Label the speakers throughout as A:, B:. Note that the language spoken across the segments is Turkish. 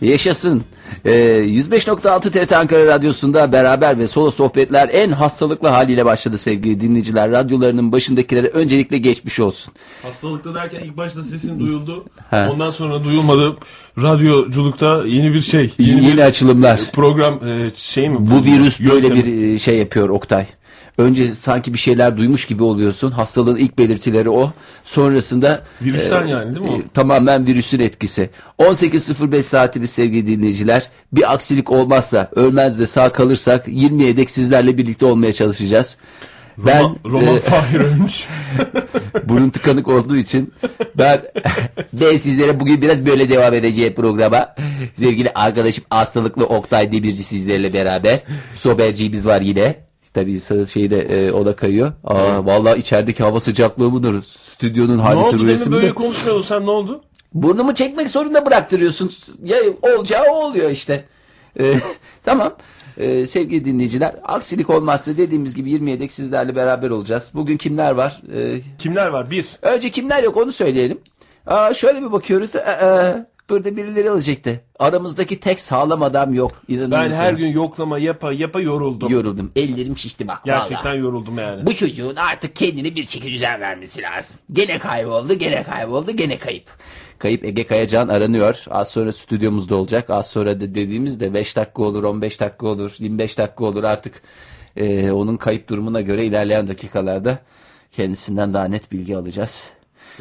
A: Yaşasın. Ee, 105.6 TRT Ankara Radyosu'nda beraber ve solo sohbetler en hastalıklı haliyle başladı sevgili dinleyiciler. Radyolarının başındakilere öncelikle geçmiş olsun.
B: Hastalıkta derken ilk başta sesin duyuldu.
A: He.
B: Ondan sonra duyulmadı. Radyoculukta yeni bir şey.
A: Yeni,
B: Yeni bir
A: açılımlar.
B: program e, şey mi?
A: Bu virüs böyle
B: Yöntemi.
A: bir e, şey yapıyor Oktay. Önce sanki bir şeyler duymuş gibi oluyorsun. Hastalığın ilk belirtileri o. Sonrasında
B: Virüsten yani değil mi o?
A: e, tamamen virüsün etkisi. 18.05 saati bir sevgili dinleyiciler. Bir aksilik olmazsa, ölmez de sağ kalırsak 20'ye dek sizlerle birlikte olmaya çalışacağız. Ben
B: Roman, Roman
A: e,
B: Fahir ölmüş.
A: burun tıkanık olduğu için ben ben sizlere bugün biraz böyle devam edeceğim programa. Sevgili arkadaşım hastalıklı Oktay Demirci sizlerle beraber. Soberciğimiz var yine. Tabii sana şeyde e, o da kayıyor. Aa, vallahi içerideki hava sıcaklığı budur. Stüdyonun
B: ne
A: hali
B: oldu demin
A: resmi.
B: böyle konuşmuyordun sen ne oldu?
A: Burnumu çekmek zorunda bıraktırıyorsun. Ya olacağı o oluyor işte. Ee, tamam. Ee, sevgili dinleyiciler, aksilik olmazsa dediğimiz gibi 20'ye dek sizlerle beraber olacağız. Bugün kimler var? Ee,
B: Kimler var? Bir.
A: önce kimler yok onu söyleyelim. Aa, şöyle bir bakıyoruz. Ee, e, burada birileri olacaktı. Aramızdaki tek sağlam adam yok. İnanır
B: Ben
A: mısın?
B: her gün yoklama yapa yapa yoruldum.
A: yoruldum. Ellerim şişti bak.
B: Gerçekten
A: vallahi.
B: yoruldum yani.
A: Bu çocuğun artık kendine bir çeki düzen vermesi lazım. Gene kayboldu, gene kayboldu, gene kayıp. Kayıp Ege Kayacan aranıyor. Az sonra stüdyomuzda olacak. Az sonra de dediğimizde 5 dakika olur, 15 dakika olur, 25 dakika olur artık. eee, onun kayıp durumuna göre ilerleyen dakikalarda kendisinden daha net bilgi alacağız.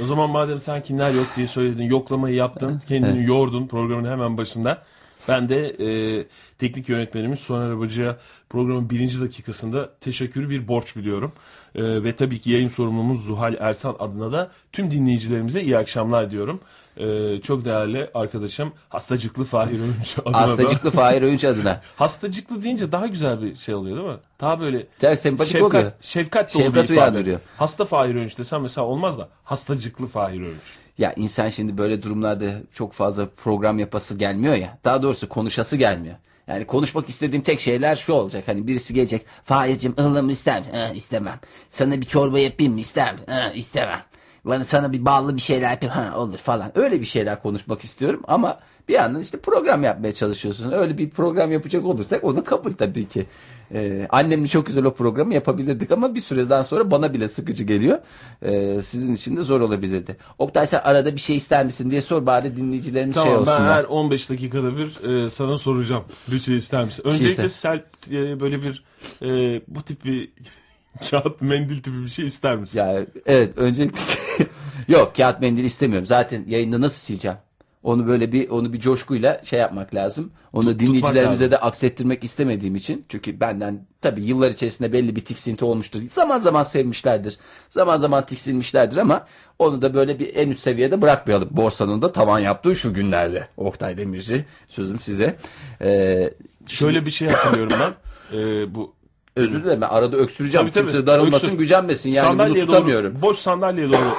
B: O zaman madem sen kimler yok diye söyledin, yoklamayı yaptın, kendini yordun programın hemen başında. Ben de e, teknik yönetmenimiz Soner Arabacı'ya programın birinci dakikasında teşekkürü bir borç biliyorum. E, ve tabii ki yayın sorumlumuz Zuhal Ersan adına da tüm dinleyicilerimize iyi akşamlar diyorum. E, çok değerli arkadaşım Hastacıklı Fahir Öğünç adına da.
A: Hastacıklı Fahir Öğünç adına.
B: Hastacıklı deyince daha güzel bir şey oluyor değil mi? Daha böyle
A: Çok sempatik oluyor.
B: şefkat, şefkat dolu
A: Şefkat
B: bir ifade.
A: uyandırıyor.
B: Hasta Fahir Öğünç desem mesela olmaz da hastacıklı Fahir Öğünç.
A: Ya insan şimdi böyle durumlarda çok fazla program yapası gelmiyor ya. Daha doğrusu konuşası gelmiyor. Yani konuşmak istediğim tek şeyler şu olacak. Hani birisi gelecek. Fahir'cim ıhlamur ister misin? "Hı, istemem. Sana bir çorba yapayım mı? İster misin? "Hı, istemem. Bana sana bir ballı bir şeyler yapayım. Ha, olur falan. Öyle bir şeyler konuşmak istiyorum ama bir yandan işte program yapmaya çalışıyorsun. Öyle bir program yapacak olursak onu kabul tabii ki. Ee, annemle çok güzel o programı yapabilirdik ama bir süreden sonra bana bile sıkıcı geliyor. Ee, sizin için de zor olabilirdi. Oktay sen arada bir şey ister misin diye sor bari dinleyicilerimiz şey
B: Tamam ben
A: olsunlar.
B: her 15 dakikada bir e, sana soracağım. Bir şey ister misin? Öncelikle sen e, böyle bir e, bu tip bir kağıt mendil tipi bir şey ister misin?
A: Ya, evet öncelikle yok kağıt mendil istemiyorum. Zaten yayında nasıl sileceğim? Onu böyle bir onu bir coşkuyla şey yapmak lazım. Onu dinleyicilerimize
B: lazım.
A: de aksettirmek istemediğim için. Çünkü benden tabii yıllar içerisinde belli bir tiksinti olmuştur. Zaman zaman sevmişlerdir. Zaman zaman tiksinmişlerdir ama onu da böyle bir en üst seviyede bırakmayalım. Borsanın da tavan yaptığı şu günlerde. Oktay Demirci sözüm size. Ee,
B: Şöyle bir şey hatırlıyorum ben. E, bu
A: özür dilerim ben arada öksüreceğim.
B: Tabii, tabii.
A: Kimse darılmasın
B: Öksür.
A: gücenmesin. Yani bunu tutamıyorum.
B: doğru, boş sandalyeye doğru,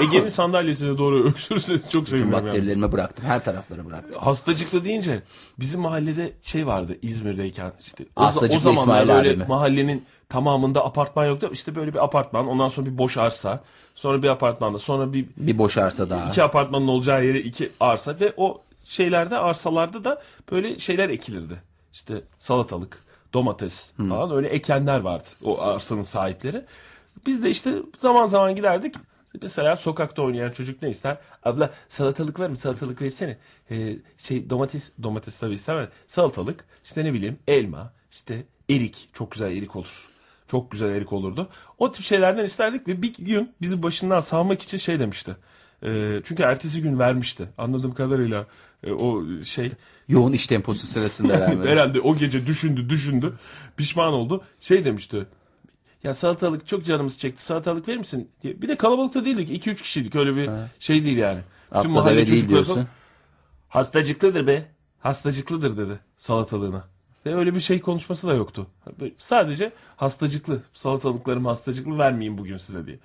B: Ege'nin sandalyesine doğru öksürseniz çok sevinirim. yani.
A: Bakterilerime bıraktım. Her taraflara bıraktım.
B: Hastacıklı deyince bizim mahallede şey vardı İzmir'deyken işte o,
A: Hastacıklı
B: o zamanlar
A: İsmail abi
B: böyle
A: mi?
B: mahallenin tamamında apartman yoktu işte böyle bir apartman ondan sonra bir boş arsa sonra bir apartmanda sonra bir
A: Bir boşarsa daha.
B: iki apartmanın olacağı yere iki arsa ve o şeylerde arsalarda da böyle şeyler ekilirdi işte salatalık domates falan öyle ekenler vardı o arsanın sahipleri biz de işte zaman zaman giderdik Mesela sokakta oynayan çocuk ne ister? Abla salatalık var mı? Salatalık versene. Ee, şey domates, domates tabii istemem. Salatalık, işte ne bileyim elma, işte erik. Çok güzel erik olur. Çok güzel erik olurdu. O tip şeylerden isterdik ve bir gün bizi başından sağmak için şey demişti. Ee, çünkü ertesi gün vermişti. Anladığım kadarıyla e, o şey
A: Yoğun iş temposu sırasında vermedi.
B: herhalde o gece düşündü düşündü pişman oldu. Şey demişti. Ya salatalık çok canımız çekti. Salatalık verir misin? diye. Bir de kalabalıkta değildik. 2-3 kişilik öyle bir şey değil yani.
A: Atla deve değil
B: çocukları-
A: diyorsun.
B: Hastacıklıdır be. Hastacıklıdır dedi salatalığına. Ve öyle bir şey konuşması da yoktu. Böyle Sadece hastacıklı. Salatalıklarım hastacıklı vermeyeyim bugün size diye.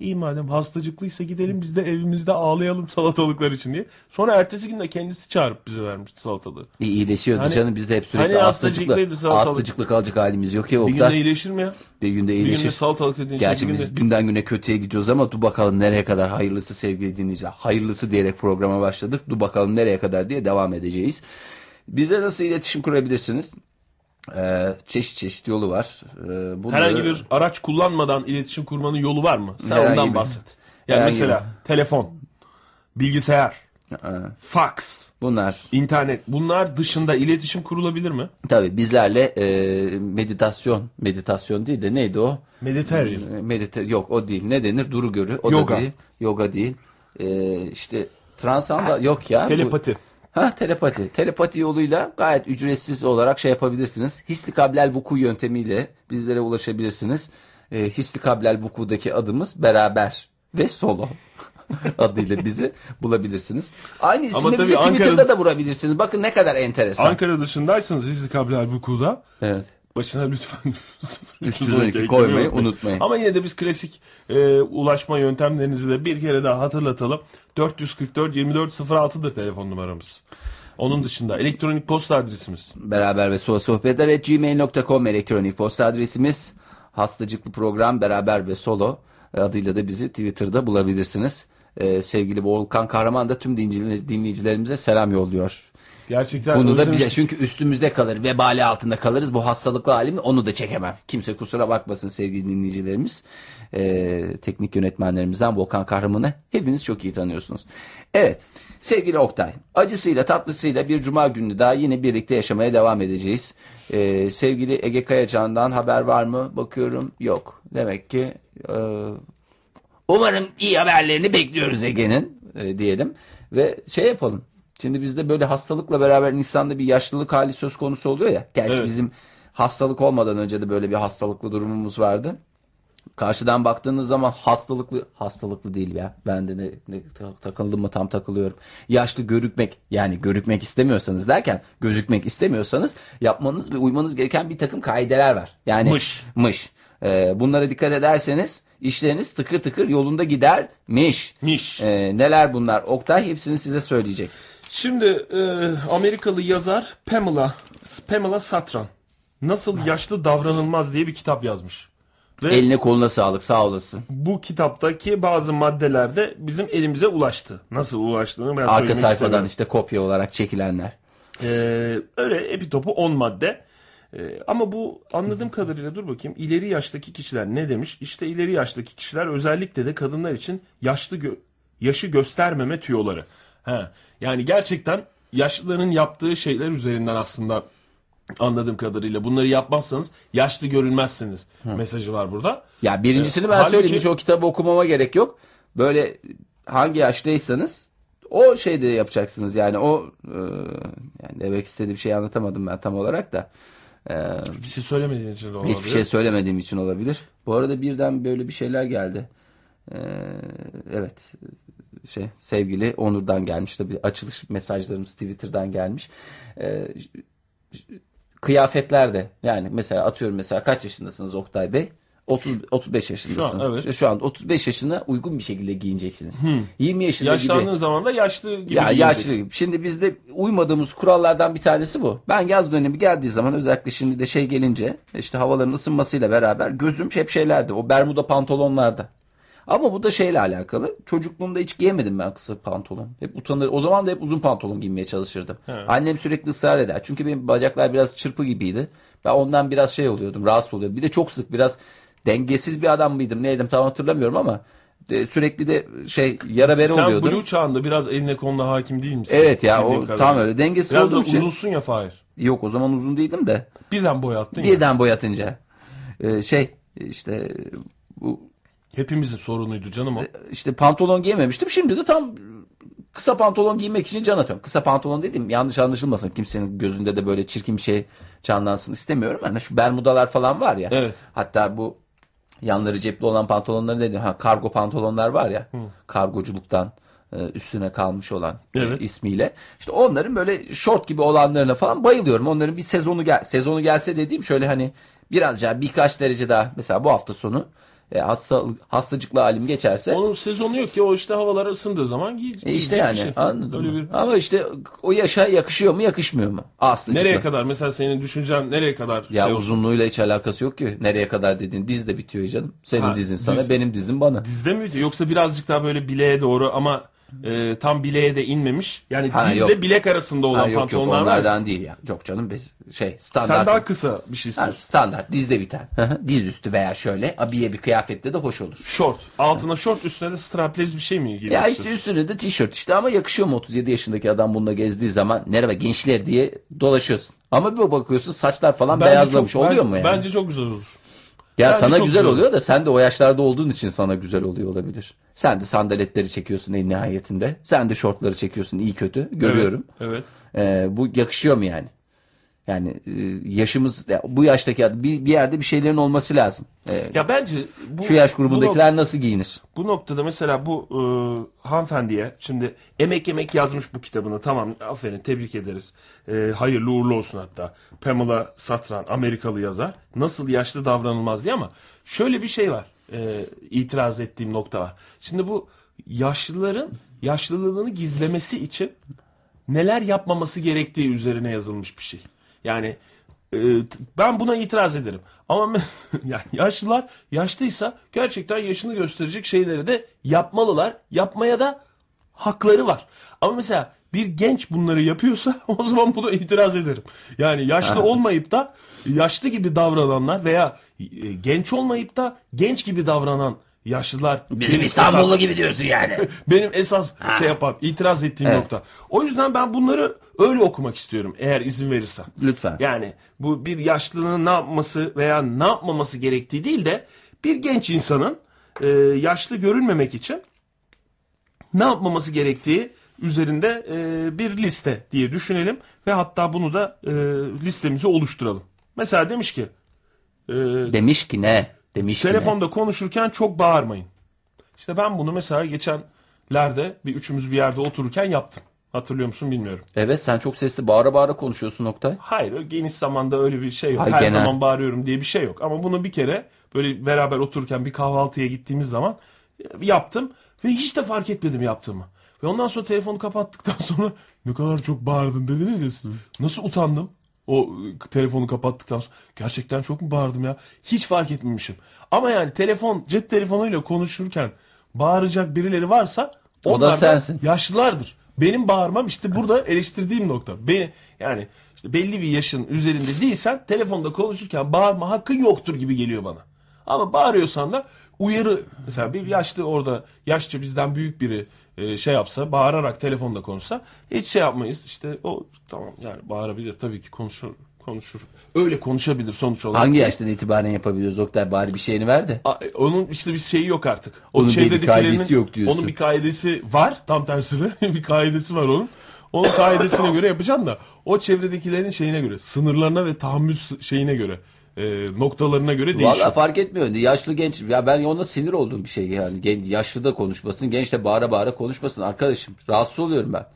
B: İyi madem hastacıklıysa gidelim biz de evimizde ağlayalım salatalıklar için diye. Sonra ertesi gün de kendisi çağırıp bize vermişti salatalığı.
A: İyi iyileşiyordu
B: Hani-
A: canım biz de hep sürekli
B: hani hastacıklıydı
A: hastacıklı,
B: salatalık.
A: hastacıklı kalacak halimiz yok ya
B: Bir günde
A: Oktay.
B: iyileşir mi ya?
A: Bir günde
B: Bir
A: iyileşir.
B: günde salatalık dediğin şey bir
A: Gerçi
B: günde...
A: biz günden güne kötüye gidiyoruz ama dur bakalım nereye kadar hayırlısı sevgili dinleyiciler. Hayırlısı diyerek programa başladık. Dur bakalım nereye kadar diye devam edeceğiz. Bize nasıl iletişim kurabilirsiniz? Ee, çeşit çeşit yolu var. Ee, bunları-
B: Herhangi bir araç kullanmadan iletişim kurmanın yolu var mı? Sen
A: Herhangi
B: ondan
A: bir-
B: bahset. Yani
A: herhangi
B: mesela telefon, bilgisayar,
A: Ee,
B: fax,
A: bunlar
B: internet bunlar dışında iletişim kurulabilir mi?
A: tabii bizlerle e, meditasyon, meditasyon değil de neydi o? E,
B: Mediterranean.
A: Medite yok o değil. Ne denir? Duru görü. O
B: Yoga.
A: da değil. Yoga değil. Ee, işte transanda yok ya. Bu-
B: Telepati.
A: Ha telepati. Telepati yoluyla gayet ücretsiz olarak şey yapabilirsiniz. Hisli kablel vuku yöntemiyle bizlere ulaşabilirsiniz. E, hisli kablel vukudaki adımız beraber ve solo adıyla bizi bulabilirsiniz. Aynı
B: Ama
A: isimle
B: tabii
A: bizi Twitter'da
B: Ankara'da-
A: da vurabilirsiniz. Bakın ne kadar enteresan.
B: Ankara dışındaysanız Hizli Kabler Buku'da
A: evet.
B: başına lütfen 0
A: 312 koymayı unutmayın.
B: Ama yine de biz klasik e, ulaşma yöntemlerinizi de bir kere daha hatırlatalım. 444 2406'dır telefon numaramız. Onun dışında elektronik posta adresimiz.
A: Beraber ve solo sohbetler at gmail.com elektronik posta adresimiz. Hastacıklı program beraber ve solo e, adıyla da bizi Twitter'da bulabilirsiniz. Ee, sevgili Volkan Kahraman da tüm dinleyici- dinleyicilerimize selam yolluyor.
B: Gerçekten
A: Bunu da
B: özlemiş-
A: bize çünkü üstümüzde kalır vebali altında kalırız bu hastalıklı halimle onu da çekemem. Kimse kusura bakmasın sevgili dinleyicilerimiz. Ee, teknik yönetmenlerimizden Volkan Kahraman'ı hepiniz çok iyi tanıyorsunuz. Evet sevgili Oktay acısıyla tatlısıyla bir cuma günü daha yine birlikte yaşamaya devam edeceğiz. Ee, sevgili Ege Kayacan'dan haber var mı bakıyorum yok. Demek ki e, Umarım iyi haberlerini bekliyoruz Ege'nin e, diyelim ve şey yapalım. Şimdi bizde böyle hastalıkla beraber insanda bir yaşlılık hali söz konusu oluyor ya. Gerçi
B: Evet.
A: bizim hastalık olmadan önce de böyle bir hastalıklı durumumuz vardı. Karşıdan baktığınız zaman hastalıklı hastalıklı değil ya. Ben de ne, ne ta- takıldım mı tam takılıyorum. Yaşlı görükmek yani görükmek istemiyorsanız derken gözükmek istemiyorsanız yapmanız ve uymanız gereken bir takım kaideler var. Yani
B: Mış.
A: mış. Ee, bunlara dikkat ederseniz işleriniz tıkır tıkır yolunda gidermiş.
B: Miş.
A: Ee, neler bunlar? Oktay hepsini size söyleyecek.
B: Şimdi e, Amerikalı yazar Pamela Pamela Satran nasıl yaşlı davranılmaz diye bir kitap yazmış. Ve
A: Eline koluna sağlık sağ olasın.
B: bu kitaptaki bazı maddelerde bizim elimize ulaştı. Nasıl ulaştığını ben
A: Arka
B: söylemek
A: sayfadan
B: istemiyorum.
A: işte kopya olarak çekilenler.
B: Ee, öyle epitopu 10 madde. Ee, ama bu anladığım kadarıyla dur bakayım ileri yaştaki kişiler ne demiş? İşte ileri yaştaki kişiler özellikle de kadınlar için yaşlı gö- yaşı göstermeme tüyoları. He. Yani gerçekten yaşlıların yaptığı şeyler üzerinden aslında anladığım kadarıyla bunları yapmazsanız yaşlı görünmezsiniz mesajı var burada.
A: Ya birincisini ben
B: Halbuki-
A: söyleyeyim hiç o kitabı okumama gerek yok. Böyle hangi yaştaysanız o şeyde yapacaksınız yani o e, yani demek istediğim şeyi anlatamadım ben tam olarak da. E,
B: Bir şey söylemediğin için de olabilir.
A: Hiçbir şey söylemediğim için olabilir. Bu arada birden böyle bir şeyler geldi. Ee, evet. Şey sevgili Onur'dan gelmiş tabii açılış mesajlarımız Twitter'dan gelmiş. Ee, kıyafetlerde yani mesela atıyorum mesela kaç yaşındasınız Oktay Bey? 30 35 yaşındasınız.
B: Şu an, evet.
A: Şu an 35 yaşına uygun bir şekilde giyineceksiniz. 20 yaşında gibi
B: Yaşlandığın zaman da yaşlı gibi
A: ya
B: giyineceksin.
A: yaşlı. Şimdi bizde uymadığımız kurallardan bir tanesi bu. Ben yaz dönemi geldiği zaman özellikle şimdi de şey gelince işte havaların ısınmasıyla beraber gözüm hep şeylerde. O bermuda pantolonlarda. Ama bu da şeyle alakalı. Çocukluğumda hiç giyemedim ben kısa pantolon. Hep utanır. O zaman da hep uzun pantolon giymeye çalışırdım. Annem sürekli ısrar eder. Çünkü benim bacaklar biraz çırpı gibiydi. Ben ondan biraz şey oluyordum. Rahatsız oluyordum. Bir de çok sık biraz dengesiz bir adam mıydım neydim tam hatırlamıyorum ama e, sürekli de şey yara bere
B: Sen
A: oluyordum.
B: Blue çağında biraz eline konuda hakim değil misin?
A: Evet ya
B: Bildiğim
A: o
B: kadarıyla.
A: tam öyle şey. dengesiz
B: Biraz da
A: olduğum için.
B: uzunsun ya Fahir.
A: Yok o zaman uzun değildim de
B: Birden boy attın ya.
A: birden boyatınca Ee, şey işte bu
B: Hepimizin sorunuydu canım o.
A: işte pantolon giyememiştim. Şimdi de tam kısa pantolon giymek için can atıyorum. Kısa pantolon dedim yanlış anlaşılmasın. Kimsenin gözünde de böyle çirkin bir şey canlansın istemiyorum. Yani şu bermudalar falan var ya.
B: Evet.
A: Hatta bu yanları cepli olan pantolonları dedim. Ha kargo pantolonlar var ya. Kargoculuktan e, üstüne kalmış olan e,
B: Evet.
A: ismiyle. İşte onların böyle short gibi olanlarına falan bayılıyorum. Onların bir sezonu gel sezonu gelse dediğim şöyle hani birazca birkaç derece daha mesela bu hafta sonu e, hastalık hastacıklı halim geçerse
B: Onun sezonu yok ki o işte havalar ısındığı zaman giy.
A: e, işte
B: giyecek
A: yani
B: bir şey.
A: anladın
B: Öyle
A: mı?
B: bir
A: Ama işte o yaşa yakışıyor mu yakışmıyor mu? Hastacıklı.
B: Nereye kadar mesela senin düşüncen nereye kadar
A: Ya
B: şey olsun?
A: uzunluğuyla hiç alakası yok ki. Nereye kadar dediğin diz de bitiyor canım. Senin
B: Ha,
A: dizin sana,
B: diz-
A: benim dizim bana.
B: Dizde miydi yoksa birazcık daha böyle bileğe doğru ama e, tam bileğe de inmemiş. Yani
A: Ha,
B: dizle
A: yok.
B: bilek arasında olan
A: Ha, yok yok
B: pantolonlar var. ya.
A: onlardan değil ya. Yok canım biz şey standart.
B: Sen daha kısa bir şey
A: Ha,
B: istiyorsun.
A: standart dizde biten. Hı hı, Diz üstü veya şöyle abiye bir kıyafette de hoş olur.
B: Şort. Altına şort üstüne de straplez bir şey mi giyiyorsun?
A: Ya işte üstüne de tişört işte ama yakışıyor mu 37 yaşındaki adam bununla gezdiği zaman nerede gençler diye dolaşıyorsun. Ama bir bakıyorsun saçlar falan
B: Bence
A: beyazlamış
B: çok-
A: oluyor
B: ben-
A: mu yani?
B: Bence çok güzel olur.
A: ya
B: bence
A: sana
B: çok
A: güzel,
B: güzel
A: oluyor da sen de o yaşlarda olduğun için sana güzel oluyor olabilir. Sen de sandaletleri çekiyorsun en nihayetinde. Sen de şortları çekiyorsun iyi kötü görüyorum.
B: Evet. evet.
A: Ee, bu yakışıyor mu yani? Yani e, yaşımız ya bu yaştaki ad- bir, bir yerde bir şeylerin olması lazım. Ee,
B: Ya bence bu,
A: şu yaş
B: bu, nok-
A: grubundakiler nasıl giyinir?
B: bu noktada mesela bu e, hanımefendiye şimdi emek emek yazmış bu kitabını tamam aferin tebrik ederiz. E, hayırlı uğurlu olsun hatta. Pamela Satran Amerikalı yazar. Nasıl yaşlı davranılmaz diye ama şöyle bir şey var. E, itiraz ettiğim nokta var. Şimdi bu yaşlıların yaşlılığını gizlemesi için neler yapmaması gerektiği üzerine yazılmış bir şey. Yani e, t- ben buna itiraz ederim. Ama ben- yani yaşlılar yaşlıysa gerçekten yaşını gösterecek şeyleri de yapmalılar. Yapmaya da hakları var. Ama mesela bir genç bunları yapıyorsa o zaman buna itiraz ederim. Yani yaşlı olmayıp da yaşlı gibi davrananlar veya e, genç olmayıp da genç gibi davranan yaşlılar
A: Bizim
B: benim
A: İstanbullu
B: esas-
A: gibi diyorsun yani.
B: benim esas şey yapan, itiraz ettiğim nokta. O yüzden ben bunları öyle okumak istiyorum eğer izin verirsen.
A: Lütfen.
B: Yani bu bir yaşlının ne yapması veya ne yapmaması gerektiği değil de bir genç insanın e, yaşlı görünmemek için ne yapmaması gerektiği üzerinde e, bir liste diye düşünelim ve hatta bunu da e, listemizi oluşturalım. Mesela demiş ki e,
A: Demiş ki ne? Demiş ki ne?
B: Telefonda konuşurken çok bağırmayın. İşte ben bunu mesela geçenlerde bir üçümüz bir yerde otururken yaptım. Hatırlıyor musun bilmiyorum.
A: Evet sen çok sesli bağıra bağıra konuşuyorsun Oktay.
B: Hayır ö- geniş zamanda öyle bir şey yok.
A: Hayır,
B: Her
A: genel.
B: zaman bağırıyorum diye bir şey yok. Ama bunu bir kere böyle beraber otururken bir kahvaltıya gittiğimiz zaman e, yaptım. Ve hiç de fark etmedim yaptığımı. Ve ondan sonra telefonu kapattıktan sonra ne kadar çok bağırdın dediniz ya siz. Nasıl utandım o e, telefonu kapattıktan sonra. Gerçekten çok mu bağırdım ya? Hiç fark etmemişim. Ama yani telefon cep telefonuyla konuşurken bağıracak birileri varsa
A: da
B: onlar
A: sensin.
B: yaşlılardır. Benim bağırmam işte burada eleştirdiğim nokta. Beni yani işte belli bir yaşın üzerinde değilsen telefonda konuşurken bağırma hakkın yoktur gibi geliyor bana. Ama bağırıyorsan da uyarı mesela bir yaşlı orada yaşça bizden büyük biri e, şey yapsa bağırarak telefonda konuşsa hiç şey yapmayız işte o tamam yani bağırabilir tabii ki konuşur konuşur öyle konuşabilir sonuç olarak.
A: Hangi yaştan itibaren yapabiliyoruz Oktay bari bir şeyini ver de.
B: A- e, onun işte bir şeyi yok artık. O
A: Onun bir
B: çevredekilerinin-
A: kaidesi yok diyorsun.
B: Onun bir kaidesi var tam tersine. bir kaidesi var onun. Onun kaidesine göre yapacaksın da o çevredekilerin şeyine göre, sınırlarına ve tahammül s- şeyine göre, e, noktalarına göre değişiyor.
A: Valla fark etmiyor. Yaşlı genç ya ben ona sinir olduğum bir şey yani. Gen, yaşlı da konuşmasın, genç de bağıra bağıra konuşmasın arkadaşım. Rahatsız oluyorum ben.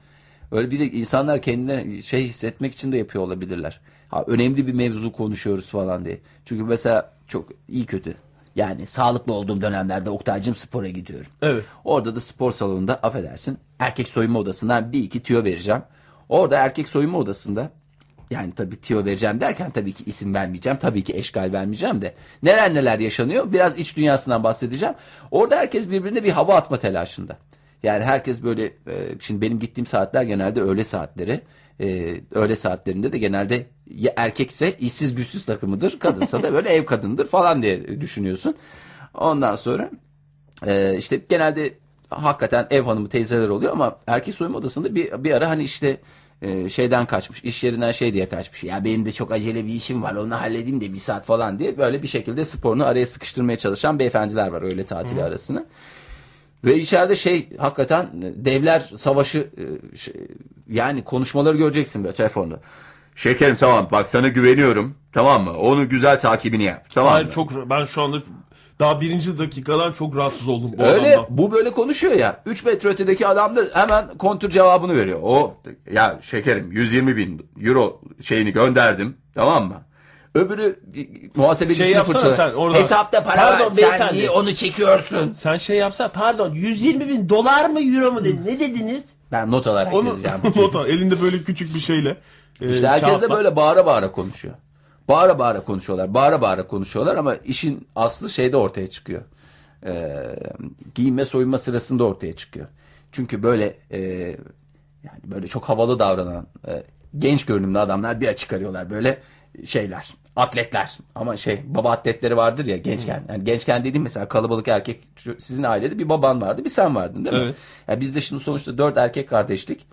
A: Öyle bir de insanlar kendine şey hissetmek için de yapıyor olabilirler. Ha, önemli bir mevzu konuşuyoruz falan diye. Çünkü mesela çok iyi kötü. Yani sağlıklı olduğum dönemlerde Oktay'cım spora gidiyorum.
B: Evet.
A: Orada da spor salonunda affedersin erkek soyunma odasından bir iki tüyo vereceğim. Orada erkek soyunma odasında yani tabii tüyo vereceğim derken tabii ki isim vermeyeceğim. Tabii ki eşgal vermeyeceğim de neler neler yaşanıyor biraz iç dünyasından bahsedeceğim. Orada herkes birbirine bir hava atma telaşında. Yani herkes böyle e, şimdi benim gittiğim saatler genelde öğle saatleri. E, öğle saatlerinde de genelde ya erkekse işsiz güçsüz takımıdır kadınsa da böyle ev kadındır falan diye düşünüyorsun. Ondan sonra ee, işte genelde hakikaten ev hanımı teyzeler oluyor ama erkek soyunma odasında bir, bir ara hani işte e, şeyden kaçmış iş yerinden şey diye kaçmış ya benim de çok acele bir işim var onu halledeyim de bir saat falan diye böyle bir şekilde sporunu araya sıkıştırmaya çalışan beyefendiler var öyle tatili arasını. Ve içeride şey hakikaten devler savaşı e, şey, yani konuşmaları göreceksin böyle telefonda. Şekerim tamam bak sana güveniyorum tamam mı? Onun güzel takibini yap tamam
B: Hayır,
A: mı?
B: çok ben şu anda daha birinci dakikadan çok rahatsız oldum bu
A: Öyle
B: adamdan.
A: bu böyle konuşuyor ya. 3 metre ötedeki adam da hemen kontür cevabını veriyor. O ya şekerim 120 bin euro şeyini gönderdim tamam mı? Öbürü e, muhasebecisini
B: Şey yapsana
A: fırçalar.
B: sen orada.
A: Hesapta para
B: Pardon
A: var. Sen
B: beyefendi.
A: niye onu çekiyorsun?
B: Sen şey yapsa pardon 120 bin dolar mı euro mu dedi. Ne dediniz?
A: Ben not alarak
B: Onu
A: yazacağım.
B: Hmm. nota elinde böyle küçük bir şeyle. e,
A: İşte herkes de
B: kağıtla.
A: böyle bağıra bağıra konuşuyor. Bağıra bağıra konuşuyorlar. Bağıra bağıra konuşuyorlar ama işin aslı şeyde ortaya çıkıyor. Ee, giyinme soyunma sırasında ortaya çıkıyor. Çünkü böyle e, yani böyle çok havalı davranan e, genç görünümlü adamlar bir çıkarıyorlar böyle şeyler. Atletler ama şey baba atletleri vardır ya gençken. Yani gençken dediğim mesela kalabalık erkek şu- sizin ailede bir baban vardı bir sen vardın değil mi?
B: Evet.
A: Ya biz de şimdi sonuçta dört erkek kardeşlik.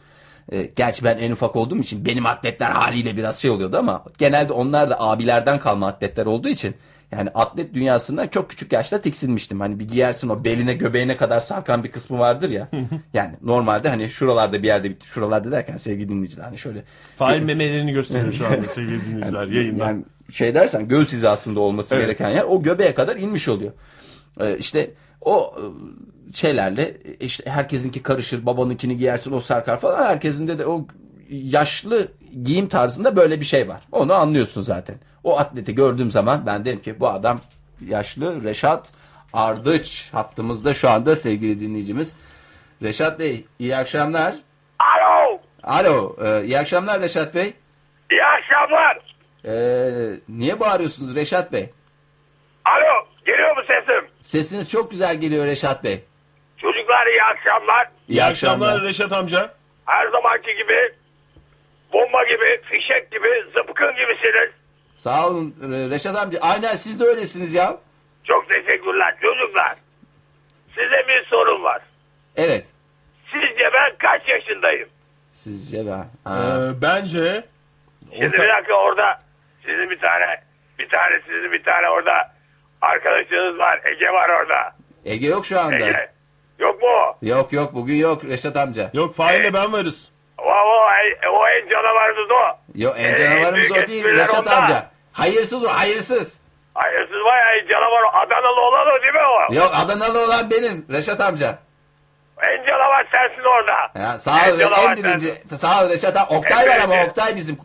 A: E, gerçi ben en ufak olduğum için benim atletler haliyle biraz şey oluyordu ama genelde onlar da abilerden kalma atletler olduğu için yani atlet dünyasından çok küçük yaşta tiksinmiştim. Hani bir giyersin o beline göbeğine kadar sarkan bir kısmı vardır ya. yani normalde hani şuralarda bir yerde bir- şuralarda derken sevgili dinleyiciler hani şöyle
B: Fahir memelerini gösteriyor şu anda sevgili dinleyiciler yayında.
A: yani şey dersen göğüs hizasında olması
B: Evet.
A: gereken yer o göbeğe kadar inmiş oluyor. Ee, işte o e, şeylerle e, işte herkesinki karışır babanınkini giyersin o sarkar falan herkesinde de o yaşlı giyim tarzında böyle bir şey var. Onu anlıyorsun zaten. O atleti gördüğüm zaman ben derim ki bu adam yaşlı Reşat Ardıç hattımızda şu anda sevgili dinleyicimiz. Reşat Bey iyi akşamlar.
C: Alo,
A: Alo e, iyi akşamlar Reşat Bey.
C: iyi akşamlar.
A: Ee, niye bağırıyorsunuz Reşat Bey?
C: Alo, geliyor mu sesim?
A: Sesiniz çok güzel geliyor Reşat Bey.
C: Çocuklar iyi akşamlar.
B: İyi akşamlar Reşat amca.
C: Her zamanki gibi, bomba gibi, fişek gibi, zıpkın gibisiniz.
A: Sağ olun Re- Reşat amca. Aynen siz de öylesiniz ya.
C: Çok teşekkürler çocuklar. Size bir sorum var.
A: Evet.
C: Sizce ben kaç yaşındayım?
A: Sizce ben.
B: Ee,
A: Ha.
B: bence
C: Şimdi bir dakika orada sizin bir tane, bir tane sizin bir tane orada arkadaşınız var. Ege var orada.
B: Ee,
A: Ege yok şu anda.
C: Ege. Yok mu o?
A: Yok yok bugün yok Reşat amca.
B: yok Fahir'le ben varız.
C: O, o, o en canavarınız o.
A: Yok en
C: Ee,
A: canavarımız o
C: büyük
A: değil
C: espriler
A: Reşat
C: onda.
A: amca. Hayırsız o hayırsız.
C: Hayır siz var ya canavar o. Adanalı olan o değil mi o?
A: Yok Adanalı olan benim Reşat amca.
C: En canavar sensin orada.
A: Ya, sağ ol
C: En canavar
A: en birinci.
C: sensin.
A: Sağ ol Reşat amca. Oktay var ama
C: birinci.
A: Oktay bizim.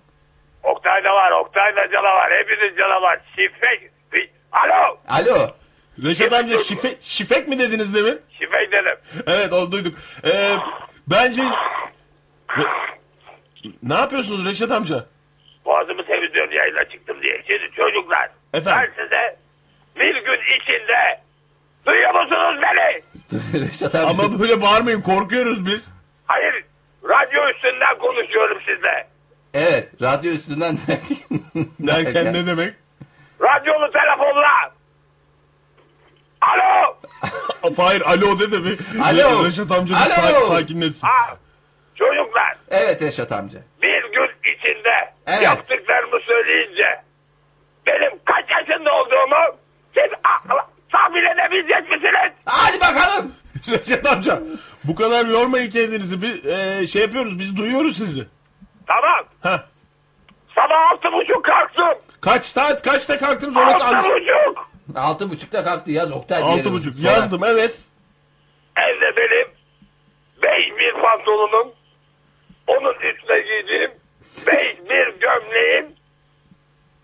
C: Oktay da var. Oktay da canavar. Hepiniz canavar. Şifek. Fi- Alo.
A: Alo.
B: Reşat amca şife, şifek mi dediniz demin?
C: Şifek dedim.
B: Evet onu duyduk. Ee, bence... Re- Ne yapıyorsunuz Reşat amca?
C: Boğazımı temizliyorum yayına çıktım diye. Şimdi çocuklar.
B: Efendim?
C: Ben size bir gün içinde duyuyor musunuz beni?
A: Reşat amca.
B: Ama böyle bağırmayın korkuyoruz biz.
C: Hayır. Radyo üstünden konuşuyorum sizle.
A: Evet radyo üstünden.
B: Derken ne demek?
C: Radyolu telefonla. Alo.
B: Fahir alo de de bir.
A: Alo.
B: Reşat amca da
A: Alo.
B: sa- sakinleşsin.
C: Ha. Çocuklar.
A: Evet Reşat amca.
C: bir gün içinde
A: Evet.
C: yaptıklarımı söyleyince benim kaç yaşında olduğumu siz akla, tahmin edebilecek misiniz?
A: Hadi bakalım.
B: Reşat amca bu kadar yormayın kendinizi. Bir e, şey yapıyoruz biz duyuyoruz sizi.
C: Tamam.
B: Heh.
C: Sabah altı buçuk kalktım.
B: Kaç saat kaçta kalktınız orası
C: Altı
B: anlaşılıyor.
C: buçuk.
A: Altı buçukta kalktı yaz Oktay. bir yere
B: Altı
A: vur.
B: buçuk
A: Sonra-
B: yazdım evet.
C: Evde benim beş bir pantolonum, onun üstüne giydiğim beş bir gömleğim,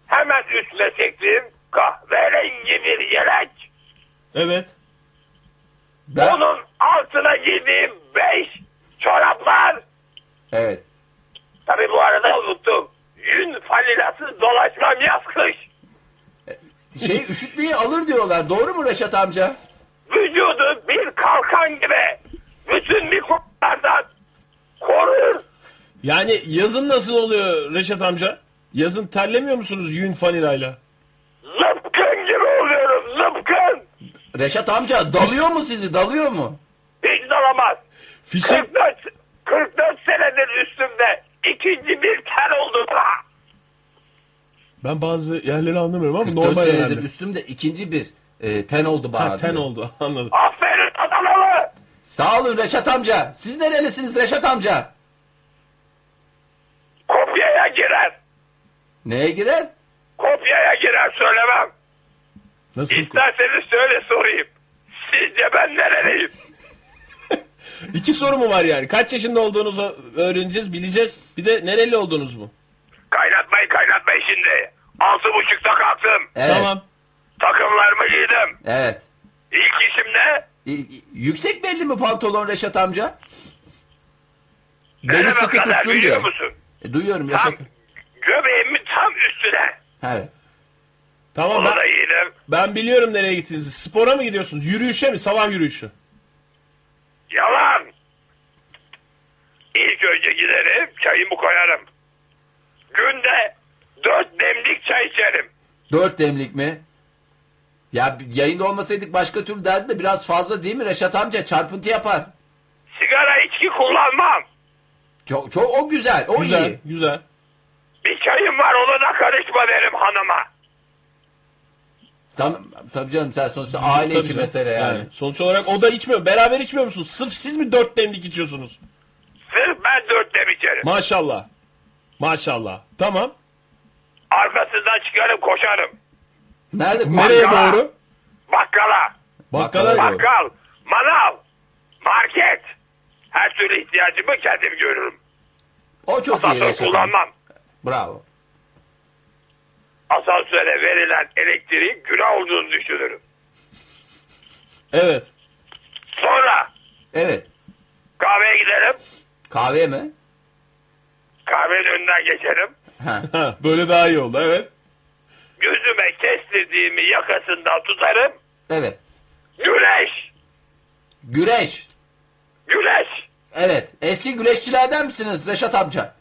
C: hemen üstüne çektiğim kahverengi bir yelek,
B: Evet.
A: Ben-
C: onun altına giydiğim beş çoraplar,
A: Evet.
C: Tabii bu arada unuttum. Yün falinasız dolaşmam yaz kış.
A: Şey üşütmeyi alır diyorlar. Doğru mu Reşat amca?
C: Vücudu bir kalkan gibi bütün mikroplardan korur.
B: Yani yazın nasıl oluyor Reşat amca? Yazın terlemiyor musunuz yün fanilayla?
C: Zıpkın gibi oluyorum zıpkın.
A: Reşat amca dalıyor mu sizi? Dalıyor mu?
C: Hiç dalamaz.
B: Fişek
C: 44, 44 senedir üstümde ikinci bir ter oldu. Ah!
B: ben bazı yerleri anlamıyorum ama
A: Dört
B: normal
A: senedir
B: herhalde.
A: üstümde ikinci bir e, ten oldu bana.
B: Ha, ten
A: diyor.
B: oldu anladım.
C: Aferin Adanalı.
A: Sağ olun Reşat amca. Siz nerelisiniz Reşat amca?
C: Kopyaya girer.
A: Neye girer?
C: Kopyaya girer söylemem.
B: Nasıl?
C: İsterseniz söyle sorayım. Sizce ben nereliyim?
B: İki soru mu var yani? Kaç yaşında olduğunuzu öğreneceğiz, bileceğiz. Bir de nereli olduğunuz mu?
C: Kaynatmayın kaynatmayın şimdi. Altı buçukta kalktım.
A: Evet.
D: Tamam.
C: Takımlarımı giydim.
A: Evet.
C: İlk işim ne?
A: Y- Yüksek belli mi pantolon Reşat amca?
C: Benim
A: Beni sıkı
C: kadar,
A: tutsun
C: biliyor
A: diyor.
C: musun?
A: E, duyuyorum
C: Tam
A: Reşat.
C: göbeğimin tam üstüne.
A: Evet.
D: Tamam
C: Onu
D: ben,
C: da giydim.
D: ben biliyorum nereye gittiğinizi. Spora mı gidiyorsunuz? Yürüyüşe mi? Sabah yürüyüşü.
C: Yalan. İlk önce giderim çayımı koyarım. Günde dört demlik çay içerim.
A: Dört demlik mi? Ya bir- yayında olmasaydık başka türlü derdi de biraz fazla değil mi Reşat amca? Çarpıntı yapar.
C: Sigara içki kullanmam.
A: Çok, çok o güzel. O
D: Güzel,
A: iyi.
D: güzel.
C: Bir çayım var ona da karışma derim hanıma.
A: Tamam, tabii canım sen sonuçta aile
D: Tabii
A: içi
D: canım.
A: mesele yani.
D: Sonuç olarak o da içmiyor. Beraber içmiyor musunuz? Sırf siz mi dört demlik içiyorsunuz?
C: Sırf ben dört dem içerim.
D: Maşallah. Maşallah. Tamam.
C: Arkasından çıkarım koşarım.
A: Nerede?
D: Nereye
C: Bakkala.
D: doğru?
C: Bakkala,
A: Bakkala
D: Bakkala.
A: doğru.
C: bakkal, manav, market. Her türlü ihtiyacımı kendim görürüm.
A: O çok iyi
C: Asansör
A: Reşat amca.
C: kullanmam.
A: Bravo.
C: Asansöre verilen elektriğin günah olduğunu düşünürüm.
D: Evet.
C: Sonra
A: Evet.
C: kahveye giderim.
A: Kahve mi?
C: Kahvenin önünden geçerim.
A: Ha.
D: Ha, böyle daha iyi oldu. Evet.
C: Gözüme kestirdiğimi yakasından tutarım.
A: Evet.
C: Güneş!
A: Güreş.
C: Güneş!
A: Evet. Eski güreşçilerden misiniz Reşat amca?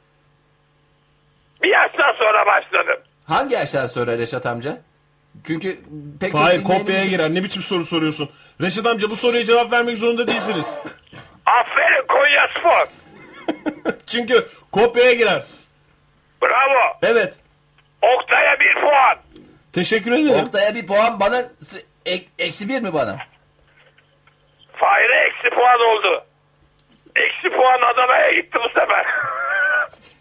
C: Bir yaştan sonra başladım.
A: Hangi yaştan sonra Reşat amca? Çünkü pek çok
D: Hayır
A: dinleyenimiz-
D: kopyaya girer. Ne biçim soru soruyorsun? Reşat amca bu soruya cevap vermek zorunda değilsiniz.
C: Aferin Konya Spor!
D: Çünkü kopyaya girer.
C: Bravo!
D: Evet.
C: Oktay'a bir puan!
D: Teşekkür ederim.
A: Oktay'a bir puan bana s- ek- eksi bir mi bana?
C: Fahir'e eksi puan oldu. Eksi puan Adana'ya gitti bu sefer.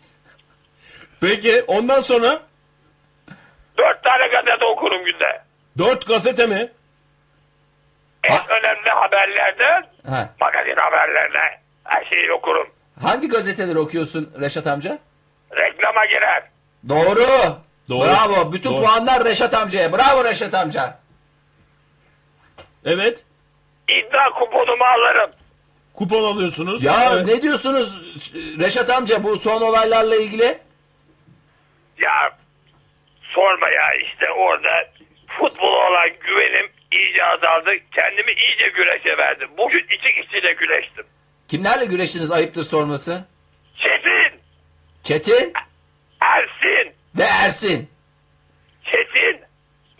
D: Peki ondan sonra
C: Dört tane gazete okurum günde.
D: dört gazete mi?
C: En önemli haberlerden
A: Ha.
C: magazin haberlerine her şeyi okurum.
A: Hangi gazeteleri okuyorsun Reşat amca?
C: Reklama girer.
A: Doğru.
D: Doğru.
A: Bravo. Bütün
D: Doğru.
A: puanlar Reşat amcaya. Bravo Reşat amca.
D: Evet.
C: İddia kuponumu alırım.
D: Kupon alıyorsunuz.
A: Ya
D: Evet.
A: ne diyorsunuz Reşat amca bu son olaylarla ilgili?
C: Ya sorma ya işte orada futbola olan güvenim iyice azaldı. Kendimi iyice güreşe verdim. Bugün iki kişiyle güreştim.
A: Kimlerle güreştiniz ayıptır sorması?
C: Çetin,
A: Çetin
C: Ersin,
A: ve Ersin.
C: Çetin,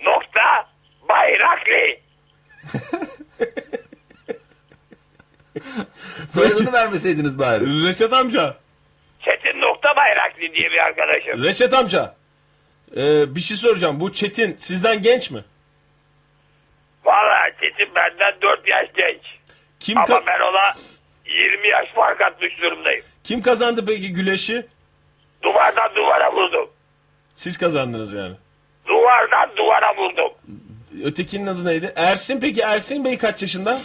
C: nokta, Bayrakli.
A: Soyadını vermeseydiniz bari.
D: Reşat amca.
C: Çetin nokta Bayrakli diye bir arkadaşım.
D: Reşat amca. Ee, bir şey soracağım. Bu Çetin sizden genç mi?
C: Valla Çetin benden 4 yaş genç.
D: Kim
C: Ama
D: ka-
C: ben ona 20 yaş fark atmış durumdayım.
D: kim kazandı peki güleşi?
C: Duvardan duvara vurdum.
D: Siz kazandınız yani.
C: Duvardan duvara vurdum.
D: Ötekinin adı neydi? Ersin peki Ersin Bey kaç yaşında?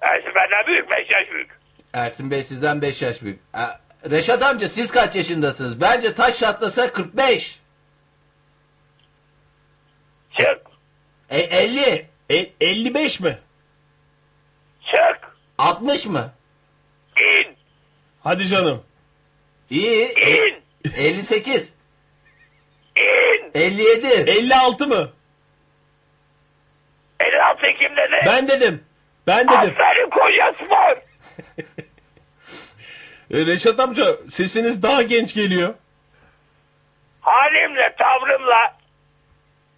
C: Ersin benden büyük 5 yaş büyük.
A: Ersin Bey sizden 5 yaş büyük. E, Reşat amca siz kaç yaşındasınız? Bence taş çatlasa 45.
C: Çık,
A: E, 50.
D: E, 55 mi?
C: çık,
A: 60 mı?
C: in,
D: Hadi canım.
A: İyi. E,
C: in,
A: 58.
C: in.
A: 57.
D: 56 mı?
C: 56 Ekim'de de
D: Ben dedim. Ben dedim.
C: aferin Konya Spor.
D: E, Reşat amca sesiniz daha genç geliyor.
C: Halimle, tavrımla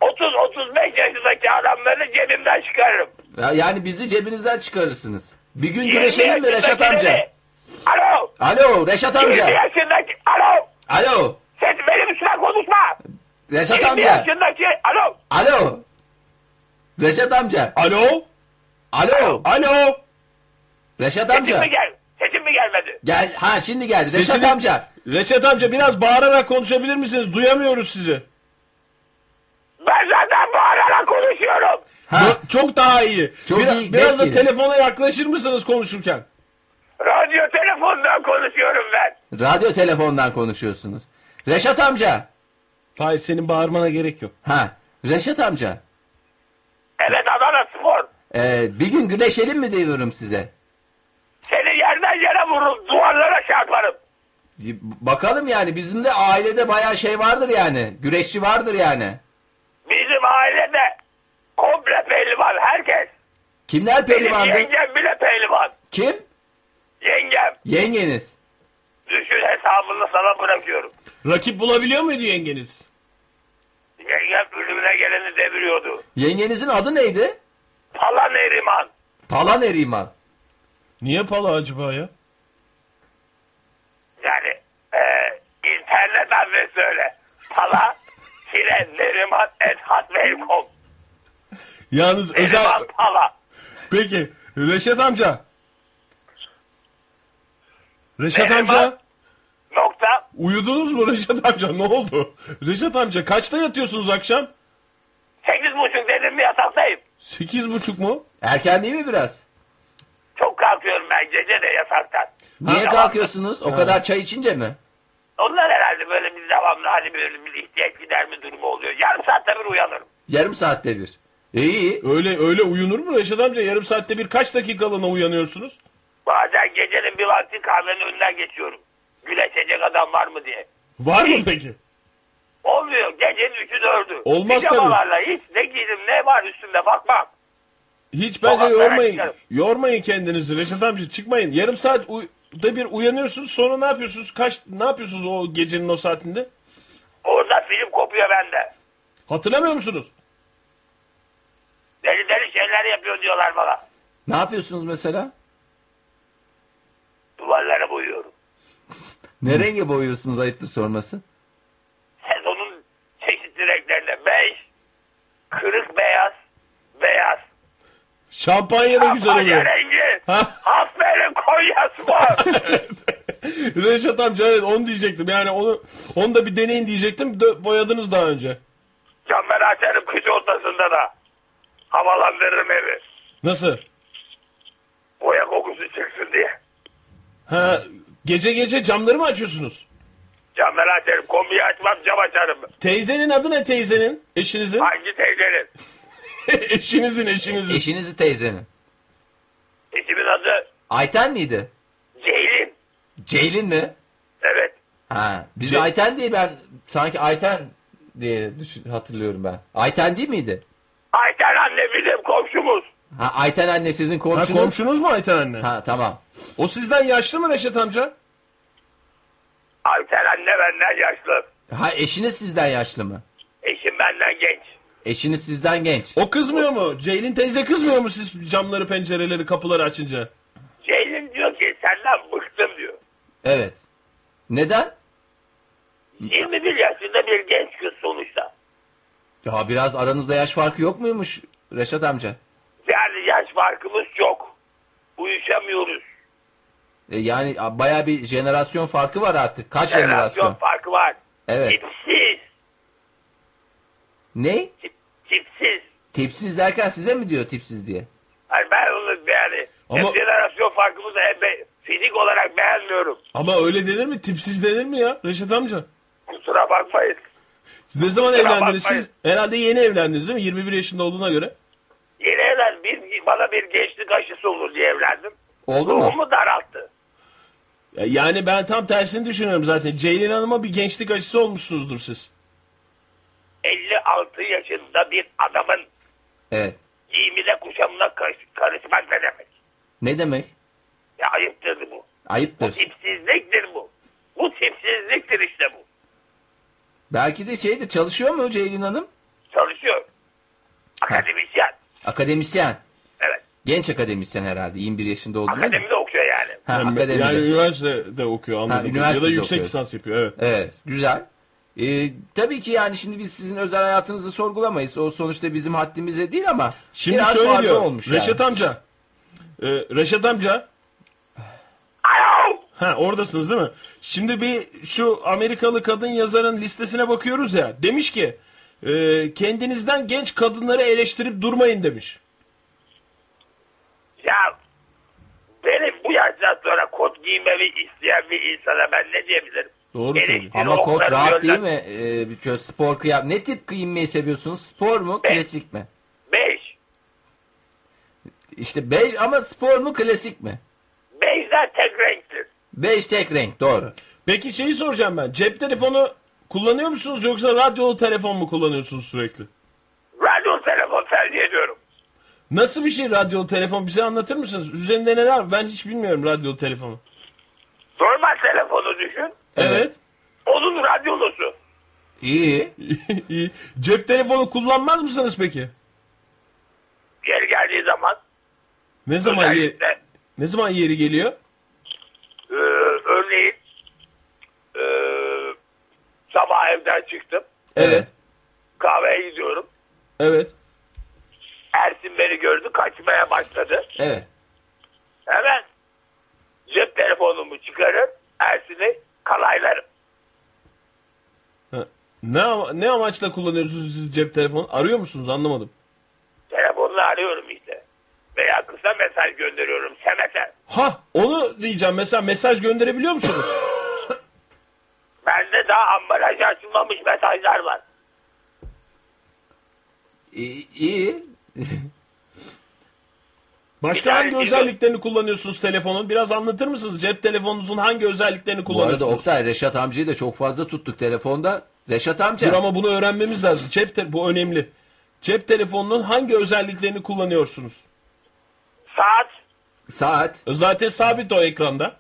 C: 30-35 yaşındaki adamları cebimden çıkarırım.
A: Ya, yani bizi cebinizden çıkarırsınız. Bir gün
C: 20
A: güreşelim mi Reşat
C: yaşındakileri-
A: amca?
C: Alo,
A: Alo Reşat
C: 20
A: amca.
C: yaşındaki, alo.
A: Alo.
C: Sen benim üstüne konuşma.
A: Reşat
C: 20
A: amca.
C: yaşındaki, alo.
A: Alo. Reşat amca.
D: Alo?
A: Alo.
D: Alo?
A: Reşat
C: Sesin
A: amca.
C: mi gel? Sesin mi gelmedi?
A: Gel. Ha şimdi geldi. Reşat
D: Sesini-
A: amca.
D: Reşat amca biraz bağırarak konuşabilir misiniz? Duyamıyoruz sizi.
C: Ben zaten bağırarak konuşuyorum.
A: Ha.
D: Bu- Çok daha iyi.
A: Çok
D: Bira-
A: iyi,
D: Biraz da
A: net geliyor.
D: telefona yaklaşır mısınız konuşurken?
C: Radyo telefondan konuşuyorum ben.
A: Radyo telefondan konuşuyorsunuz. Reşat amca.
D: Fahir senin bağırmana gerek yok.
A: Ha, Reşat amca.
C: Evet Adana Spor.
A: e, bir gün güreşelim mi diyorum size?
C: Seni yerden yere vururum. Duvarlara çarparım.
A: Bakalım yani bizim de ailede bayağı şey vardır yani. Güreşçi vardır yani.
C: Bizim ailede komple pehlivan herkes.
A: Kimler
C: Benim
A: pehlivandı?
C: yengem bile pehlivan.
A: Kim?
C: Yengem.
A: Yengeniz.
C: Düşün hesabını sana bırakıyorum.
D: Rakip bulabiliyor muydu yengeniz?
C: Yengem ölümüne geleni deviriyordu.
A: Yengenizin adı neydi?
C: Pala Neriman.
A: Palan Eriman.
D: Niye pala acaba ya?
C: Yani e, internet adresi öyle. Pala tire Neriman et hotmail.com
D: Yalnız özel...
C: Neriman Pala.
D: Peki Reşat amca. Reşat
C: Benim
D: amca
C: var. Nokta
D: uyudunuz mu Reşat amca ne oldu? Reşat amca kaçta yatıyorsunuz akşam?
C: sekiz buçuk dedim mi yataktayım.
D: Sekiz buçuk mu?
A: Erken değil mi biraz?
C: Çok kalkıyorum ben gece de yataktan.
A: Niye
C: Tamam.
A: kalkıyorsunuz? O kadar çay içince mi?
C: Onlar herhalde böyle bir devamlı hani böyle bir ihtiyaç giderme durumu oluyor. Yarım saatte bir uyanırım.
A: Yarım saatte bir. İyi.
D: Öyle öyle uyunur mu Reşat amca? Yarım saatte bir kaç dakikalığına uyanıyorsunuz?
C: Bazen gecenin bir vakti kahvenin önünden geçiyorum. Güleşecek adam var mı diye.
D: Var mı peki?
C: Olmuyor. Gecenin üçü dördü.
D: Olmaz tabii.
C: Pijamalarla hiç ne giydim ne var üstümde bakmam.
D: Hiç bence
C: Vallahi merak
D: yormayın.
C: ediyorum.
D: Yormayın kendinizi Reşat amca çıkmayın. Yarım saat uy- da bir uyanıyorsunuz sonra ne yapıyorsunuz? Kaç ne yapıyorsunuz o gecenin o saatinde?
C: Orada film kopuyor bende.
D: Hatırlamıyor musunuz?
C: Deli deli şeyler yapıyor diyorlar bana.
A: Ne yapıyorsunuz mesela?
C: Duvarlara boyuyorum.
A: Ne renge boyuyorsunuz ayıptır sorması?
C: Sezonun çeşitli renklerine beş, kırık beyaz, beyaz.
D: Şampanya da güzel
C: Konya
D: oluyor.
C: rengi.
D: Ha?
C: Aferin Konya Spor.
D: Reşat amca evet onu diyecektim. Yani onu onu da bir deneyin diyecektim. Dö- boyadınız daha önce.
C: Camları açarım kış ortasında da. Havalandırırım evi.
D: Nasıl?
C: Boya kokusu çıksın diye.
D: Ha gece gece camları mı açıyorsunuz?
C: Camları açarım. Kombiyi açmam cam açarım.
D: Teyzenin adı ne teyzenin? Eşinizin?
C: Hangi teyzenin?
D: eşinizin eşinizin.
A: Eşinizi teyzenin.
C: İsmin adı
A: Ayten miydi?
C: Ceylin.
A: Ceylin mi?
C: Evet.
A: Ha. Biz
D: Ce-
A: Ayten diye ben sanki Ayten diye düşün, hatırlıyorum ben. Ayten değil miydi?
C: Ayten anne bizim komşumuz.
A: Ha Ayten anne sizin
D: Ha,
A: komşunuz.
D: komşunuz mu Ayten anne?
A: Ha tamam.
D: O sizden yaşlı mı Reşat amca?
C: Ayten anne benden yaşlı.
A: Ha eşiniz sizden yaşlı mı?
C: Eşim benden genç.
A: Eşiniz sizden genç.
D: O kızmıyor mu? Ceylin teyze kızmıyor mu siz camları, pencereleri, kapıları açınca?
C: Ceylin diyor ki senden bıktım diyor.
A: Evet. Neden?
C: 21 yaşında bir genç kız sonuçta.
A: Ya biraz aranızda yaş farkı yok muymuş Reşat amca?
C: Yani yaş farkımız çok. Uyuşamıyoruz.
A: E, yani a, baya bir jenerasyon farkı var artık. Kaç
C: Jenerasyon
A: jenerasyon?
C: farkı var.
A: Evet.
C: Tipsiz.
A: Ne?
C: Tip, tipsiz.
A: Tipsiz derken size mi diyor tipsiz diye?
C: Hani ben onu yani
D: Ama-
C: hem jenerasyon farkımızı hem de fizik olarak beğenmiyorum.
D: Ama öyle denir mi? Tipsiz denir mi ya Reşat amca?
C: Kusura bakmayın.
D: Siz ne zaman
C: Kusura
D: evlendiniz
C: bakmayın.
D: siz? Herhalde yeni evlendiniz değil mi? 21 yaşında olduğuna göre.
C: Yeni evlen bir, bana bir gençlik aşısı olur diye evlendim.
A: Oldu mu?
C: Ruhumu daralttı.
D: Ya Yani ben tam tersini düşünüyorum zaten. Ceylin Hanım'a bir gençlik aşısı olmuşsunuzdur siz.
C: 56 yaşında bir adamın
A: Evet.
C: giyimine kuşamına karış- karışmak ne demek?
A: Ne demek?
C: Ya ayıptır bu.
A: Ayıptır.
C: Tipsizliktir bu. Bu tipsizliktir işte bu.
A: Belki de şeydir çalışıyor mu Ceylin Hanım?
C: Çalışıyor. Akademisyen.
A: Akademisyen.
C: Evet.
A: Genç akademisyen herhalde. 21 yaşında olduğunu.
C: Akademide okuyor yani.
A: Ha,
D: Yani,
A: akademide.
D: yani üniversitede okuyor
A: Ha,
D: anladım. ya da
A: üniversitede
D: yüksek
A: okuyor.
D: lisans yapıyor evet.
A: Evet, güzel. Ee, tabii ki yani şimdi biz sizin özel hayatınızı sorgulamayız. O sonuçta bizim haddimize değil ama
D: Şimdi
A: biraz
D: şöyle
A: fazla
D: diyor.
A: olmuş yani.
D: Reşat amca. Ee, Reşat amca.
C: Alo.
D: Ha oradasınız değil mi? Şimdi bir şu Amerikalı kadın yazarın listesine bakıyoruz ya. Demiş ki e, kendinizden genç kadınları eleştirip durmayın demiş.
C: Ya benim bu yaştan sonra kot giymemi isteyen bir insana ben ne diyebilirim?
D: Doğru söylüyor.
C: Eleştiri
A: Ama kot
C: okları
A: rahat değil
C: yönlen-
A: mi? Ee, bir kö- spor kıyafet. Ne tip giyinmeyi seviyorsunuz? Spor mu?
C: Ben-
A: Klasik mi?
C: Beş.
A: İşte bej ama spor mu? Klasik mi?
C: Bejler tek renktir.
A: Bej tek renk. Doğru.
D: Peki şeyi soracağım ben. Cep telefonu kullanıyor musunuz yoksa radyolu telefon mu kullanıyorsunuz sürekli?
C: Radyo telefon tercih ediyorum.
D: Nasıl bir şey radyolu telefon bize anlatır mısınız? Üzerinde neler var? Ben hiç bilmiyorum radyolu telefonu.
C: Normal telefonu düşün.
D: Evet.
C: Onun radyolusu.
A: İyi.
D: İyi. Cep telefonu kullanmaz mısınız peki?
C: Geri geldiği zaman.
D: Ne zaman ye-
C: Özellikle
D: ne zaman yeri geliyor?
C: e, örneğin e, sabah evden çıktım.
D: Evet.
C: Kahveye gidiyorum.
D: Evet.
C: Ersin beni gördü. Kaçmaya başladı.
A: Evet.
C: Hemen cep telefonumu çıkarıp Ersin'i kalaylarım.
D: Ha. Ne ama- ne amaçla kullanıyorsunuz siz cep telefonu? Arıyor musunuz? Anlamadım.
C: Telefonla arıyorum işte. Veya kısa mesaj gönderiyorum. SMS.
D: Ha, onu diyeceğim. Mesela mesaj gönderebiliyor musunuz?
C: Bende daha ambalaj açılmamış mesajlar var.
A: İyi. iyi.
D: Başka hangi özelliklerini kullanıyorsunuz telefonun? Biraz anlatır mısınız? Cep telefonunuzun hangi özelliklerini
A: Bu arada
D: kullanıyorsunuz?
A: Oktay Reşat amcayı da çok fazla tuttuk telefonda. Reşat amca.
D: Dur ama bunu öğrenmemiz lazım. Cep te- bu önemli. Cep telefonunun hangi özelliklerini kullanıyorsunuz? E,
C: Saat,
A: Saat,
D: Zaten sabit o ekranda.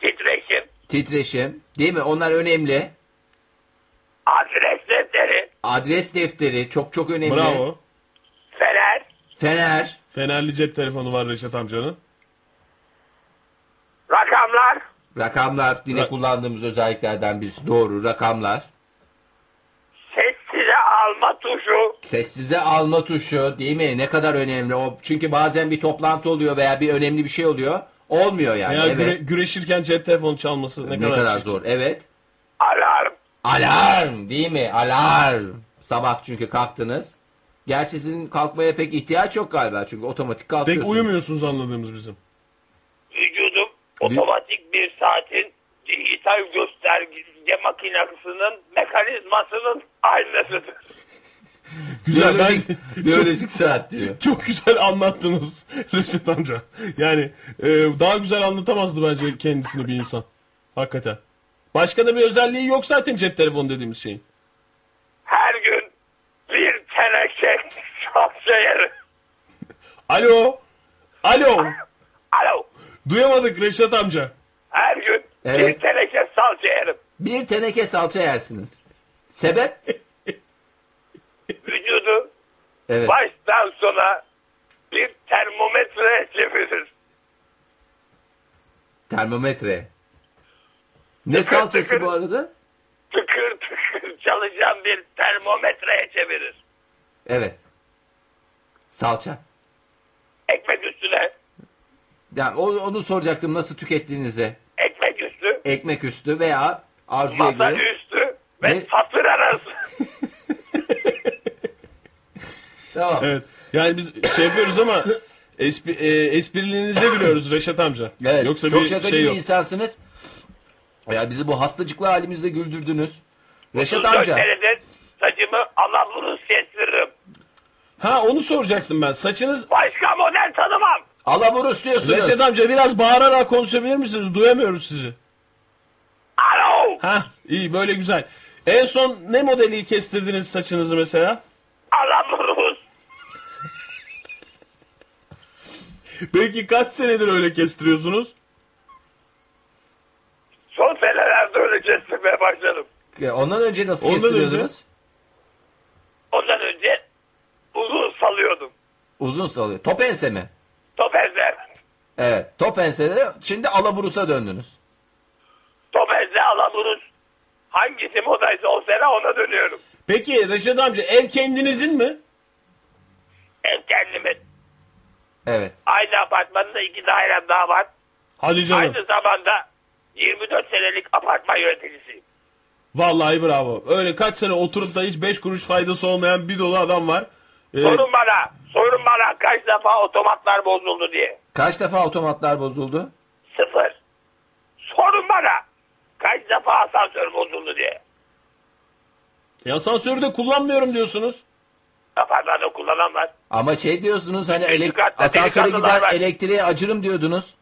C: titreşim,
A: titreşim. Değil mi? Onlar önemli.
C: adres defteri,
A: Adres defteri çok çok önemli.
D: Bravo.
C: fener,
A: Fener.
D: Fenerli cep telefonu var Reşat amcanın.
C: rakamlar,
A: Rakamlar yine
D: Ra-
A: kullandığımız özelliklerden birisi. Doğru rakamlar.
C: sessize alma tuşu,
A: Sessize alma tuşu değil mi? Ne kadar önemli. O çünkü bazen bir toplantı oluyor veya bir önemli bir şey oluyor. Olmuyor yani.
D: Veya güre-
A: evet.
D: güreşirken cep telefonu çalması ne,
A: Ne,
D: kadar,
A: kadar,
D: çirkin.
A: zor. Evet.
C: alarm,
A: Alarm değil mi? Alarm. Sabah çünkü kalktınız. Gerçi sizin kalkmaya pek ihtiyaç yok galiba. Çünkü otomatik kalkıyorsunuz.
D: Pek uyumuyorsunuz anladığımız bizim.
C: vücudum otomatik bir saatin dijital gösterge makinesinin mekanizmasının aynasıdır.
D: Güzel ben
A: Biyolojik, biyolojik saat diyor.
D: çok güzel anlattınız Reşat amca. Yani e, daha güzel anlatamazdı bence kendisini bir insan. Hakikaten. Başka da bir özelliği yok zaten cep telefonu dediğimiz şeyin.
C: Her gün bir teneke salça yerim.
D: Alo. Alo.
C: Alo,
D: Duyamadık Reşat amca.
C: her gün bir
A: Evet.
C: teneke salça yerim.
A: Bir teneke salça yersiniz. Sebep?
C: Vücudu
A: Evet.
C: baştan sona bir termometre çevirir.
A: Termometre. Ne salçası bu arada?
C: Tıkır tıkır çalışan bir termometreye çevirir.
A: Evet. Salça.
C: Ekmek üstüne,
A: Yani onu, onu soracaktım nasıl tükettiğinizi.
C: ekmek üstü,
A: Ekmek üstü veya arzuya
C: masa
A: göre.
C: üstü ve
A: Ne?
C: satır arası.
A: Tamam. Evet.
D: Evet. Yani biz şey yapıyoruz ama espri, e, espriliğinize gülüyoruz Reşat amca. Yoksa
A: Çok
D: bir
A: şakacı
D: şey
A: bir
D: yok.
A: insansınız. Ya bizi bu hastacıklı halimizle güldürdünüz. Reşat
C: 34
A: amca.
C: seneden saçımı alaburuz kestiririm.
D: Ha onu soracaktım ben. Saçınız
C: Başka model tanımam.
A: Alaburus diyorsunuz.
D: Reşat amca biraz bağırarak konuşabilir misiniz? Duyamıyoruz sizi.
C: Alo,
D: Ha iyi böyle güzel. En son ne modeli kestirdiniz saçınızı mesela?
C: alaburuz.
D: Belki kaç senedir öyle kestiriyorsunuz?
C: Son senelerde öyle kestirmeye başladım.
A: Ondan önce nasıl
D: Ondan
A: kestiriyordunuz?
D: önce-
C: Ondan önce uzun salıyordum.
A: Uzun salıyor. Top ense mi?
C: Top enze,
A: Evet. Top ensede şimdi alaburusa döndünüz.
C: top enze alaburuz. Hangisi modaysa o sene ona dönüyorum.
D: Peki Reşat amca ev kendinizin mi?
C: Ev kendimin.
A: Evet.
C: Aynı apartmanda iki dairem daha var.
D: Hadi canım.
C: Aynı zamanda 24 senelik apartman yöneticisiyim.
D: Vallahi bravo. Öyle kaç sene oturup da hiç 5 kuruş faydası olmayan bir dolu adam var. Ee,
C: Sorun bana, sorun bana kaç defa otomatlar bozuldu diye.
A: Kaç defa otomatlar bozuldu?
C: Sıfır. Sorun bana Kaç defa asansör bozuldu diye.
D: E asansörü de kullanmıyorum diyorsunuz.
C: Apartmanda kullanan var.
A: Ama şey diyorsunuz hani
C: Üçüncü
A: elek-
C: katta
A: asansöre
C: delikanlılar
A: giden
C: var.
A: elektriğe acırım diyordunuz.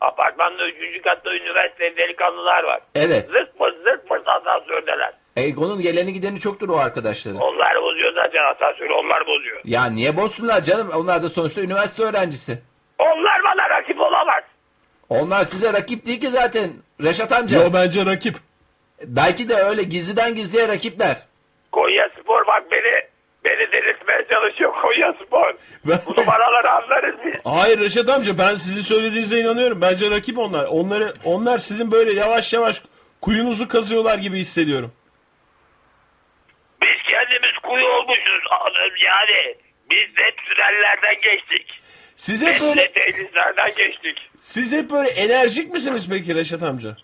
C: Apartmanda üçüncü katta üniversite delikanlılar var.
A: Evet.
C: Zırt pırt zırt pırt asansördeler.
A: E, onun geleni gideni çoktur o arkadaşları.
C: Onlar bozuyor zaten asansörü onlar bozuyor.
A: Ya niye bozsunlar canım? Onlar da sonuçta üniversite öğrencisi.
C: Onlar bana rakip olamaz.
A: Onlar size rakip değil ki zaten. Reşat amca.
D: Yo bence rakip.
A: Belki de öyle gizliden gizliye rakipler.
C: Konya Spor bak beni beni delirtmeye çalışıyor Konya Spor.
D: Ben-
C: Bu numaraları anlarız biz.
D: Hayır Reşat amca ben sizin söylediğinize inanıyorum. Bence rakip onlar. Onları onlar sizin böyle yavaş yavaş kuyunuzu kazıyorlar gibi hissediyorum.
C: Biz kendimiz kuyu olmuşuz. Anam Yani biz hep tünellerden geçtik.
D: Siz hep
C: Biz de
D: böyle
C: denizlerden geçtik.
D: siz hep böyle enerjik misiniz peki Reşat amca?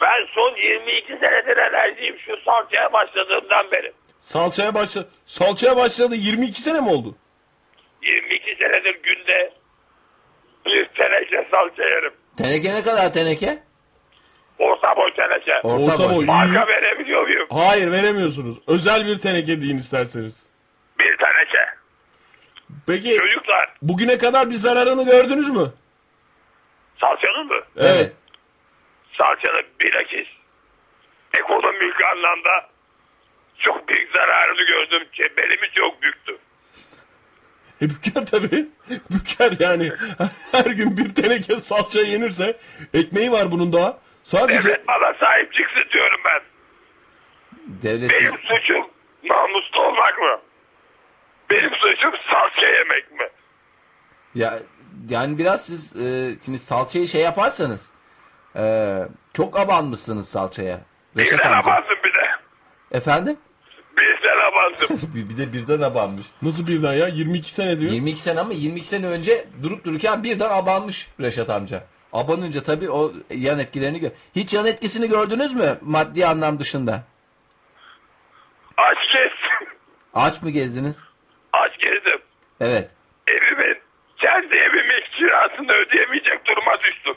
C: Ben son 22 senedir enerjiyim şu salçaya başladığımdan beri.
D: Salçaya başladı. Salçaya başladı 22 sene mi oldu?
C: 22 senedir günde bir teneke salça yerim.
A: Teneke ne kadar teneke?
C: Orta boy teneke.
A: Orta
D: Orta
A: boy.
D: boy.
C: Marka verebiliyor muyum?
D: Hayır veremiyorsunuz. Özel bir teneke deyin isterseniz.
C: Bir teneke.
D: Peki
C: Çocuklar
D: bugüne kadar bir zararını gördünüz mü?
C: salçanın mı?
A: Evet.
C: Salçanın bilakis ekonomik anlamda çok büyük zararını gördüm. Belimi çok büktü.
D: E büker tabii. Büker yani. Her gün bir teneke salça yenirse ekmeği var bunun daha. Sadece
C: Devlet bana sahip çıksın diyorum ben.
A: Devlet
C: Benim suçum namuslu olmak mı? Benim suçum salça yemek mi?
A: ya yani biraz siz e, şimdi salçayı şey yaparsanız e, çok abanmışsınız salçaya. Reşat
C: Birden
A: amca.
C: abandım bir de.
A: Efendim?
C: Birden abandım.
A: Bir, de birden abanmış.
D: nasıl birden ya 22 sene diyor.
A: 22 sene ama 22 sene önce durup dururken birden abanmış Reşat amca. Abanınca tabii o yan etkilerini gör. Hiç yan etkisini gördünüz mü maddi anlam dışında?
C: Aç gezdim.
A: Aç mı gezdiniz?
C: Aç gezdim.
A: Evet.
C: Evimin, kendi evimin kirasını ödeyemeyecek duruma düştüm.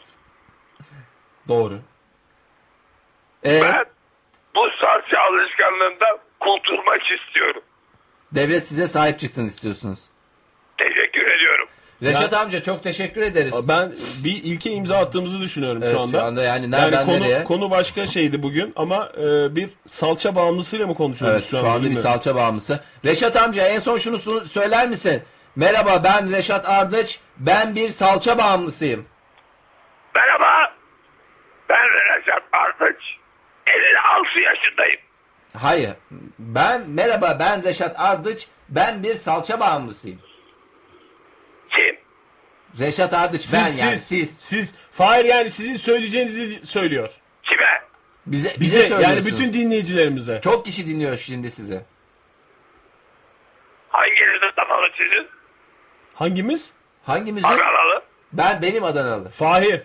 A: Doğru. Ee,
C: Ben bu salça alışkanlığından kurtulmak istiyorum.
A: devlet size sahip çıksın istiyorsunuz.
C: Teşekkür ediyorum.
A: Reşat amca çok teşekkür ederiz.
D: Ben bir ilke imza attığımızı düşünüyorum
A: Evet,
D: şu anda.
A: şu anda yani nereden
D: konu,
A: nereye?
D: konu başka şeydi bugün ama e, bir salça bağımlısıyla mı konuşuyoruz
A: evet,
D: şu
A: şu
D: anda?
A: anda bir
D: bilmiyorum.
A: salça bağımlısı. Reşat amca en son şunu su- söyler misin? Merhaba ben Reşat Ardıç. Ben bir salça bağımlısıyım.
C: Merhaba. Ben Reşat Ardıç. 56 yaşındayım.
A: Hayır. Ben merhaba ben Reşat Ardıç. Ben bir salça bağımlısıyım.
C: Kim?
A: Reşat Ardıç ben
D: siz,
A: yani
D: siz,
A: siz.
D: siz, Fahir yani sizin söyleyeceğinizi söylüyor.
C: Kime?
A: Bize, bize,
D: Bize, yani
A: söylüyorsunuz.
D: bütün dinleyicilerimize.
A: Çok kişi dinliyor şimdi sizi.
C: Hanginizin kanalı sizin?
D: Hangimiz?
A: Hangimizin?
C: Adanalı.
A: Ben benim Adanalı.
D: Fahir.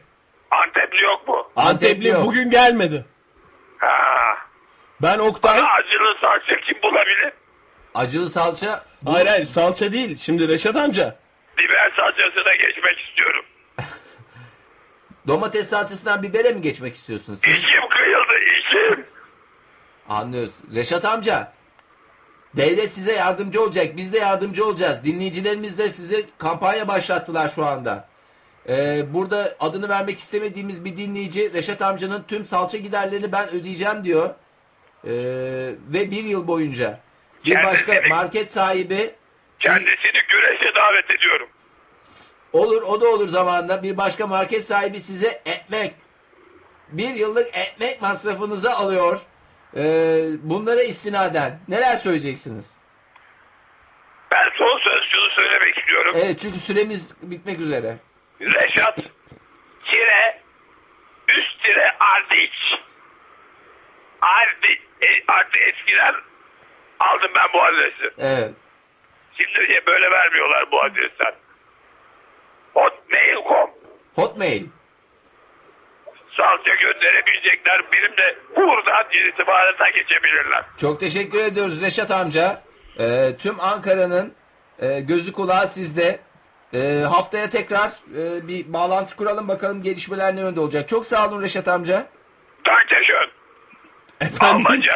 C: Antepli yok mu?
A: Antepli
D: Antepli
A: yok.
D: bugün gelmedi.
C: Ha.
D: Ben Oktay.
C: Acılı salça kim bulabilir?
A: Acılı salça
D: Hayır hayır salça değil. Şimdi Reşat amca.
C: Biber salçasına geçmek istiyorum.
A: domates salçasından bibere mi geçmek istiyorsunuz? Siz
C: İçim kıyıldı içim.
A: Anlıyoruz. Reşat amca devlet size yardımcı olacak. Biz de yardımcı olacağız. Dinleyicilerimiz de size kampanya başlattılar şu anda. Ee, burada adını vermek istemediğimiz bir dinleyici Reşat amcanın tüm salça giderlerini ben ödeyeceğim diyor. Ee, ve bir yıl boyunca. Bir
C: Kendisi
A: başka
C: demek.
A: market sahibi
C: Kendisini güreşe davet ediyorum.
A: olur o da olur zamanında bir başka market sahibi size ekmek bir yıllık ekmek masrafınızı alıyor. Ee, bunlara istinaden neler söyleyeceksiniz?
C: Ben son söz şunu söylemek istiyorum.
A: Evet çünkü süremiz bitmek üzere.
C: Reşat tire üst tire Ardiç. Ardi, e, Ardi eskiden aldım ben bu adresi.
A: Evet.
C: Şimdi diye böyle vermiyorlar bu adresten. Hotmail.com
A: Hotmail.
C: salça gönderebilecekler. Benim de buradan irtibarata geçebilirler.
A: Çok teşekkür ediyoruz Reşat amca. Ee, tüm Ankara'nın e, gözü kulağı sizde. Ee, haftaya tekrar e, bir bağlantı kuralım bakalım gelişmeler ne yönde olacak. Çok sağ olun Reşat amca.
C: Dankeschön. Almanca.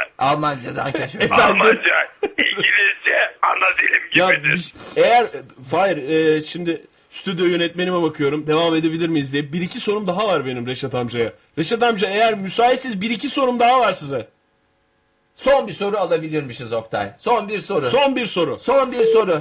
E: Almanca'dan keşfettim.
C: Almanca. İngilizce ana dilim
D: Ya
C: gibidir.
D: biz- eğer Fahir e, şimdi stüdyo yönetmenime bakıyorum devam edebilir miyiz diye bir iki sorum daha var benim Reşat amcaya. Reşat amca eğer müsaitseniz bir iki sorum daha var size.
E: Son bir soru alabilirmişiz Oktay. Son bir soru. Son,
D: Son bir soru.
E: bir soru.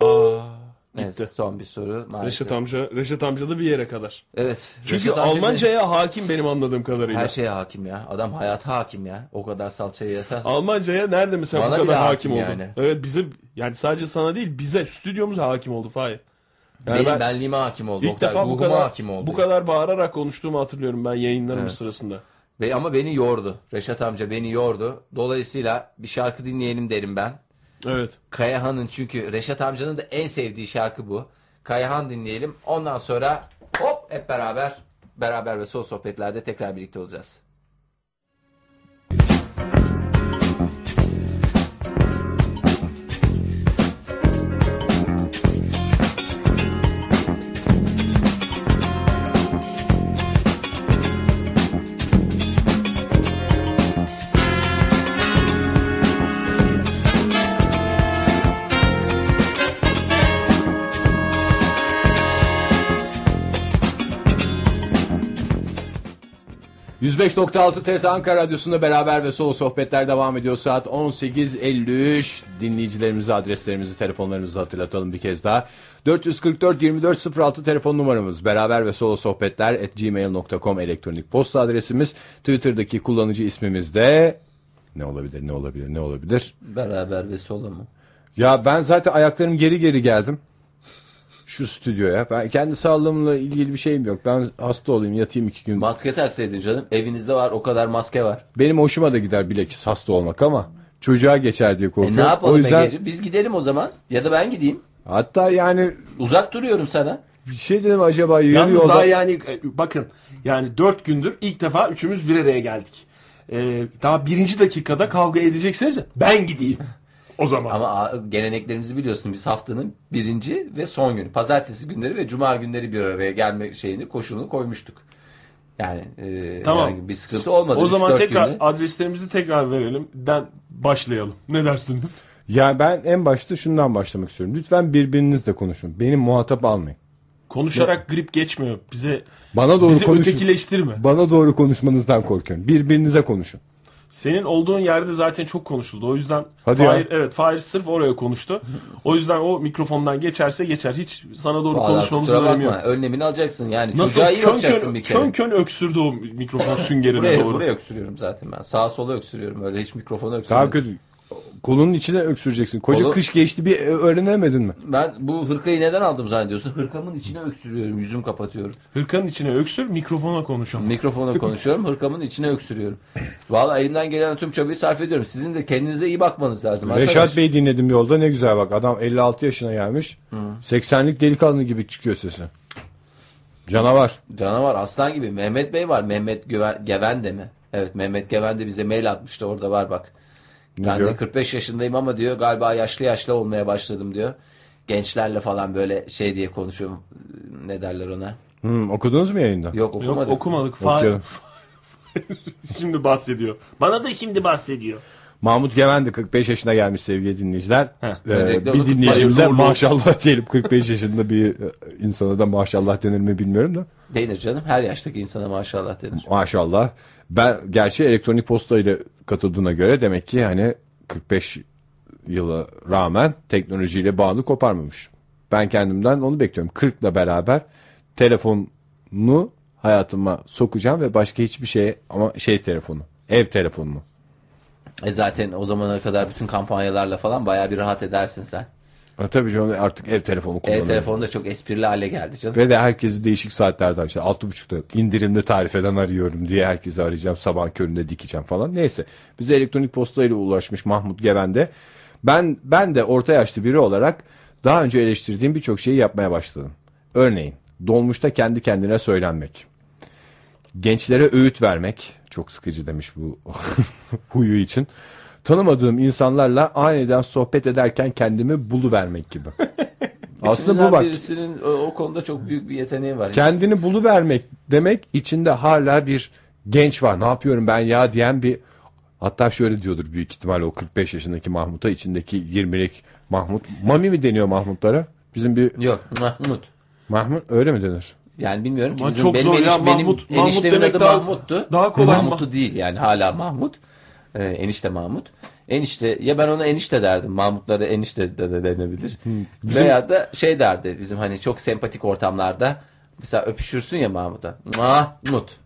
D: Aa,
E: Evet, son bir soru. maalesef.
D: Reşat amca Reşat amca da bir yere kadar.
E: Evet.
D: Çünkü
E: Reşat amca
D: Almanca'ya hakim benim anladığım kadarıyla.
E: her şeye hakim ya. Adam hayata hakim ya. O kadar salçayı yasar.
D: Almanca'ya nerede mesela
E: Bana
D: bu
E: bile
D: kadar
E: hakim
D: hakim oldu?
E: yani.
D: Evet bize yani sadece sana değil bize stüdyomuza hakim oldu Fahir. Yani
E: Benim
D: ben
E: benliğime hakim oldu.
D: ilk
E: Oktay.
D: defa bu
E: Ruhuma
D: kadar
E: hakim oldu.
D: bu kadar bağırarak konuştuğumu hatırlıyorum ben yayınlarımız sırasında.
E: Ve ama beni yordu. Reşat amca beni yordu. Dolayısıyla bir şarkı dinleyelim derim ben.
D: Evet.
E: Kayahan'ın çünkü Reşat amcanın da en sevdiği şarkı bu. Kayahan dinleyelim. Ondan sonra hop hep beraber beraber ve sol sohbetlerde tekrar birlikte olacağız.
F: ...105.6 TRT Ankara Radyosu'nda beraber ve solo sohbetler devam ediyor. Saat 18.53. Dinleyicilerimize adreslerimizi, telefonlarımızı hatırlatalım bir kez daha. 444-2406 telefon numaramız. Beraber ve solo sohbetler at gmail.com elektronik posta adresimiz. Twitter'daki kullanıcı ismimiz de... Ne olabilir, ne olabilir, ne olabilir?
E: Beraber ve solo mu?
F: Ya ben zaten ayaklarım geri geri geldim. Şu stüdyoya. Ben kendi sağlığımla ilgili bir şeyim yok. Ben hasta olayım, yatayım iki gün.
E: Maske taksaydın canım. Evinizde var o kadar maske var.
F: Benim hoşuma da gider bilekis hasta olmak ama çocuğa geçer diye
E: E
F: korkuyorum.
E: ne yapalım
F: o yüzden
E: Ege'ciğim? Biz gidelim o zaman. Ya da ben gideyim.
F: hatta yani
E: Uzak duruyorum sana.
F: bir şey dedim acaba yürü
B: Yalnız daha
F: yolda
B: yani e, bakın yani dört gündür ilk defa üçümüz bir araya geldik. Ee, daha birinci dakikada kavga edeceksiniz ya, ben gideyim. O zaman.
E: Ama a- geleneklerimizi biliyorsun biz haftanın birinci ve son günü. Pazartesi günleri ve cuma günleri bir araya gelme şeyini koşulunu koymuştuk. Yani e,
B: Tamam.
E: herhangi bir sıkıntı olmadı.
B: o
E: Üç,
B: zaman
E: dört
B: tekrar
E: günde.
B: adreslerimizi tekrar verelim. Ben başlayalım. Ne dersiniz?
F: Ya ben en başta şundan başlamak istiyorum. Lütfen birbirinizle konuşun. Beni muhatap almayın.
B: Konuşarak grip geçmiyor. Bize
F: Bana doğru
B: bizi
F: konuşun.
B: ötekileştirme.
F: Bana doğru konuşmanızdan korkuyorum. Birbirinize konuşun.
B: Senin olduğun yerde zaten çok konuşuldu. O yüzden
F: Hadi ya.
B: Fahir, evet Fahir sırf oraya konuştu. O yüzden o mikrofondan geçerse geçer. Hiç sana doğru
E: Vallahi
B: konuşmamızın
E: kusura bakma,
B: önemi yok.
E: Önlemini alacaksın yani.
B: Nasıl
E: Çocuğa iyi
B: kön
E: bakacaksın
B: kön,
E: bir kere.
B: kön kön öksürdü o mikrofon süngerine
E: buraya,
B: doğru.
E: buraya öksürüyorum zaten ben. Sağa sola öksürüyorum öyle hiç mikrofona
F: Daha
E: öksürüyorum.
F: kötü. Kolunun içine öksüreceksin. Koca
E: Kolu-
F: kış geçti bir e, öğrenemedin mi?
E: Ben bu hırkayı neden aldım zannediyorsun? Hırkamın içine öksürüyorum yüzüm kapatıyorum.
B: Hırkanın içine öksür mikrofona konuş ama.
E: Mikrofona konuşuyorum, hırkamın içine öksürüyorum. Vallahi elimden gelen tüm çabayı sarf ediyorum. Sizin de kendinize iyi bakmanız lazım arkadaş.
F: Reşat Bey dinledim yolda ne güzel bak. Adam 56 yaşına gelmiş. 80'lik delikanlı gibi çıkıyor sesi. Canavar.
E: Canavar aslan gibi. Mehmet Bey var. Mehmet Güven, Gevende mi? Evet Mehmet Gevende bize mail atmıştı. Orada var bak. ben de
F: diyor?
E: 45 yaşındayım ama diyor galiba yaşlı yaşlı olmaya başladım diyor. Gençlerle falan böyle şey diye konuşuyorum. Ne derler ona?
F: Hmm, okudunuz mu yayında?
E: Yok
B: Yok
E: okumadım.
B: okumadık. Fahir
F: Okuyalım.
B: şimdi bahsediyor. Bana da şimdi bahsediyor.
F: Mahmut Geven de 45 yaşına gelmiş sevgili dinleyiciler. Ee,
E: Öncelikle
F: bir
E: onu-
F: dinleyicimize
B: Hayırlı uğurlu olsun.
F: maşallah diyelim. 45 yaşında bir e, insana da maşallah denir mi bilmiyorum da.
E: Denir canım. Her yaştaki insana maşallah denir.
F: Maşallah. Ben gerçi elektronik posta ile katıldığına göre demek ki hani 45 yıla rağmen teknolojiyle bağını koparmamış. Ben kendimden onu bekliyorum. 40 ile beraber telefonu hayatıma sokacağım ve başka hiçbir şeye ama şey telefonu, ev telefonunu.
E: E zaten o zamana kadar bütün kampanyalarla falan bayağı bir rahat edersin sen.
F: Ha, E, tabii canım artık ev telefonu
E: E
F: kullanıyorum.
E: telefon da çok esprili hale geldi canım.
F: Ve de herkesi değişik saatlerden işte altı buçukta indirimli tarifeden arıyorum diye herkesi arayacağım. Sabah köründe dikeceğim falan. Neyse bize elektronik postayla ulaşmış Mahmut Geven de. Ben, ben de orta yaşlı biri olarak daha önce eleştirdiğim birçok şeyi yapmaya başladım. Örneğin dolmuşta kendi kendine söylenmek. Gençlere öğüt vermek çok sıkıcı demiş bu huyu için. Tanımadığım insanlarla aniden sohbet ederken kendimi buluvermek gibi. Aslında
E: İçinden
F: bu bak
E: birisinin o, o konuda çok büyük bir yeteneği var.
F: Kendini buluvermek demek içinde hala bir genç var ne yapıyorum ben ya diyen bir hatta şöyle diyordur büyük ihtimalle o 45 yaşındaki Mahmut'a içindeki 20'lik Mahmut. Mami mi deniyor Mahmutlara? Bizim bir
A: Yok Mahmut.
F: Mahmut öyle mi denir?
A: Yani bilmiyorum ki
B: Ama
A: bizim
B: çok
A: benim,
B: zor ya,
A: eniş- benim
B: Mahmut- Mahmut
A: eniştemin
B: demek
A: adı
B: daha-
A: Mahmut'tu.
B: daha kolay
A: Mahmut'u değil yani hala Mahmut. Ee, enişte Mahmut. Enişte ya ben ona enişte derdim. Mahmutlara enişte de, de denebilir.
B: Hmm.
A: Veya da şey derdi bizim hani çok sempatik ortamlarda mesela öpüşürsün ya Mahmut'a. Mahmut.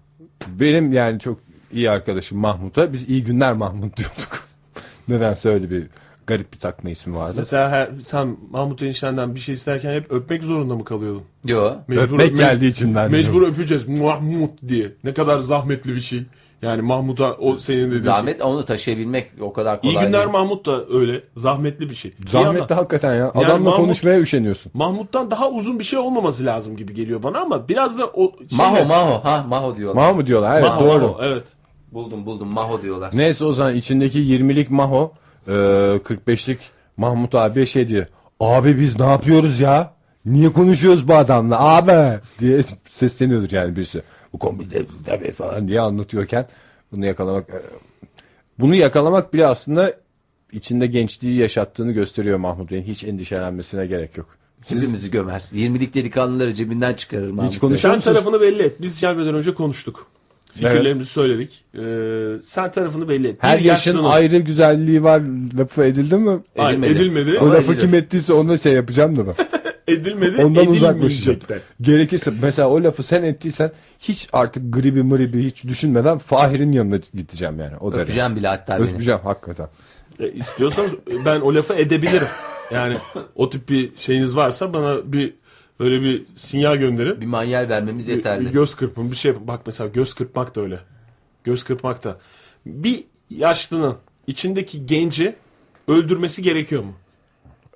F: Benim yani çok iyi arkadaşım Mahmut'a biz iyi günler Mahmut diyorduk. Nedense öyle bir garip bir takma ismi vardı.
D: Mesela her-
B: Sen Mahmut eniştenden bir şey isterken hep öpmek zorunda mı kalıyordun?
A: Yo.
B: Mecbur,
F: Öpmek
B: mec-
F: geldi içimden.
B: Mecbur öpeceğiz Mahmut diye. Ne kadar zahmetli bir şey. Yani Mahmut'a o senin dediğin şey.
A: Zahmet onu taşıyabilmek o kadar kolay
B: İyi günler
A: değil.
B: Mahmut da öyle zahmetli bir şey. Bir
F: Zahmet de
B: yandan-
F: hakikaten ya. Adamla
B: Mahmut-
F: konuşmaya üşeniyorsun.
B: Mahmut'tan daha uzun bir şey olmaması lazım gibi geliyor bana ama biraz da o şey
A: Maho Maho ha Maho diyorlar.
F: Maho mu diyorlar? Evet
B: Maho,
F: doğru.
B: Maho, evet.
A: buldum buldum Maho diyorlar.
F: Neyse o zaman içindeki 20'lik Maho, e, 45'lik Mahmut abiye şey diyor. Abi biz ne yapıyoruz ya? Niye konuşuyoruz bu adamla abi? diye sesleniyordur yani birisi. Bu kombide tabii falan diye anlatıyorken bunu yakalamak e, bunu yakalamak bile aslında içinde gençliği yaşattığını gösteriyor Mahmut Bey'in. Hiç endişelenmesine gerek yok.
A: Hepimizi gömer. 20'lik delikanlıları cebinden çıkarır Mahmut.
F: konuş-
B: Sen
F: musun?
B: tarafını belli et. Biz gelmeden önce konuştuk. Fikirlerimizi söyledik. Ee, sen tarafını belli et.
F: Her
B: Bir
F: yaşın
B: yaşlının-
F: ayrı güzelliği var lafı edildi mi?
B: Hayır,
A: Edilmedi.
B: edilmedi.
F: Bu
A: Ama
F: lafı
A: edilir.
F: kim ettiyse ona şey yapacağım da ben.
B: edilmedi.
F: Ondan
B: edilmeyecek
F: uzaklaşacağım.
B: de.
F: Gerekirse mesela o lafı sen ettiysen hiç artık gribi mribi hiç düşünmeden Fahir'in yanına gideceğim yani. O derece.
A: Öpeceğim bile hatta beni.
F: Öpeceğim hakikaten.
B: E, istiyorsanız ben o lafı edebilirim. Yani o tip bir şeyiniz varsa bana bir böyle bir sinyal gönderin.
A: Bir manyel vermemiz yeterli.
B: Bir Göz kırpın bir şey yapın. bak mesela göz kırpmak da öyle. Göz kırpmak da. Bir yaşlının içindeki genci öldürmesi gerekiyor mu?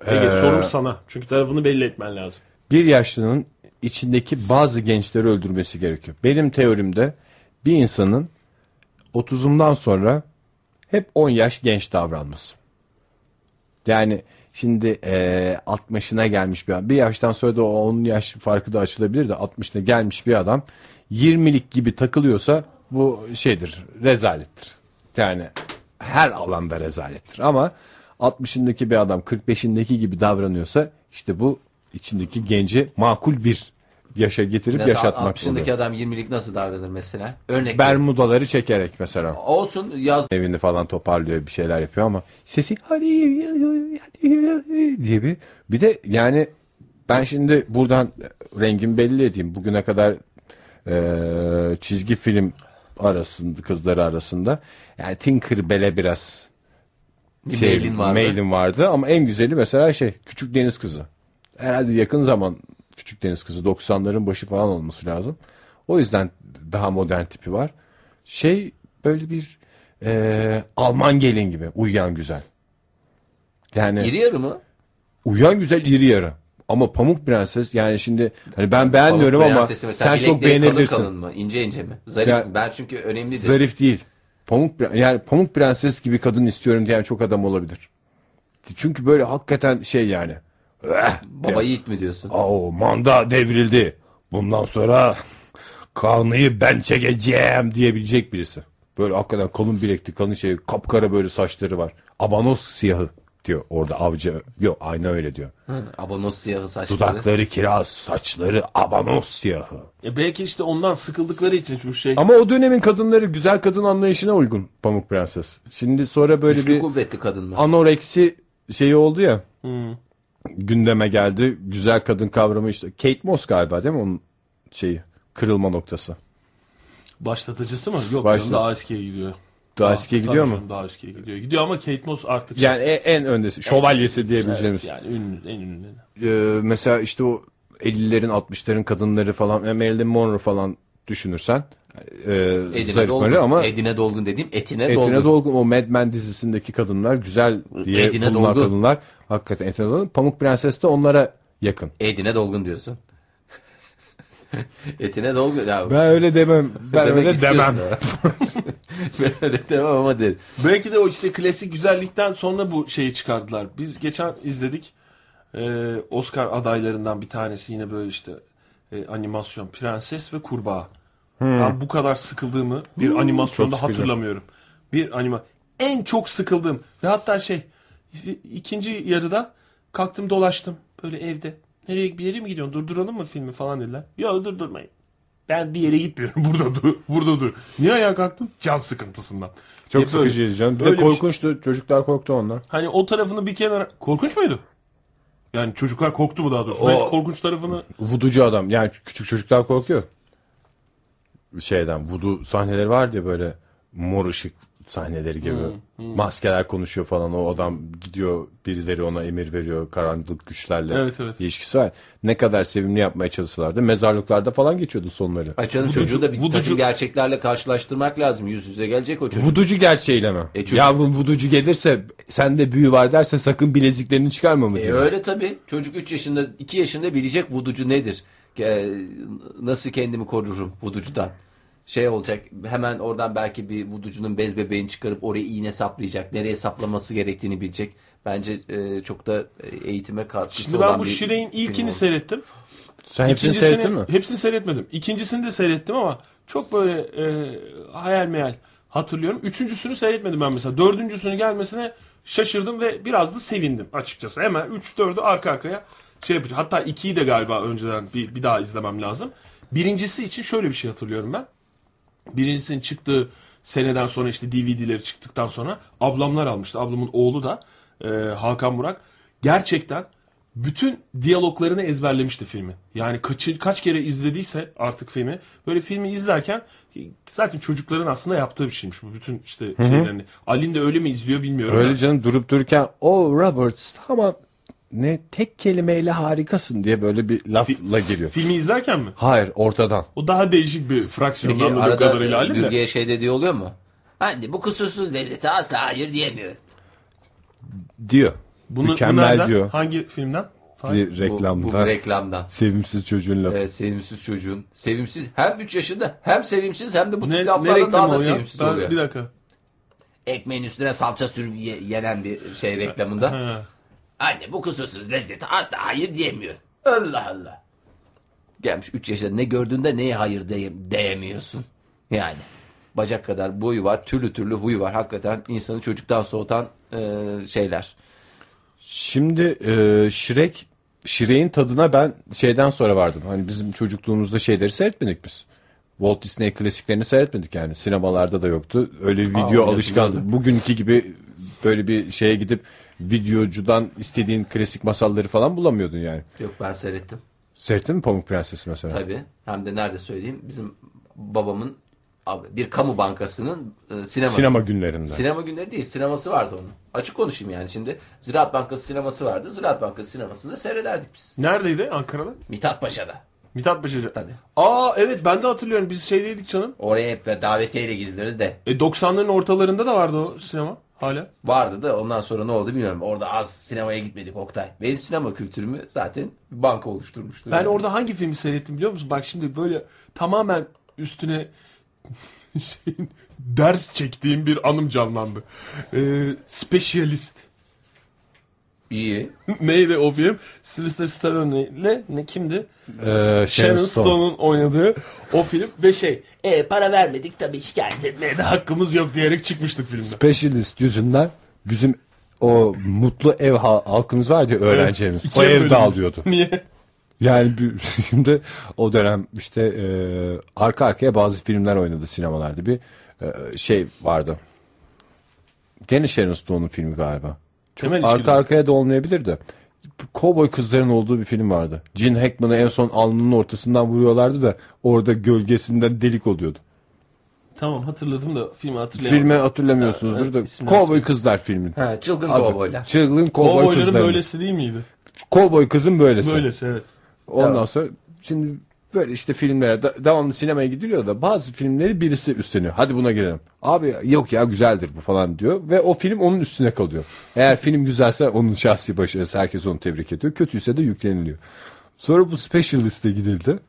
B: Ege
F: Ee,
B: sorum sana. Çünkü tarafını belli etmen lazım.
F: Bir yaşlının içindeki bazı gençleri öldürmesi gerekiyor. Benim teorimde bir insanın 30'undan sonra hep 10 yaş genç davranması. Yani şimdi eee 60'ına gelmiş bir adam. Bir yaştan sonra da o 10 yaş farkı da açılabilir de 60'ına gelmiş bir adam 20'lik gibi takılıyorsa bu şeydir, rezalettir. Yani her alanda rezalettir. Ama 60'ındaki bir adam 45'indeki gibi davranıyorsa işte bu içindeki genci makul bir yaşa getirip
A: Mesela
F: yaşatmak
A: 60'ındaki
F: oluyor.
A: adam 20'lik nasıl davranır mesela? Örnek veriyorum.
F: Bermudaları çekerek mesela
A: olsun yaz
F: evini falan toparlıyor bir şeyler yapıyor ama sesi hadi hadi diye bir bir de yani ben şimdi buradan rengimi belli edeyim bugüne kadar eee, çizgi film arasında kızları arasında yani Tinkerbell'e biraz
A: bir
F: şey,
A: mailin vardı.
F: mailim vardı ama en güzeli mesela şey Küçük Deniz Kızı. Herhalde yakın zaman Küçük Deniz Kızı 90'ların başı falan olması lazım. O yüzden daha modern tipi var. Şey böyle bir eee, Alman gelin gibi uyuyan güzel. Yani
A: İri yarı mı?
F: Uyan güzel iri yarı. Ama Pamuk Prenses yani şimdi hani ben beğenmiyorum
A: Pamuk
F: ama
A: Prensesi mesela
F: sen çok
A: bilekleri
F: beğenebilirsin.
A: Kalın kalın mı? İnce ince mi? Zarif
F: Ya-
A: mi? Ben çünkü
E: Ee,
A: önemlidir.
F: Zarif değil. Pamuk Pre- yani Pamuk Prenses gibi kadın istiyorum diyen çok adam olabilir. Çünkü böyle hakikaten şey yani. "Eh,
A: Baba yiğit mi diyorsun?
F: Au manda devrildi. Bundan sonra kanıyı ben çekeceğim diyebilecek birisi. Böyle hakikaten kalın bilekli, kalın şey, kapkara böyle saçları var. Abanos siyahı diyor orada avcı. Yok ayna öyle diyor.
A: Hı, Abonos siyahı saçları.
F: Dudakları kiraz, saçları abanos siyahı.
B: E belki işte ondan sıkıldıkları için bu şey.
F: Ama o dönemin kadınları güzel kadın anlayışına uygun Pamuk Prenses. Şimdi sonra böyle
A: Güçlü
F: bir
A: kuvvetli kadın mı?
F: anoreksi şeyi oldu ya.
B: Hmm.
F: Gündeme geldi. Güzel kadın kavramı işte. Kate Moss galiba değil mi onun şeyi? Kırılma noktası.
B: Başlatıcısı mı? Yok
F: Başlat-
B: canım daha eskiye gidiyor.
F: Daha eskiye
B: tabii
F: gidiyor mu?
B: canım, Daha eskiye gidiyor. Gidiyor ama Kate Moss artık şey-
F: Yani e- en öndesi. Şövalyesi diyebileceğimiz.
B: evet, yani ünlü, en ünlü.
F: Ee, mesela işte o 50'lerin 60'ların kadınları falan. yani Marilyn Monroe falan düşünürsen. E,
A: Edine
F: zarif
A: dolgun.
F: böyle ama
A: Edine dolgun dediğim etine, dolgun.
F: Etine Dolgun o Mad Men dizisindeki kadınlar güzel diye
A: Edine
F: bulunan
A: Dolgun.
F: kadınlar hakikaten Etine Dolgun. Pamuk Prenses de onlara yakın.
A: Edine dolgun diyorsun. etine dolgun. Ya,
F: Ben öyle demem. Ben
A: demek
F: öyle
A: istiyorsun
F: demem.
A: ha. ben öyle demem ama derim.
B: Belki de o işte klasik güzellikten sonra bu şeyi çıkardılar. Biz geçen izledik. Ee, Oscar adaylarından bir tanesi yine böyle işte e, animasyon Prenses ve Kurbağa. Ben bu kadar sıkıldığımı bir animasyonda
F: Hmm. çok sıkıcı.
B: hatırlamıyorum. Bir anima en çok sıkıldığım ve hatta şey ikinci yarıda kalktım dolaştım böyle evde. Nereye bir yere mi gidiyorsun? Durduralım mı filmi falan dediler. Yok durdurmayın. Ben bir yere gitmiyorum. Burada dur. Burada dur. Niye ayağa kalktın? Can sıkıntısından.
F: Çok
B: Hep öyle.
F: sıkıcıydı canım. Bir de
B: Öyle bir şey.
F: korkunçtu. Çocuklar korktu ondan.
B: Hani o tarafını bir kenara... Korkunç muydu? Yani çocuklar korktu mu daha doğrusu?
F: O-
B: Ben hiç korkunç tarafını...
F: Vuducu adam. Yani küçük çocuklar korkuyor. Şeyden vudu sahneleri var ya böyle mor ışık sahneleri gibi.
E: Hmm,
F: Maskeler konuşuyor falan. O adam gidiyor birileri ona emir veriyor karanlık güçlerle.
B: Evet, evet.
F: ilişkisi var. Ne kadar sevimli yapmaya çalışsalar da mezarlıklarda falan geçiyordu sonları.
E: Açanın çocuğu da bir
B: vuducu-
E: takım gerçeklerle karşılaştırmak lazım. Yüz yüze gelecek o çocuk.
F: Vuducu gerçeğiyle mi?
E: E çocuk-
F: Yavrum vuducu gelirse sende büyü var derse sakın bileziklerini çıkarma mı
E: E
F: diyor.
E: öyle tabii. Çocuk 3 yaşında, 2 yaşında bilecek vuducu nedir. E, nasıl kendimi korurum vuducudan. Şey olacak hemen oradan belki bir vuducunun bez bebeğini çıkarıp oraya iğne saplayacak. Nereye saplaması gerektiğini bilecek. Bence e, çok da e, eğitime katkısı
B: Şimdi
E: olan
B: ben bu
E: bir
B: Şire'in
E: film
B: ilkini
E: oldu.
B: seyrettim.
F: Sen hepsini
B: İkincisini-
F: seyrettin mi?
B: Hepsini seyretmedim. İkincisini de seyrettim ama çok böyle e, hayal meyal hatırlıyorum. Üçüncüsünü seyretmedim ben mesela. Dördüncüsünü gelmesine şaşırdım ve biraz da sevindim açıkçası. Hemen 3 dördü arka arkaya şey yapıyor. Hatta 2'yi de galiba önceden bir, bir daha izlemem lazım. Birincisi için şöyle bir şey hatırlıyorum ben. Birincisinin çıktığı seneden sonra işte DVD'leri çıktıktan sonra ablamlar almıştı. Ablamın oğlu da e, Hakan Burak. Gerçekten bütün diyaloglarını ezberlemişti filmi. Yani kaç, kaç kere izlediyse artık filmi. Böyle filmi izlerken zaten çocukların aslında yaptığı bir şeymiş bu bütün işte şeylerini. Alin de öyle mi izliyor bilmiyorum.
F: Öyle
B: da.
F: canım durup dururken o Roberts tamam ne tek kelimeyle harikasın diye böyle bir lafla giriyor.
B: Filmi izlerken mi?
F: Hayır ortadan.
B: O daha değişik bir
E: Peki
B: fraksiyondan anladığım
E: arada
B: kadarıyla Alin de.
E: Gürge'ye şey dediği oluyor mu? Hani bu kusursuz lezzete asla hayır diyemiyorum.
F: Diyor.
B: Bunu,
F: Mükemmel
B: bunlardan-
F: diyor.
B: Hangi filmden? Hangi?
F: Bir
E: Bu-
F: reklamda.
E: Bu, bir reklamdan.
F: Sevimsiz çocuğun lafı.
E: Evet, sevimsiz çocuğun. Sevimsiz hem 3 yaşında hem sevimsiz hem de bu
B: Ne,
E: tür
B: ne
E: laflarla daha
B: reklamı
E: da
B: o ya?
E: sevimsiz
B: Ben-
E: oluyor.
B: bir dakika.
E: ekmeğin üstüne salça sürüp ye- yenen bir şey reklamında.
B: Ha.
E: Anne bu kusursuz lezzeti asla hayır diyemiyor. Allah Allah. Gelmiş 3 yaşında ne gördüğünde neye hayır deyem diyemiyorsun. Yani bacak kadar boyu var, türlü türlü huyu var. Hakikaten insanı çocuktan soğutan e, şeyler.
F: Şimdi e, Şirek Şirek'in tadına ben şeyden sonra vardım. Hani bizim çocukluğumuzda şeyleri seyretmedik biz. Walt Disney klasiklerini seyretmedik yani. Sinemalarda da yoktu. Öyle bir video
E: öyle
F: alışkanlığı. Bugünkü gibi böyle bir şeye gidip videocudan istediğin klasik masalları falan bulamıyordun yani.
E: Yok ben seyrettim.
F: Seyrettin mi Pamuk Prensesi mesela?
E: Tabii. Hem de nerede söyleyeyim? Bizim babamın ab- bir kamu bankasının e, sineması.
F: Sinema günlerinde.
E: Sinema günleri değil, sineması vardı onun. Açık konuşayım yani şimdi. Ziraat Bankası sineması vardı. Ziraat Bankası sinemasında seyrederdik biz.
B: Neredeydi? Ankara'da?
E: Mithat Paşa'da.
B: Mithat Paşacı.
E: Tabii.
B: Aa evet ben de hatırlıyorum. Biz şeydeydik canım.
E: Oraya hep böyle davetiyeyle gidilirdi de.
B: E, 90'ların ortalarında da vardı o sinema hala.
E: Vardı da ondan sonra ne oldu bilmiyorum. Orada az sinemaya gitmedik Oktay. Benim sinema kültürümü zaten bir banka oluşturmuştu.
B: Ben
E: Yani.
B: orada hangi filmi seyrettim biliyor musun? Bak şimdi böyle tamamen üstüne şeyin, ders çektiğim bir anım canlandı. E, Specialist.
E: İyi.
B: Neydi o film? Sylvester Stallone ile ne kimdi?
F: Ee,
B: Sharon
F: Sharon Stone.
B: Stone'un oynadığı o film ve şey e, para vermedik tabii şikayet etmeye de hakkımız yok diyerek çıkmıştık filmden.
F: Specialist yüzünden bizim o mutlu ev ha- halkımız vardı ya öğrencilerimiz.
B: Evet,
F: o
B: ikiye
F: ev
B: bölünmüş.
F: dağılıyordu.
B: Niye?
F: Yani bir- şimdi o dönem işte e, arka arkaya bazı filmler oynadı sinemalarda. Bir e, şey vardı. Gene Sharon Stone'un filmi galiba. Çok
B: Temel
F: arka
B: ilişkiler.
F: arkaya da olmayabilir de. Cowboy kızların olduğu bir film vardı. Gene Hackman'ı en son alnının ortasından vuruyorlardı da orada gölgesinden delik oluyordu.
B: Tamam hatırladım da filmi hatırlayamadım.
F: Filmi hatırlamıyorsunuzdur da
B: ismini
F: Cowboy Kızlar filmin.
E: Ha, çılgın
F: Adı.
E: kovboylar.
F: Çılgın Cowboy
B: Kovboyların
F: Kızlar.
B: böylesi değil miydi?
F: Cowboy Kızın böylesi.
B: Böylesi evet.
F: Ondan
E: Tamam.
F: sonra şimdi böyle işte filmlere da- devamlı sinemaya gidiliyor da bazı filmleri birisi üstleniyor. Hadi buna gidelim. Abi yok ya güzeldir bu falan diyor ve o film onun üstüne kalıyor. Eğer film güzelse onun şahsi başarısı herkes onu tebrik ediyor. Kötüyse de yükleniliyor. Sonra bu specialist'e gidildi.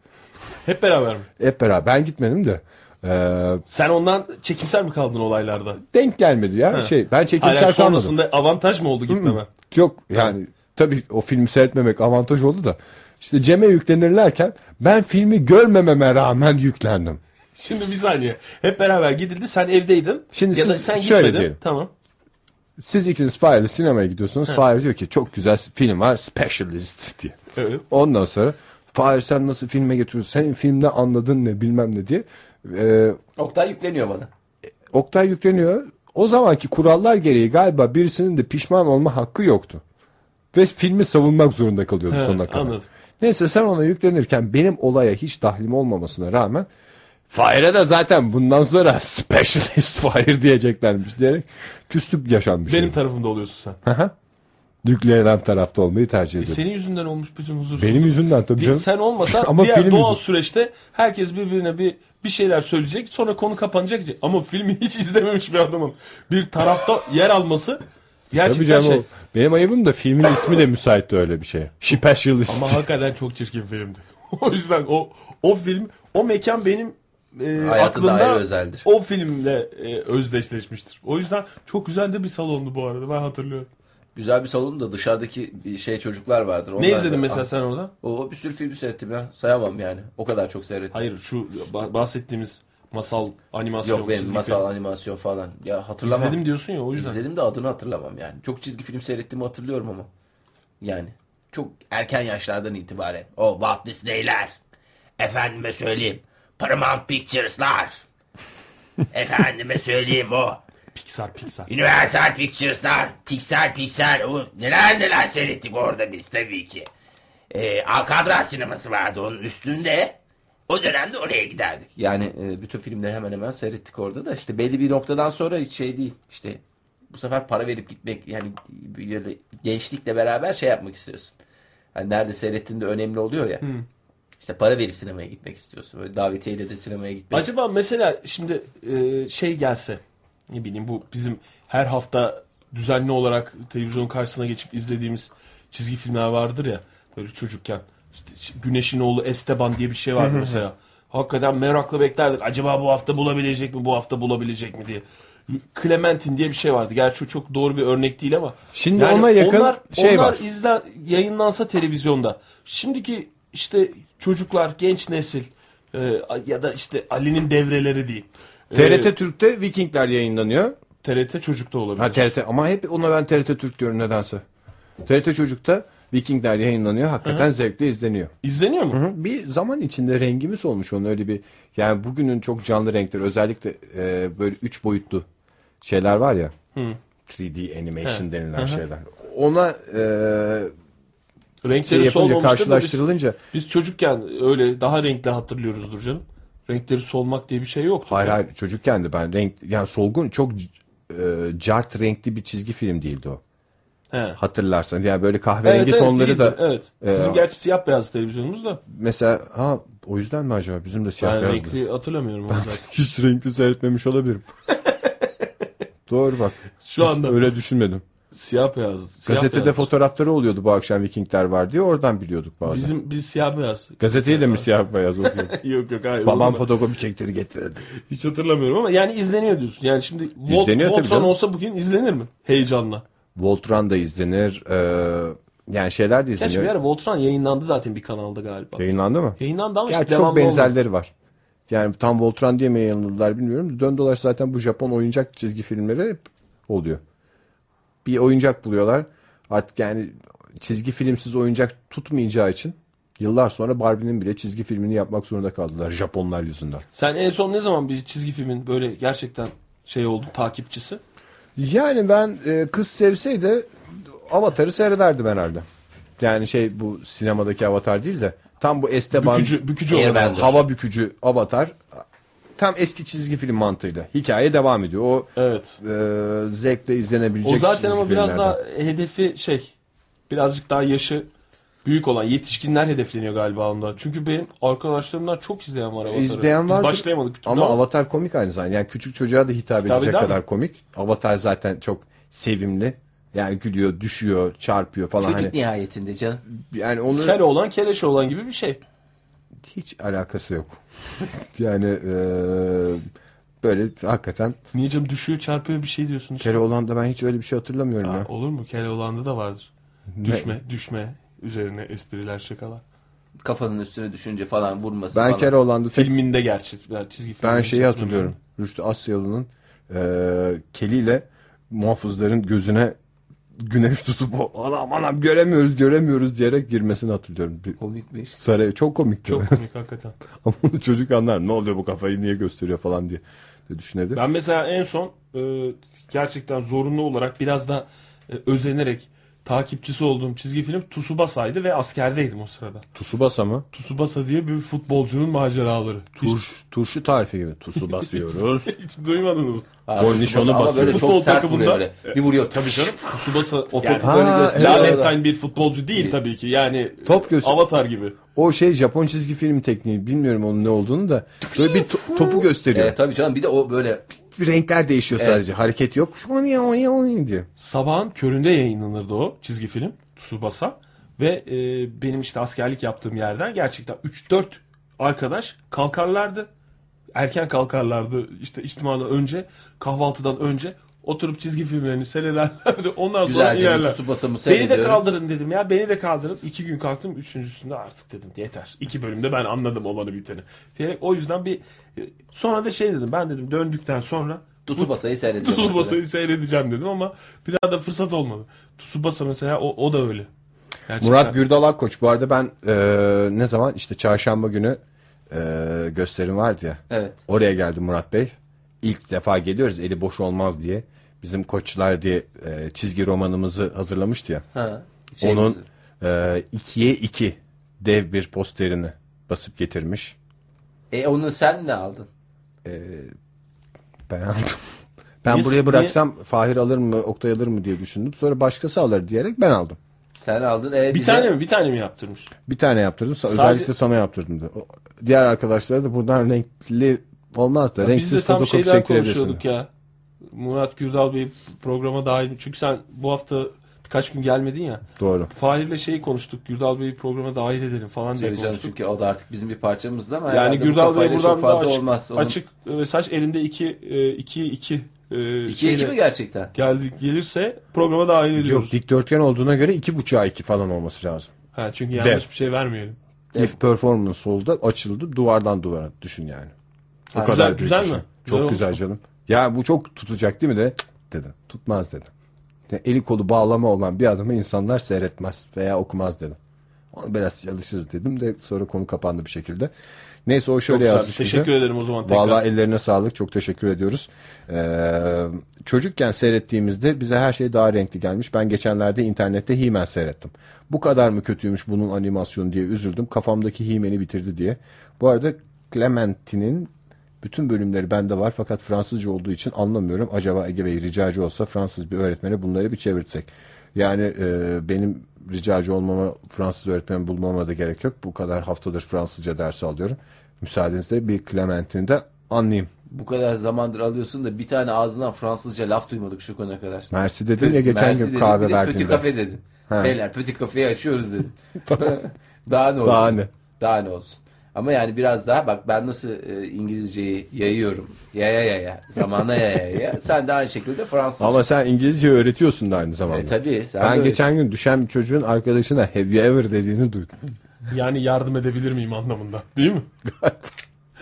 B: Hep beraber mi?
F: Hep beraber ben gitmedim de ee,
B: Sen ondan çekimsel mi kaldın olaylarda?
F: denk gelmedi ya. Şey ben
B: Hayır,
F: çekimsel kalmadım.
B: sonrasında avantaj mı oldu gitmeme?
F: Yok yani tabii o filmi seyretmemek avantaj oldu da işte Cem'e yüklenirlerken ben filmi görmememe rağmen yüklendim.
B: Şimdi bir saniye. Hep beraber gidildi. Sen evdeydin.
F: Şimdi
B: ya da
F: siz
B: sen
F: şöyle
B: gitmedin.
F: diyelim.
B: Tamam.
F: Siz ikiniz Fahir'le sinemaya gidiyorsunuz. Fahir diyor ki çok güzel film var Specialist diye.
B: Evet.
F: Ondan sonra Fahir sen nasıl filme getiriyorsun? Senin filmde anladın ne bilmem ne diye. Ee,
E: Oktay yükleniyor bana.
F: Oktay yükleniyor. O zamanki kurallar gereği galiba birisinin de pişman olma hakkı yoktu. Ve filmi savunmak zorunda kalıyordu sonuna kadar.
B: anladım.
F: Neyse sen ona yüklenirken benim olaya hiç dahlim olmamasına rağmen Fahir'e de zaten bundan sonra specialist Fahir diyeceklermiş diyerek küslük yaşanmış.
B: Benim
F: Yani.
B: tarafımda oluyorsun sen.
F: Yüklenen tarafta olmayı tercih ediyorum.
B: Senin yüzünden olmuş bütün huzursuzluk.
F: Benim yüzümden tabii
B: Di-
F: canım.
B: Sen olmasan
F: Ama
B: diğer
F: film
B: doğal
F: yüzü-
B: süreçte herkes birbirine bir bir şeyler söyleyecek. Sonra konu kapanacak. Ama filmi hiç izlememiş bir adamın bir tarafta yer alması gerçekten
F: Tabii canım
B: şey.
F: o- Benim ayıbım da filmin ismi de müsaitti öyle bir şeye. Specialist.
B: Ama hakikaten çok çirkin filmdi. o yüzden o o film, o mekan benim e,
E: Hayatında
B: aklımda
E: ayrı özeldir.
B: o filmle e, özdeşleşmiştir. O yüzden çok güzel de bir salondu bu arada ben hatırlıyorum.
E: Güzel bir salon da dışarıdaki bir şey çocuklar vardır.
B: Ne
E: Onlar da- Ah,
B: izledin mesela sen orada?
E: O bir sürü film seyrettim ya. Sayamam yani. O kadar çok seyrettim.
B: Hayır şu ba- bahsettiğimiz masal animasyon.
E: Yok benim
B: çizgi
E: masal
B: film.
E: animasyon falan. Ya hatırlamam.
B: İzledim diyorsun ya o yüzden.
E: İzledim de adını hatırlamam yani. Çok çizgi film seyrettiğimi hatırlıyorum ama. Yani çok erken yaşlardan itibaren. O Walt Disney'ler. Efendime söyleyeyim. Paramount Pictures'lar. Efendime söyleyeyim o.
B: Pixar Pixar.
E: Universal Pictures'lar. Pixar Pixar. O neler neler seyrettik orada biz tabii ki. Ee, Alcatraz sineması vardı onun üstünde. O dönemde oraya giderdik. Yani e, bütün filmleri hemen hemen seyrettik orada da işte belli bir noktadan sonra hiç şey değil. İşte bu sefer para verip gitmek yani böyle gençlikle beraber şey yapmak istiyorsun. Hani nerede seyrettiğin de önemli oluyor ya.
B: Hmm.
E: İşte para verip sinemaya gitmek istiyorsun. Böyle davetiyeyle de sinemaya gitmek.
B: Acaba mesela şimdi e, şey gelse ne bileyim bu bizim her hafta düzenli olarak televizyonun karşısına geçip izlediğimiz çizgi filmler vardır ya böyle çocukken işte Güneş'in oğlu Esteban diye bir şey vardı mesela. Hakikaten merakla beklerdik. Acaba bu hafta bulabilecek mi? Bu hafta bulabilecek mi diye. Clementine diye bir şey vardı. Gerçi o çok doğru bir örnek değil ama.
F: Şimdi ona yakın
B: onlar,
F: şey
B: onlar
F: var.
B: izlen, yayınlansa televizyonda. Şimdiki işte çocuklar, genç nesil e, ya da işte Ali'nin devreleri diyeyim. E,
F: TRT Türk'te Vikingler yayınlanıyor.
B: TRT çocukta olabilir.
F: Ha TRT ama hep ona ben TRT Türk diyorum nedense. TRT Çocuk'ta Vikingler yayınlanıyor. Hakikaten zevkle izleniyor.
B: İzleniyor mu?
F: Hı, Bir zaman içinde rengimiz olmuş onun öyle bir yani bugünün çok canlı renkleri özellikle e, böyle üç boyutlu şeyler var ya. 3D animation denilen şeyler. Ona e, şey
B: Renkleri
F: yapınca
B: solmamıştır da biz,
F: karşılaştırılınca
B: biz çocukken öyle daha renkli hatırlıyoruzdur canım. Renkleri solmak diye bir şey yoktu.
F: hayır hayır çocukken de ben renk yani solgun çok c- e, cart renkli bir çizgi film değildi o.
B: He.
F: Hatırlarsan yani böyle kahverengi tonları
B: değildi,
F: da
B: evet.
F: Ee,
B: Bizim gerçi siyah beyaz televizyonumuz da
F: mesela ha o yüzden mi acaba bizim de siyah
B: yani
F: beyazdı.
B: renkli hatırlamıyorum onu zaten.
F: Hiç renkli seyretmemiş olabilirim. Doğru bak.
B: Şu anda
F: Öyle düşünmedim.
B: siyah beyaz. Siyah
F: Gazetede
B: beyaz.
F: fotoğrafları oluyordu bu akşam Vikingler var diye oradan biliyorduk bazen.
B: Bizim biz siyah beyaz.
F: Gazeteyi de mi siyah beyaz okuyor?
B: Yok yok hayır.
F: Babam
B: olur mu?
F: fotokopi çekleri getirirdi.
B: Hiç hatırlamıyorum ama yani izleniyor diyorsun. Yani şimdi Volt,
F: İzleniyor tabii
B: Voltron
F: canım.
B: olsa bugün izlenir mi? Heyecanla.
F: Voltron da izlenir. eee, yani şeyler de
B: Gerçi bir
F: izleniyor.
B: ara Voltron yayınlandı zaten bir kanalda galiba.
F: Yayınlandı mı?
B: Yayınlandı ama
F: Ya
B: işte
F: çok
B: devamlı olmadı.
F: benzerleri var. Yani tam Voltron diye mi yayınladılar bilmiyorum. Dön dolaş zaten bu Japon oyuncak çizgi filmleri hep oluyor. Bir oyuncak buluyorlar. Artık yani çizgi filmsiz oyuncak tutmayacağı için yıllar sonra Barbie'nin bile çizgi filmini yapmak zorunda kaldılar Japonlar yüzünden.
B: Sen en son ne zaman bir çizgi filmin böyle gerçekten şey oldun takipçisi?
F: Yani ben e, kız sevseydi Avatar'ı seyrederdim herhalde. Yani şey bu sinemadaki Avatar değil de tam bu Esteban
B: Bükücü, bükücü
E: Eğer
B: olarak.
E: ben-
F: hava bükücü Avatar tam eski çizgi film mantığıyla hikaye devam ediyor. O
B: Evet.
F: e, zevkle izlenebilecek
B: O zaten
F: çizgi
B: ama biraz
F: filmlerden.
B: daha hedefi şey birazcık daha yaşı büyük olan yetişkinler hedefleniyor galiba onda. Çünkü benim arkadaşlarımdan çok izleyen var Avatar'ı.
F: izleyen var.
B: Biz başlayamadık bir türlü
F: ama
B: ama
F: Avatar komik aynı zamanda. Yani küçük çocuğa da hitap, edecek
B: eder mi?
F: kadar komik. Avatar zaten çok sevimli. Yani gülüyor, düşüyor, çarpıyor falan
E: Çocuk
F: hani.
E: nihayetinde canım.
F: Yani onu
B: kere olan keleş olan gibi bir şey.
F: hiç alakası yok. yani e, böyle hakikaten
B: Niye canım düşüyor çarpıyor bir şey diyorsun.
F: kere olan da ben hiç öyle bir şey hatırlamıyorum ya.
B: Olur mu? Keloğlan'da da vardır. Düşme, düşme üzerine espriler, şakalar.
E: kafanın üstüne düşünce falan vurması
F: Ben
E: falan.
F: Keloğlan'da tek
B: Filminde gerçi. Ben çizgi film.
F: Ben şeyi hatırlıyorum. Rüştü Asyalı'nın eee keliyle muhafızların gözüne güneş tutup "O, anam anam göremiyoruz göremiyoruz diyerek girmesini hatırlıyorum. Bir
E: Komikmiş.
F: saray çok komikti.
B: Çok komik hakikaten.
F: Ama onu çocuk anlar ne oluyor bu kafayı niye gösteriyor falan diye de düşünebilir.
B: Ben mesela en son e, gerçekten zorunlu olarak biraz da e, özenerek takipçisi olduğum çizgi film Tsubasa'ydı ve askerdeydim o sırada.
F: Tsubasa mı?
B: Tsubasa diye bir futbolcunun maceraları.
F: Turş, turşu tarifi gibi. Tusu basıyoruz.
B: Hiç, hiç duymadınız mı?
F: Kornişonu
E: Ama
F: basıyor.
E: böyle
B: Futbol
E: çok sert
B: takımında-
E: vuruyor böyle. Bir vuruyor tabii canım.
B: Tsubasa o
E: Yani
B: topu
E: böyle
F: Ha,
E: gösteriyor.
F: evet.
B: lanetten bir futbolcu değil tabii ki. Yani
F: Top göster-
B: avatar gibi.
F: o şey Japon çizgi film tekniği. Bilmiyorum onun ne olduğunu da. Böyle bir to- topu gösteriyor.
E: E, tabii canım bir de o böyle
F: Bir renkler değişiyor sadece. Hareket yok. diye.
B: Sabahın köründe yayınlanırdı o çizgi film Tsubasa ve e, benim işte askerlik yaptığım yerden gerçekten 3-4 arkadaş kalkarlardı. Erken kalkarlardı işte içtimadan önce kahvaltıdan önce oturup çizgi filmlerini seyrederlerdi ondan sonra
E: güzelce bir
B: inerler.
E: su basamı
B: Beni de
E: seyrediyorum.
B: kaldırın dedim ya beni de kaldırın. İki gün kalktım üçüncüsünde artık dedim yeter. İki bölümde ben anladım olanı biteni. Diyerek o yüzden bir e, sonra da şey dedim ben dedim döndükten sonra
E: Tutu basayı seyrediyorum.
B: Tsubasa'yı seyredeceğim dedim ama bir daha da fırsat olmadı. Tsubasa mesela o, o da öyle. Gerçekten.
F: Murat Gürdal Akkoç. Bu arada ben e, ne zaman işte çarşamba günü e, gösterim vardı ya.
E: Evet.
F: Oraya geldi Murat Bey. İlk defa geliyoruz eli boş olmaz diye. Bizim koçlar diye e, çizgi romanımızı hazırlamıştı ya.
E: Ha, şey
F: Onun
E: misin?
F: e, ikiye iki dev bir posterini basıp getirmiş.
E: E onu sen de aldın.
F: Ben aldım. Ben
B: Niye-
F: buraya bıraksam Fahir alır mı, Oktay alır mı diye düşündüm. Sonra başkası alır diyerek ben aldım.
E: Sen aldın. E,
B: bir
E: bize-
B: tane mi? Bir tane mi yaptırmış?
F: Bir tane yaptırdım. Sa-
B: Sadece-
F: Özellikle sana yaptırdım. da. O- Diğer arkadaşlara da buradan renkli olmaz da
B: Biz de
F: renksiz
B: tam
F: fotokopi
B: şeyden
F: çektirebilirsin.
B: konuşuyorduk ya. Murat Gürdal Bey programa dahil mi? Çünkü sen bu hafta birkaç gün gelmedin ya.
F: Doğru.
B: Fahir'le şeyi konuştuk. Gürdal Bey'i programa dahil edelim falan diye
E: Tabii canım
B: konuştuk.
E: çünkü o da artık bizim bir parçamızdı ama
B: Yani
E: herhalde bu
B: Gürdal Bey
E: kafayla
B: buradan
E: çok
B: da
E: fazla
B: açık,
E: olmaz. Onun...
B: açık mesaj elinde iki, e, iki, iki, e,
E: İki
B: şeyle
E: iki mi gerçekten?
B: geldi, gelirse programa dahil ediyoruz.
F: Yok dikdörtgen olduğuna göre iki buçuğa iki falan olması lazım.
B: Ha, çünkü yanlış
F: Dev.
B: bir şey vermeyelim.
F: If performance oldu açıldı duvardan duvara düşün yani. O
E: Ha,
B: güzel-
F: büyük şey.
B: güzel
F: düşün.
B: mi?
F: Çok
B: şey. Güzel
F: güzel,
B: olmuş mu?
F: canım. Ya bu çok tutacak değil mi de dedi. Tutmaz dedi. Ya eli kolu bağlama olan bir adamı insanlar seyretmez veya okumaz dedim. Onu biraz çalışırız dedim de sonra konu kapandı bir şekilde. Neyse o şöyle
B: Çok güzel.
F: yazmış. bize.
B: Teşekkür ederim o zaman tekrar.
F: Vallahi ellerine sağlık. Çok teşekkür ediyoruz. Ee, çocukken seyrettiğimizde bize her şey daha renkli gelmiş. Ben geçenlerde internette He-Man seyrettim. Bu kadar mı kötüymüş bunun animasyonu diye üzüldüm. Kafamdaki He-Man'i bitirdi diye. Bu arada Clementine'in bütün bölümleri bende var fakat Fransızca olduğu için anlamıyorum. Acaba Ege Bey ricacı olsa Fransız bir öğretmene bunları bir çevirtsek. Yani e, benim ricacı olmama, Fransız öğretmen bulmama da gerek yok. Bu kadar haftadır Fransızca dersi alıyorum. Müsaadenizle bir Clementine'i de anlayayım.
E: Bu kadar zamandır alıyorsun da bir tane ağzından Fransızca laf duymadık şu ana kadar.
F: Mersi dedim ya geçen
E: Mersi
F: gün
E: dedin,
F: kahve
E: bir de Pötü
F: verdiğimde.
E: kafe dedin.
F: Ha.
E: Beyler pötü kafeyi açıyoruz dedin. daha ne olsun?
F: Daha ne?
E: Daha ne olsun? Ama yani biraz daha bak ben nasıl e, İngilizceyi yayıyorum. Yaya yaya. Zamana yaya yaya. Sen de aynı şekilde Fransızca.
F: Ama sen İngilizce öğretiyorsun da aynı zamanda.
E: E, tabii. Sen
F: ben
E: de
F: geçen gün düşen bir çocuğun arkadaşına have you ever dediğini duydum.
B: Yani yardım edebilir miyim anlamında değil mi?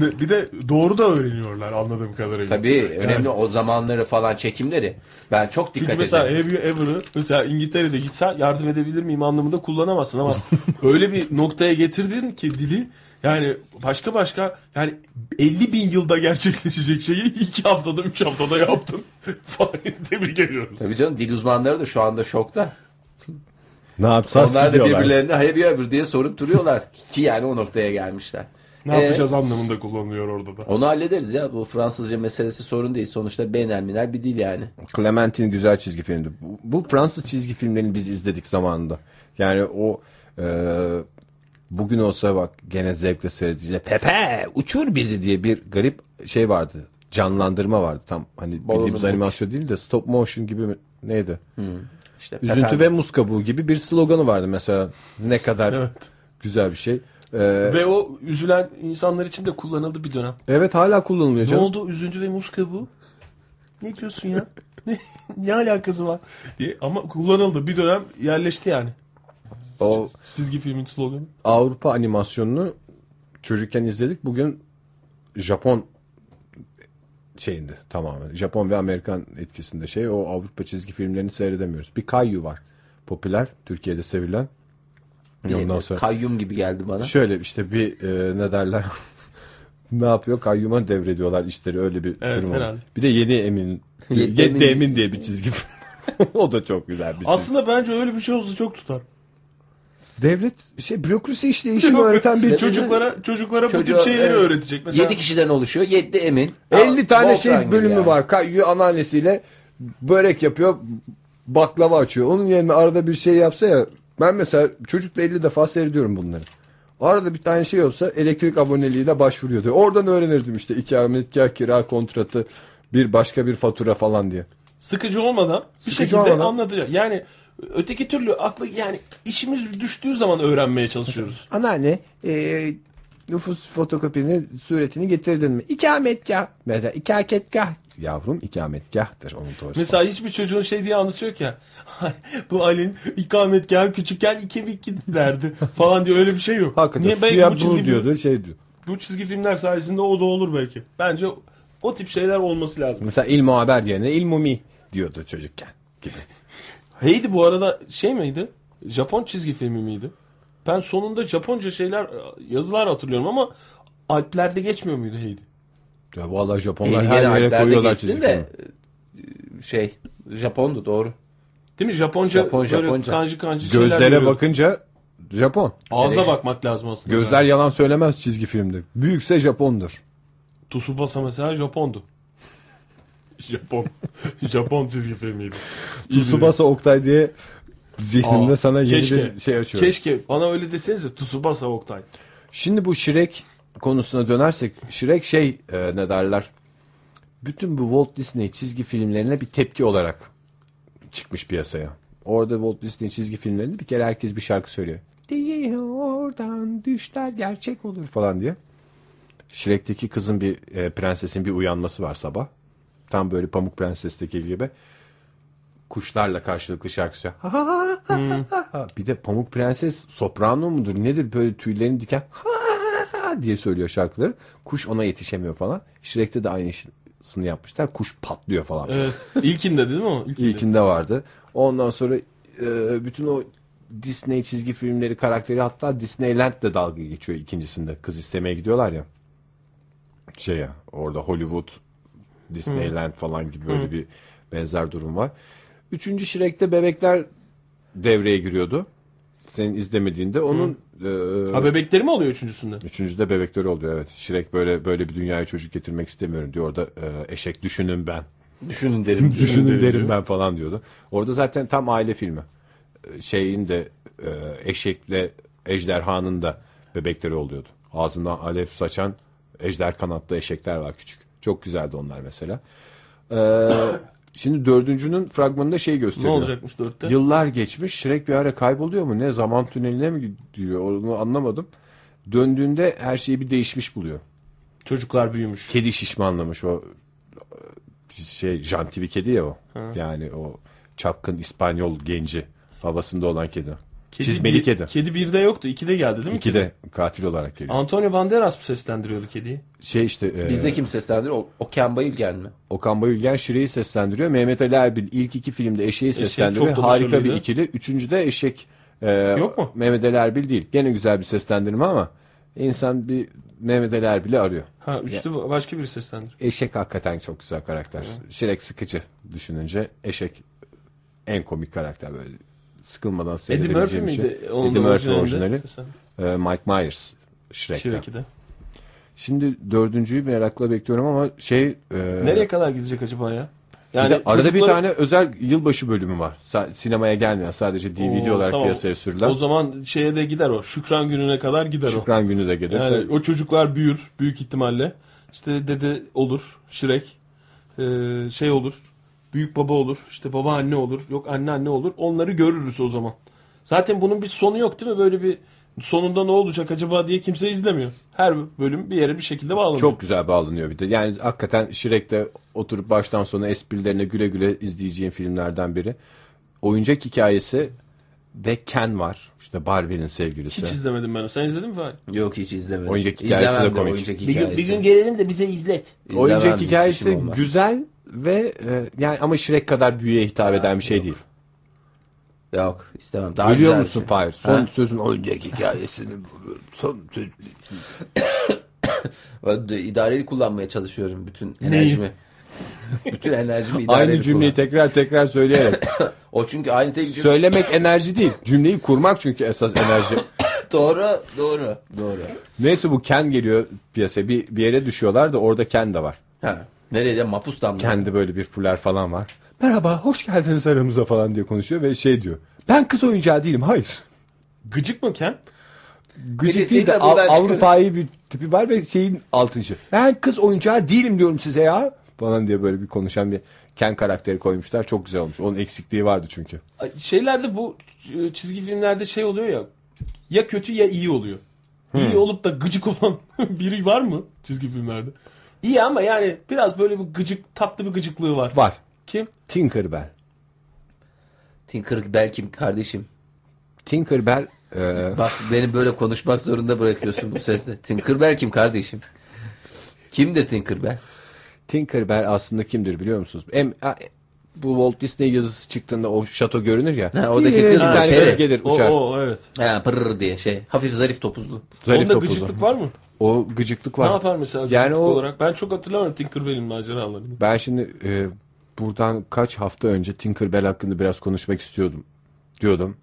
B: Ne- bir de doğru da öğreniyorlar anladığım kadarıyla.
E: Tabii önemli o zamanları falan çekimleri. Ben çok dikkat
B: Çünkü
E: ediyorum.
B: mesela have you ever'ı mesela İngiltere'de gitsen yardım edebilir miyim anlamında kullanamazsın ama öyle bir noktaya getirdin ki dili yani başka başka yani 50 bin yılda gerçekleşecek şeyi 2 haftada 3 haftada yaptın. Fahri tebrik ediyorum.
E: Tabii canım dil uzmanları da şu anda şokta.
F: Ne yapsam
E: Onlar da
F: diyorlar.
E: birbirlerine hayır ya bir diye sorup duruyorlar. Ki yani o noktaya gelmişler.
B: Ne
E: Ee,
B: yapacağız anlamında kullanılıyor orada da.
E: Onu hallederiz ya. Bu Fransızca meselesi sorun değil. Sonuçta beynel minel bir dil yani.
F: Clementine güzel çizgi filmdi. Bu, bu Fransız çizgi filmlerini biz izledik zamanında. Yani o e, bugün olsa bak gene zevkle seyredeceğiz. Pepe uçur bizi diye bir garip şey vardı. Canlandırma vardı tam hani
E: Balonun
F: bildiğimiz
E: uç.
F: animasyon değil de stop motion gibi mi- neydi?
B: Hmm.
E: İşte
F: Üzüntü
E: efendim.
F: ve muz kabuğu gibi bir sloganı vardı mesela. Ne kadar güzel bir şey. E,
B: Ve o üzülen insanlar için de kullanıldı bir dönem.
F: evet hala kullanılıyor
B: Ne
F: canım.
B: oldu üzüntü ve muz kabuğu? Ne diyorsun E, ya? ne, ne alakası var? Diye. Ama kullanıldı. Bir dönem yerleşti yani.
F: O
B: Çizgi filmin sloganı.
F: Avrupa animasyonunu çocukken izledik. Bugün Japon şeyinde tamamen. Japon ve Amerikan etkisinde şey. O Avrupa çizgi filmlerini seyredemiyoruz. Bir Kayu var. Popüler. Türkiye'de sevilen. Ondan sonra.
E: Kayyum gibi geldi bana.
F: Şöyle işte bir e, ne derler ne yapıyor kayyuma devrediyorlar işleri öyle bir
B: Evet,
F: durum var.
B: herhalde.
F: Bir de yeni emin
E: Yedi
F: yedi
E: Emin.
F: emin. diye bir çizgi film. o da çok güzel bir çizgi.
B: Aslında bence öyle bir şey olsa çok tutar.
F: Devlet şey bürokrasi işleyişini öğreten bir çocuk.
B: Çocuklara çocuklara
E: Çocuğa,
B: bu tip şeyleri
E: evet.
B: öğretecek. Mesela
E: 7 kişiden oluşuyor. 7 emin.
F: 50
E: Volkan
F: tane şey
E: gibi
F: bölümü
E: yani.
F: var. Kayyu anneannesiyle börek yapıyor baklava açıyor. Onun yerine arada bir şey yapsa ya ben mesela çocukla 50 defa seyrediyorum bunları. Arada bir tane şey olsa elektrik aboneliği de başvuruyordu. Oradan öğrenirdim işte ikametgah kira kontratı bir başka bir fatura falan diye.
B: sıkıcı olmadan bir
F: Sıkıcı
B: şekilde
F: olmadan.
B: anlatacak. Yani öteki türlü aklı yani işimiz düştüğü zaman öğrenmeye çalışıyoruz.
F: Anneanne e, nüfus fotokopinin suretini getirdin mi? İkametgah. Mesela ikametgah. Yavrum ikametgahtır onun doğrusu.
B: Mesela hiçbir çocuğun şey diye anlatıyor ki bu Ali'nin ikametgahı küçükken iki bir giderdi falan diye öyle bir şey yok.
F: Hakikaten
B: Niye? Belki
F: suya
B: bu, çizgi,
F: dur diyordu şey diyor.
B: bu çizgi filmler sayesinde o da olur belki. Bence o, o tip şeyler olması lazım.
F: Mesela ilmu haber yerine ilmumi diyordu çocukken.
B: Heidi bu arada şey miydi? Japon çizgi filmi miydi? Ben sonunda Japonca şeyler yazılar hatırlıyorum ama Alplerde geçmiyor muydu Heidi?
F: Ya vallahi Japonlar
E: Onlar
F: her yere koyuyorlar
E: geçsin
F: çizgi
E: de
F: de.
E: e, şey Japondu doğru.
B: Değil mi? Japonca,
E: Japon,
B: böyle
E: Japonca.
B: kanji kanji şeyler
F: Gözlere
B: görüyorum.
F: bakınca Japon.
B: Ağza
E: Evet.
B: bakmak lazım aslında.
F: Gözler yalan söylemez çizgi filmde. Büyükse Japondur.
B: Tsubasa mesela Japondu. Japon. Japon çizgi filmiydi. İyi
F: Tsubasa Oktay diye zihnimde
B: Aa,
F: sana yeni
B: keşke.
F: bir şey
B: bilir.
F: açıyorum.
B: Keşke bana öyle desenize Tsubasa Oktay.
F: Şimdi bu Shrek konusuna dönersek Shrek şey e, ne derler? Bütün bu Walt Disney çizgi filmlerine bir tepki olarak çıkmış piyasaya. Orada Walt Disney çizgi filmlerinde bir kere herkes bir şarkı söylüyor. Diye oradan düşler gerçek olur falan diye. Shrek'teki kızın bir e, prensesin bir uyanması var sabah. Tam böyle Pamuk Prenses'teki gibi. Kuşlarla karşılıklı şarkı söylüyor. Ha, ha, ha, ha, ha, ha. Bir de Pamuk Prenses soprano mudur nedir böyle tüylerini diken ha, ha, ha diye söylüyor şarkıları. Kuş ona yetişemiyor falan. Shrek'te de aynısını yapmışlar. Kuş patlıyor falan.
B: Evet. İlkinde değil mi o? İlkinde.
F: İlkinde vardı. Ondan sonra e, bütün o Disney çizgi filmleri karakteri hatta Disneyland'le dalga geçiyor ikincisinde. Kız istemeye gidiyorlar ya. Şey ya orada Hollywood, Disneyland falan gibi böyle bir benzer durum var. Üçüncü Shrek'te bebekler devreye giriyordu. Senin izlemediğinde onun e,
B: Ha bebekleri mi oluyor üçüncüsünde?
F: Üçüncüde bebekleri oluyor evet. Şirek böyle böyle bir dünyaya çocuk getirmek istemiyorum diyor. Orada e, eşek düşünün ben.
E: Düşünün derim.
F: Düşünün derim ben falan diyordu. Orada zaten tam aile filmi. E, Şeyin de e, eşekle ejderhanın da bebekleri oluyordu. Ağzından alev saçan ejder kanatlı eşekler var küçük. Çok güzeldi onlar mesela. E, şimdi dördüncünün fragmanında şey
B: Ne
F: gösteriyor.
B: olacakmış dörtte?
F: Yıllar geçmiş. Şirek bir ara kayboluyor mu? Ne? Zaman tüneline mi gidiyor? Onu anlamadım. Döndüğünde her şeyi bir değişmiş buluyor.
B: Çocuklar büyümüş.
F: Kedi şişmanlamış o e, şey janti bir kedi ya o. Yani o çapkın İspanyol genci havasında olan kedi. Çizmeli
B: bir-
F: kedi.
B: Kedi birde yoktu. ikide geldi değil mi?
F: İki de katil olarak geliyor.
B: Antonio Banderas mı seslendiriyordu kediyi?
F: Şey işte e,
E: Bizde kim seslendiriyor? O- Okan Bayülgen mi?
F: Okan Bayülgen Şire'yi seslendiriyor. Mehmet Ali Erbil ilk iki filmde eşeği seslendiriyor.
B: çok da
F: Harika bir
B: başarılıydı.
F: ikili. Üçüncü de eşek. e,
B: Yok mu?
F: Mehmet Ali Erbil değil. Gene güzel bir seslendirme ama insan bir Mehmet Ali Erbil'i arıyor.
B: Ha üçte başka biri seslendiriyor.
F: Eşek hakikaten çok güzel karakter. Şirek sıkıcı düşününce eşek en komik karakter böyle sıkılmadan
B: Eddie Murphy
F: seyredebileceğim bir şey.
B: miydi? Onun
F: Eddie Murphy
B: orijinalinde
F: orijinali.
B: seslen-
F: E, Mike Myers Shrek'ten.
B: Shrek'te.
F: Şimdi dördüncüyü merakla bekliyorum ama şey... e,
B: Nereye kadar gidecek acaba ya?
F: Bir
B: Yani
F: de arada bir
B: Hani çocukları-
F: tane özel yılbaşı bölümü var. Sa- sinemaya gelmeyen sadece DVD
B: Oo,
F: olarak
B: tamam.
F: piyasaya sürülen.
B: O zaman şeye de gider o. Şükran gününe kadar gider o.
F: Şükran günü de gelir.
B: Yani o çocuklar büyür büyük ihtimalle. İşte dede olur, Şirek, ee, şey olur, büyük baba olur, işte baba anne olur, yok anne anne olur. Onları görürüz o zaman. Zaten bunun bir sonu yok değil mi? Böyle bir sonunda ne olacak acaba diye kimse izlemiyor. Her bölüm bir yere bir şekilde bağlanıyor.
F: Çok güzel bağlanıyor bir de. Yani hakikaten Şirek'te oturup baştan sona esprilerine güle güle izleyeceğin filmlerden biri. Oyuncak hikayesi de Ken var. İşte Barbie'nin sevgilisi.
B: Hiç izlemedim ben onu. Sen izledin mi Fahir?
E: Yok hiç izlemedim.
F: Oyuncak
E: İzlemem
F: hikayesi de
E: de
F: komik.
E: oyuncak
D: Bir gün,
E: hikayesi.
D: bir gün gelelim de bize izlet.
E: İzlemem,
F: Oyuncak
E: hiç
F: hikayesi
E: işim olmaz.
F: güzel ve e, yani ama Shrek kadar büyüye hitap eden bir şey değil.
E: Yok istemem. Daha
F: Biliyor
E: güzel bir
F: musun
E: şey.
F: Fahir? Son
E: Ha?
F: sözün oyuncak hikayesini son söz.
E: şey. Ben de İdareli kullanmaya çalışıyorum bütün enerjimi. bütün enerjimi idareli
F: Aynı cümleyi
E: kullan-
F: tekrar tekrar söyleyerek.
E: O çünkü aynı tek cümle.
F: Söylemek enerji değil. Cümleyi kurmak çünkü esas enerji.
E: Doğru, doğru, doğru.
F: Neyse bu Ken geliyor piyasaya. Bir, bir yere düşüyorlar da orada Ken de var.
E: Ha. Nerede? Mapus'tan mı?
F: Kendi böyle bir fular falan var. Merhaba hoş geldiniz aramıza falan diye konuşuyor ve şey diyor. Ben kız oyuncağı değilim hayır.
B: Gıcık mı Ken?
F: Gıcık
E: Gıcık
F: değil
E: değil
F: de
E: de buradan
F: Av-
E: çıkıyor.
F: Avrupa'yı bir tipi var ve şeyin altıncı. Ben kız oyuncağı değilim diyorum size ya falan diye böyle bir konuşan bir Ken karakteri koymuşlar. Çok güzel olmuş. Onun eksikliği vardı çünkü.
B: Şeylerde bu e, çizgi filmlerde şey oluyor ya. Ya kötü ya iyi oluyor. İyi olup da gıcık olan biri var mı çizgi filmlerde? İyi ama yani biraz böyle bir gıcık, tatlı bir gıcıklığı var.
F: Var.
B: Kim?
F: Tinkerbell.
E: Tinker belki kardeşim.
F: Tinkerbell e,
E: Bak beni böyle konuşmak zorunda bırakıyorsun bu sesle. Tinkerbell kim kardeşim? Kimdir Tinkerbell?
F: Tinkerbell aslında kimdir biliyor musunuz? Em, a- bu Walt Disney yazısı çıktığında o şato görünür ya.
E: Ha, oradaki
F: Bir
E: kız mı?
F: tane
E: Şey.
F: kız gelir
B: O,
F: uçar.
B: o evet.
E: Ha pırr diye şey. Hafif zarif topuzlu.
F: Zarif
B: Onda
F: topuzlu.
B: gıcıklık var mı?
F: O gıcıklık var.
B: Ne yapar mesela gıcıklık
F: Yani o-
B: olarak? Ben çok hatırlamıyorum Tinkerbell'in maceralarını.
F: Ben şimdi e, buradan kaç hafta önce Tinkerbell hakkında biraz konuşmak istiyordum. Diyordum.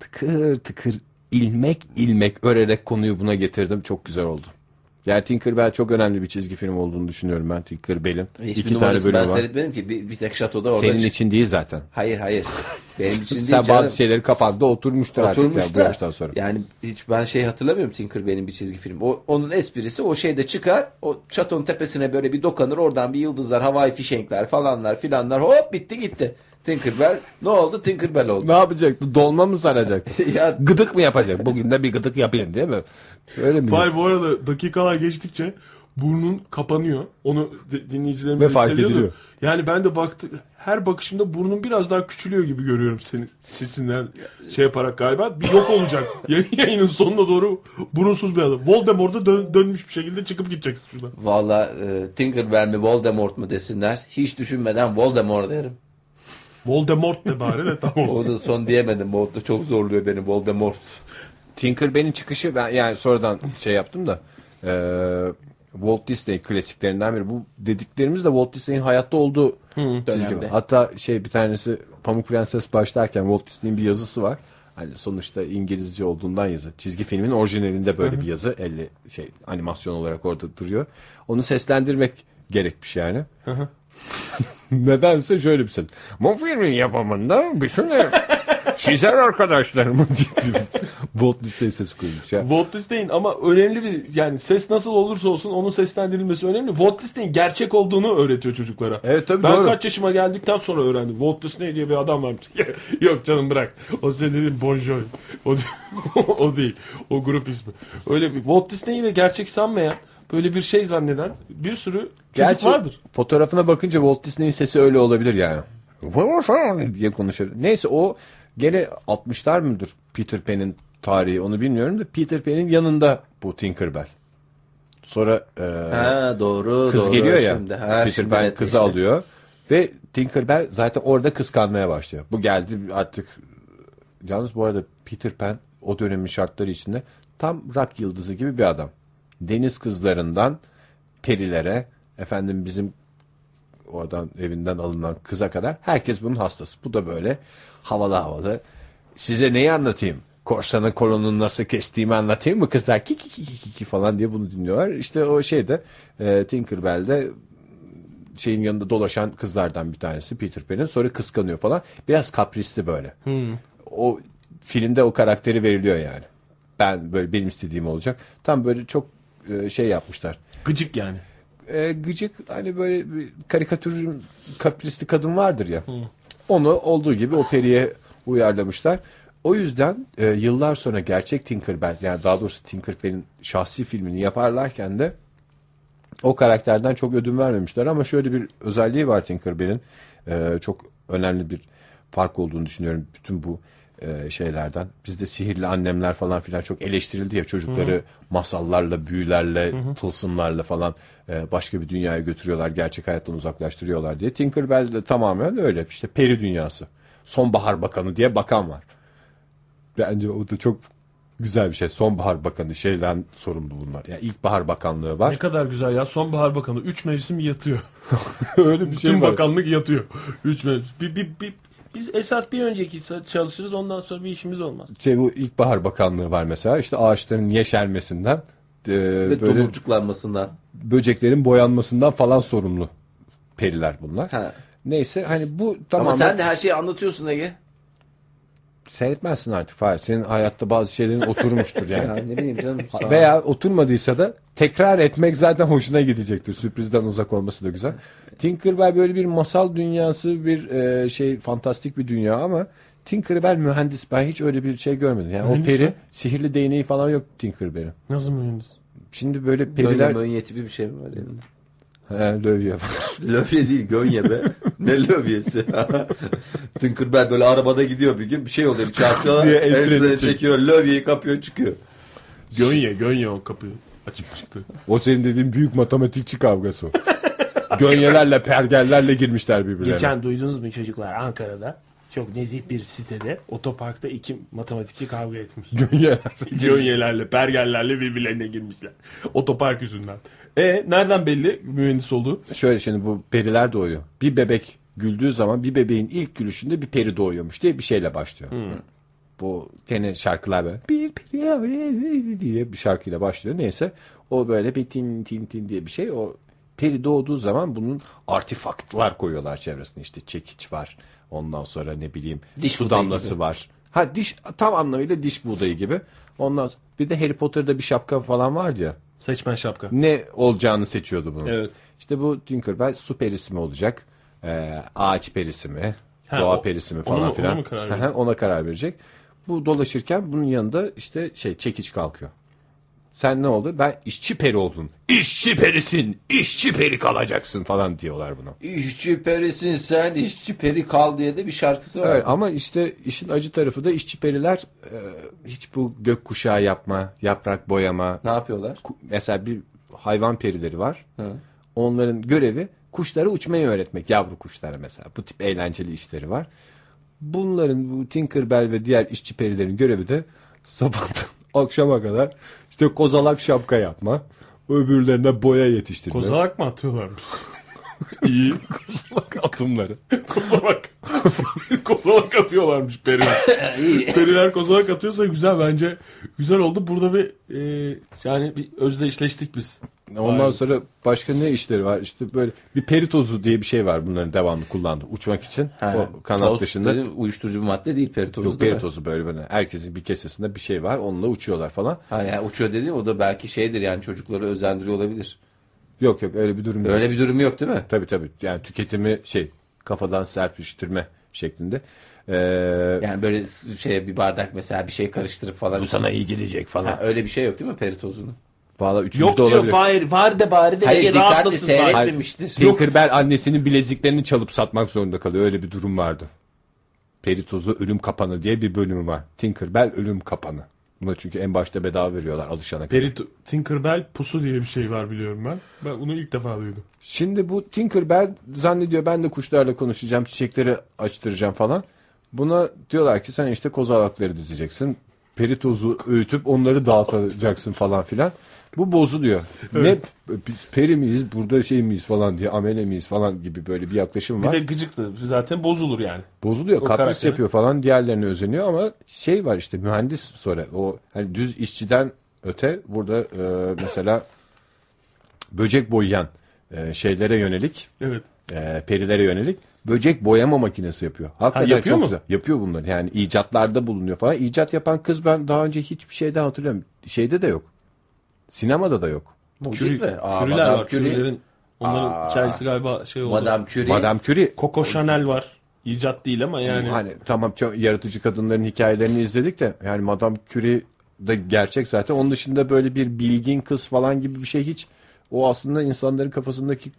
F: Tıkır tıkır ilmek ilmek örerek konuyu buna getirdim. Çok güzel oldu. Yani Tinkerbell çok önemli bir çizgi film olduğunu düşünüyorum ben Tinkerbell'in.
E: Hiçbir
F: İki tane
E: numarası
F: bölümü
E: ben
F: var.
E: seyretmedim ki. Bir, bir tek şatoda orada.
F: Senin
E: çık-
F: için değil zaten.
E: Hayır hayır. Benim için değil
F: Sen
E: canım.
F: bazı şeyleri kafanda oturmuştur artık
E: Oturmuş
F: yani bu
E: da,
F: yaştan sonra.
E: Yani hiç ben şey hatırlamıyorum Tinker benim bir çizgi film. O, onun esprisi o şeyde çıkar. O çatonun tepesine böyle bir dokanır. Oradan bir yıldızlar, havai fişenkler falanlar filanlar. Hop bitti gitti. Tinkerbell ne oldu? Tinkerbell oldu.
F: Ne yapacaktı? Dolma mı saracaktı?
E: Ya-
F: gıdık mı yapacak? Bugün de bir gıdık yapayım değil mi? Öyle mi?
B: Vay bu arada dakikalar geçtikçe burnun kapanıyor. Onu de- dinleyicilerimiz
F: Ve fark
B: hissediyordur.
F: ediliyor.
B: Yani ben de baktı her bakışımda burnun biraz daha küçülüyor gibi görüyorum senin sesinden şey yaparak galiba bir yok olacak. Yayın- Yayının sonuna doğru burunsuz bir adam. Voldemort'a dön- dönmüş bir şekilde çıkıp gideceksin şuradan.
E: Valla e, Tinkerbell mi Voldemort mu desinler. Hiç düşünmeden Voldemort derim.
B: Voldemort de bari de tamam.
E: O da son diyemedim. O da çok zorluyor beni Voldemort.
F: Tinkerbell'in çıkışı ben yani sonradan şey yaptım da e, Walt Disney klasiklerinden biri. Bu dediklerimiz de Walt Disney'in hayatta olduğu çizgi.
E: dönemde.
F: Hatta şey bir tanesi Pamuk Prenses başlarken Walt Disney'in bir yazısı var. Hani sonuçta İngilizce olduğundan yazı. Çizgi filmin orijinalinde böyle bir yazı. Elle şey animasyon olarak orada duruyor. Onu seslendirmek gerekmiş yani. Nedense şöyle bir ses. Bu filmin yapımında düşünün. Çizer arkadaşlarım diye diyor. Walt Disney sesi koymuş ya.
B: Walt Disney'in ama önemli bir yani ses nasıl olursa olsun onun seslendirilmesi önemli. Walt Disney'in gerçek olduğunu öğretiyor çocuklara.
F: Evet, tabii,
B: ben
F: doğru.
B: kaç yaşıma geldikten sonra öğrendim. Walt Disney diye bir adam varmış. Yok canım bırak. O senin dediğin Bon Jovi. O, de- o değil. O grup ismi. Öyle bir Walt Disney'i de gerçek sanmayan böyle bir şey zanneden bir sürü çocuk
F: Gerçi
B: vardır.
F: fotoğrafına bakınca Walt Disney'in sesi öyle olabilir yani. diye konuşuyor. Neyse o gene 60'lar mıdır Peter Pan'in tarihi onu bilmiyorum da Peter Pan'in yanında bu Tinkerbell. Sonra e,
E: Ha doğru.
F: kız
E: doğru,
F: geliyor ya.
E: şimdi. Ha,
F: Peter
E: şimdi
F: Pan
E: evet,
F: kızı
E: işte.
F: alıyor ve Tinkerbell zaten orada kıskanmaya başlıyor. Bu geldi artık yalnız bu arada Peter Pan o dönemin şartları içinde tam rock yıldızı gibi bir adam. Deniz kızlarından perilere efendim bizim oradan evinden alınan kıza kadar herkes bunun hastası. Bu da böyle havalı havalı. Size neyi anlatayım? Korsanın kolonunu nasıl kestiğimi anlatayım mı kızlar? Ki ki ki ki ki ki falan diye bunu dinliyorlar. İşte o şeyde e, Tinkerbell'de şeyin yanında dolaşan kızlardan bir tanesi Peter Pan'in. Sonra kıskanıyor falan. Biraz kaprisli böyle. O filmde o karakteri veriliyor yani. Ben böyle benim istediğim olacak. Tam böyle çok e, şey yapmışlar
B: Gıcık yani.
F: e, gıcık hani böyle bir karikatür kaprisli kadın vardır ya. Onu olduğu gibi o periye uyarlamışlar. O yüzden e, yıllar sonra gerçek Tinkerbell yani daha doğrusu Tinkerbell'in şahsi filmini yaparlarken de o karakterden çok ödün vermemişler ama şöyle bir Ee, özelliği var Tinkerbell'in. E, çok önemli bir fark olduğunu düşünüyorum. Bütün bu e, şeylerden. Bizde sihirli annemler falan filan çok eleştirildi ya çocukları masallarla, büyülerle, tılsımlarla falan e, başka bir dünyaya götürüyorlar, gerçek hayattan uzaklaştırıyorlar diye. Tinkerbell de tamamen öyle işte peri dünyası. Sonbahar Bakanı diye bakan var. Bence o da çok güzel bir şey. Sonbahar Bakanı şeyden sorumlu bunlar. Yani ilkbahar bakanlığı var.
B: Ne kadar güzel ya. Sonbahar Bakanı 3 mevsim yatıyor.
F: Öyle bir
B: Tüm
F: şey var.
B: bakanlık yatıyor. 3 mevsim. Bir, bir, bir, biz esas bir önceki sa- çalışırız ondan sonra bir işimiz olmaz.
F: şey bu ilkbahar bakanlığı var mesela. İşte ağaçların yeşermesinden e,
E: Ve
F: böyle
E: domurcuklanmasından.
F: böceklerin boyanmasından falan sorumlu periler bunlar.
E: Ha.
F: Neyse hani bu
E: Ama
F: tamamen
E: sen de her şeyi anlatıyorsun Ege.
F: seyretmezsin artık Fahir. Senin hayatta bazı şeylerin oturmuştur
E: Ya
F: yani.
E: ne bileyim canım.
F: Veya oturmadıysa da tekrar etmek zaten hoşuna gidecektir. Sürprizden uzak olması da güzel. Tinkerbell böyle bir masal dünyası, bir e, şey fantastik bir dünya ama Tinkerbell mühendis. Ben hiç öyle bir şey görmedim. Yani
B: Mühendis
F: o peri
B: mi?
F: sihirli değneği falan yok Tinkerbell'in.
B: Nasıl mühendis?
F: Şimdi böyle
E: Gönye
F: periler
E: mönye tipi bir şey mi var elinde?
F: He, dövüyor.
E: Lövye değil gönye be. ne lövyesi. Tinkerbell böyle arabada gidiyor bir gün bir şey oluyor. Bir çarpıyorlar.
F: Diye el
E: el
F: freni
E: freni çekiyor. Lövyeyi kapıyor çıkıyor.
B: Gönye, Gönye o kapıyı açıp çıktı.
F: O senin dediğin büyük matematikçi kavgası o. Gönyelerle pergellerle girmişler birbirlerine.
B: Geçen duydunuz mu çocuklar Ankara'da çok nezih bir sitede otoparkta iki matematikçi kavga etmiş.
F: Gönyeler.
B: Gönyelerle, pergellerle birbirlerine girmişler. Otopark yüzünden. E nereden belli mühendis olduğu?
F: Şöyle şimdi bu periler doğuyor. Bir bebek güldüğü zaman bir bebeğin ilk gülüşünde bir peri doğuyormuş diye bir şeyle başlıyor. Bu gene şarkılar böyle bir peri diye bir şarkıyla başlıyor. Neyse o böyle bir tin tin tin diye bir şey. O peri doğduğu zaman bunun artifaktlar koyuyorlar çevresine. İşte çekiç var. Ondan sonra ne bileyim
E: Diş
F: su
E: budayı
F: damlası var. Ha diş tam anlamıyla diş buğdayı gibi. Ondan sonra, bir de Harry Potter'da bir şapka falan vardı ya
B: Seçmen şapka.
F: ne olacağını seçiyordu bunun.
B: Evet.
F: İşte bu Tinkerbell su perisi mi olacak? Ee, ağaç perisi mi?
B: Ha,
F: doğa
B: o-
F: perisi mi
B: ona mı-
F: falan
B: ona
F: filan.
B: mı karar
F: Hı hı, ona karar verecek. Bu dolaşırken bunun yanında işte şey çekiç kalkıyor. Sen ne oldu? Ben işçi peri oldun. İşçi perisin. işçi peri kalacaksın falan diyorlar buna.
E: İşçi perisin sen işçi peri kal diye de bir şarkısı var.
F: Evet, ama işte işin acı tarafı da işçi periler e, hiç bu gökkuşağı yapma, yaprak boyama,
E: Ne yapıyorlar?
F: ku- mesela bir hayvan perileri var. Onların görevi kuşlara uçmayı öğretmek. Yavru kuşlara mesela. Bu tip eğlenceli işleri var. Bunların bu Tinkerbell ve diğer işçi perilerin görevi de sabahtan akşama kadar işte kozalak şapka yapma. Öbürlerine boya yetiştirme.
B: Kozalak mı atıyorlarmış?
F: İyi. kozalak atımları.
B: Kozalak. kozalak atıyorlarmış periler. periler kozalak atıyorsa güzel bence. Güzel oldu. Burada bir e, yani bir özdeşleştik biz.
F: Ondan
B: Vay.
F: sonra başka ne işleri var? İşte böyle bir peri tozu diye bir şey var bunların devamlı kullandığı. Uçmak için. O kanat
E: Toz
F: dışında.
E: dedim, e, uyuşturucu bir madde değil peri tozu.
F: Yok peri tozu böyle böyle. Herkesin bir kesesinde bir şey var. Onunla uçuyorlar falan.
E: Ha, yani uçuyor dediğim o da belki şeydir yani çocukları özendiriyor olabilir.
F: Yok yok öyle bir durum yok.
E: Öyle bir durum yok değil mi?
F: Tabii tabii. Yani tüketimi şey kafadan serpiştirme şeklinde. Ee,
E: Yani böyle s- şeye bir bardak mesela bir şey karıştırıp falan.
F: bu sana iyi gelecek
E: Ha,
F: falan.
E: öyle bir şey yok değil mi peri tozunun?
F: Valla üçüncü
B: Yok
F: de
B: diyor
F: olabilir.
B: Fahir. Var de bari de
E: Hayır
B: Ege
E: dikkatli
B: rahatlasın. bari.
F: Hayır,
E: seyretmemiştir.
F: Tinkerbell annesinin bileziklerini çalıp satmak zorunda kalıyor. Öyle bir durum vardı. Peritozu ölüm kapanı diye bir bölümü var. Tinkerbell ölüm kapanı. Buna çünkü en başta bedava veriyorlar alışana kadar.
B: Peri Tinkerbell pusu diye bir şey var biliyorum ben. Ben bunu ilk defa duydum.
F: Şimdi bu Tinkerbell zannediyor ben de kuşlarla konuşacağım, çiçekleri açtıracağım falan. Buna diyorlar ki sen işte kozalakları dizeceksin. Peri tozu öğütüp onları dağıtacaksın falan filan. Bu bozuluyor. Ne biz peri miyiz burada şey miyiz falan diye amele miyiz falan gibi böyle bir yaklaşım
B: Bir
F: var.
B: de gıcıktı. Zaten bozulur yani.
F: Bozuluyor. Kapris
B: karakteri.
F: yapıyor falan diğerlerine özeniyor ama şey var işte mühendis sonra o hani düz işçiden öte burada e, mesela böcek boyayan e, şeylere yönelik
B: Evet.
F: e, perilere yönelik böcek boyama makinesi yapıyor. Hakikaten
B: Ha, yapıyor
F: çok
B: mu?
F: güzel. Yapıyor bunları. Yani icatlarda bulunuyor falan. İcat yapan kız ben daha önce hiçbir şeyden hatırlamıyorum. Şeyde de yok. Sinemada da yok.
E: Mucit
B: Kürü,
E: mi? Aa,
B: kürüler
E: Madame
B: var.
E: Curie.
B: Kürülerin. Onların hikayesi galiba şey oldu.
E: Madame Curie.
F: Madame Curie
B: Coco Chanel var. İcat değil ama yani.
F: hani tamam çok yaratıcı kadınların hikayelerini izledik de yani Madame Curie de gerçek zaten. Onun dışında böyle bir bilgin kız falan gibi bir şey hiç o aslında insanların kafasındaki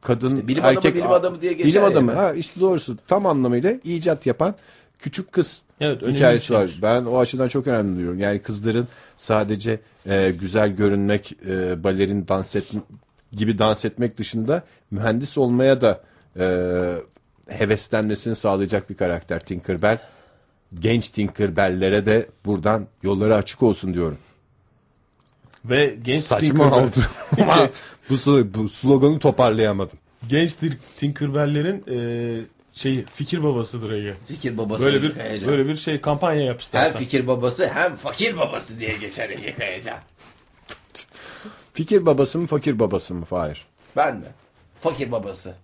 F: kadın
E: bilim adamı,
F: erkek
E: bilim adamı diye geçer
F: bilim adamı
E: yani.
F: ha işte doğrusu tam anlamıyla icat yapan küçük kız
B: Evet, önemli
F: hikayesi
B: bir şey.
F: var.
B: şeymiş.
F: Ben o açıdan çok önemli diyorum. Yani kızların sadece e, güzel görünmek, e, balerin dans et gibi dans etmek dışında mühendis olmaya da e, heveslenmesini sağlayacak bir karakter Tinkerbell. Genç Tinkerbell'lere de buradan yolları açık olsun diyorum.
B: Ve genç
F: Saçma
B: Tinkerbell-
F: oldu ama bu, slo- bu sloganı toparlayamadım.
B: genç Tin- Tinkerbell'lerin e, şeyi fikir babasıdır Ege.
E: Fikir babası
B: Böyle bir
E: Ege Kayacan.
B: böyle bir şey kampanya yap
E: Hem
B: istersen.
E: fikir babası hem fakir babası diye geçer Ege Kayacan.
F: Fikir babası mı fakir babası mı Fahir?
E: Ben mi? Fakir babası.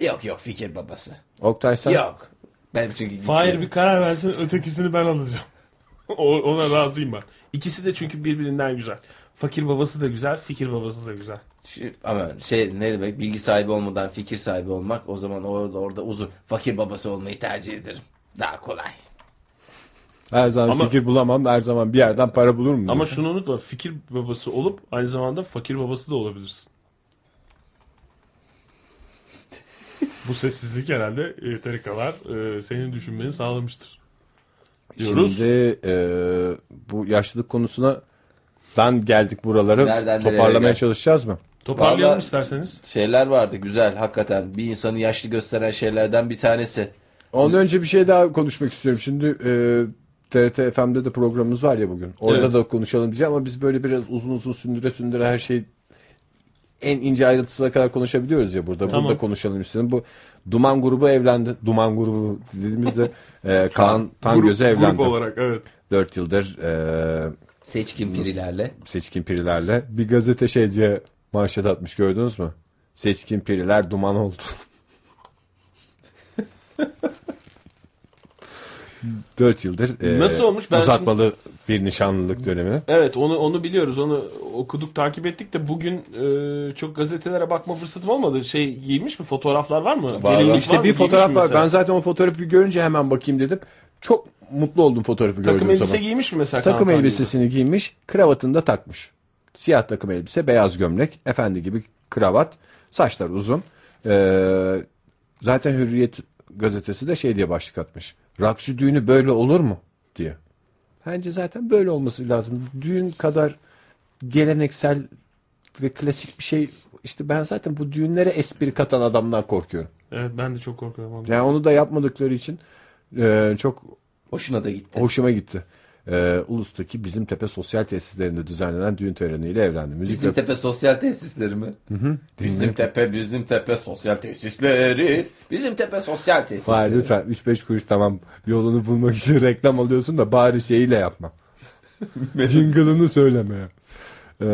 E: Yok yok fikir babası.
F: Oktay sen
E: Yok. Ben çünkü
B: Hayır bir karar versin ötekisini ben alacağım. O- Ona razıyım ben. İkisi de çünkü birbirinden güzel. Fakir babası da güzel, fikir babası da güzel.
E: Şu- ama şey ne demek bilgi sahibi olmadan fikir sahibi olmak o zaman orada orada uzun fakir babası olmayı tercih ederim. Daha kolay.
F: her zaman
B: Ama-
F: fikir bulamam her zaman bir yerden para bulurum. diyorsun.
B: Ama şunu unutma, fikir babası olup aynı zamanda fakir babası da olabilirsin. Bu sessizlik herhalde yeteri kadar e, senin düşünmeni sağlamıştır. Diyoruz.
F: Şimdi e, bu yaşlılık konusuna dan geldik buraları
E: Nereden nereye
F: toparlamaya
E: geldik?
F: çalışacağız mı?
B: Toparlayalım
E: Vallahi-
B: isterseniz.
E: Şeyler vardı güzel hakikaten bir insanı yaşlı gösteren şeylerden bir tanesi.
F: Ondan önce bir şey daha konuşmak istiyorum. Şimdi e, TRT FM'de de programımız var ya bugün. Orada
B: Evet.
F: da konuşalım diyeceğim ama biz böyle biraz uzun uzun sündüre sündüre her şeyi en ince ayrıntısına kadar konuşabiliyoruz ya burada.
B: Tamam.
F: Burada konuşalım istedim. Bu Duman grubu evlendi. Duman grubu dediğimizde e, Kaan Tangöz'e
B: Grup-
F: evlendi.
B: Grup olarak evet.
F: 4 yıldır e,
E: Seçkin pirilerle.
F: Seçkin Pirilerle bir gazete şeyciye manşet atmış gördünüz mü? Seçkin Piriler duman oldu. Dört yıldır e,
B: Nasıl olmuş? Ben
F: uzatmalı bir nişanlılık dönemi.
B: Evet onu onu biliyoruz. Onu okuduk, takip ettik de bugün e, çok gazetelere bakma fırsatım olmadı. Şey giymiş mi? Fotoğraflar var mı? Gelinlik
F: İşte
B: mı?
F: bir
B: Giymiş
F: fotoğraf
B: mi
F: var.
B: mesela?
F: Ben zaten o fotoğrafı görünce hemen bakayım dedim. Çok mutlu oldum fotoğrafı
B: Takım
F: gördüğüm
B: elbise
F: zaman.
B: giymiş mi mesela?
F: Takım
B: Kaan
F: elbisesini giymiş, kravatını da takmış. Siyah takım elbise, beyaz gömlek, efendi gibi kravat, saçlar uzun. Ee, zaten Hürriyet gazetesi de şey diye başlık atmış. Rakçı düğünü böyle olur mu diye. Bence zaten böyle olması lazım. Düğün kadar geleneksel ve klasik bir şey. İşte ben zaten bu düğünlere espri katan adamdan korkuyorum.
B: Tangöz? Evet ben de çok korkuyorum. ondan.
F: Yani onu da yapmadıkları için e, çok
E: Hoşuna da gitti.
F: Hoşuma gitti. Ee, Ulus'taki Bizim Tepe Sosyal Tesislerinde düzenlenen düğün töreniyle evlendi. Müzik
E: Bizim
F: ve-
E: tepe sosyal tesisleri mi? Bizim tepe, bizim tepe sosyal tesisleri. Bizim tepe sosyal tesisleri.
F: Bari lütfen 3-5 kuruş tamam yolunu bulmak için reklam alıyorsun da bari şeyiyle yapma. Jingle'ını söyleme ya. Ee,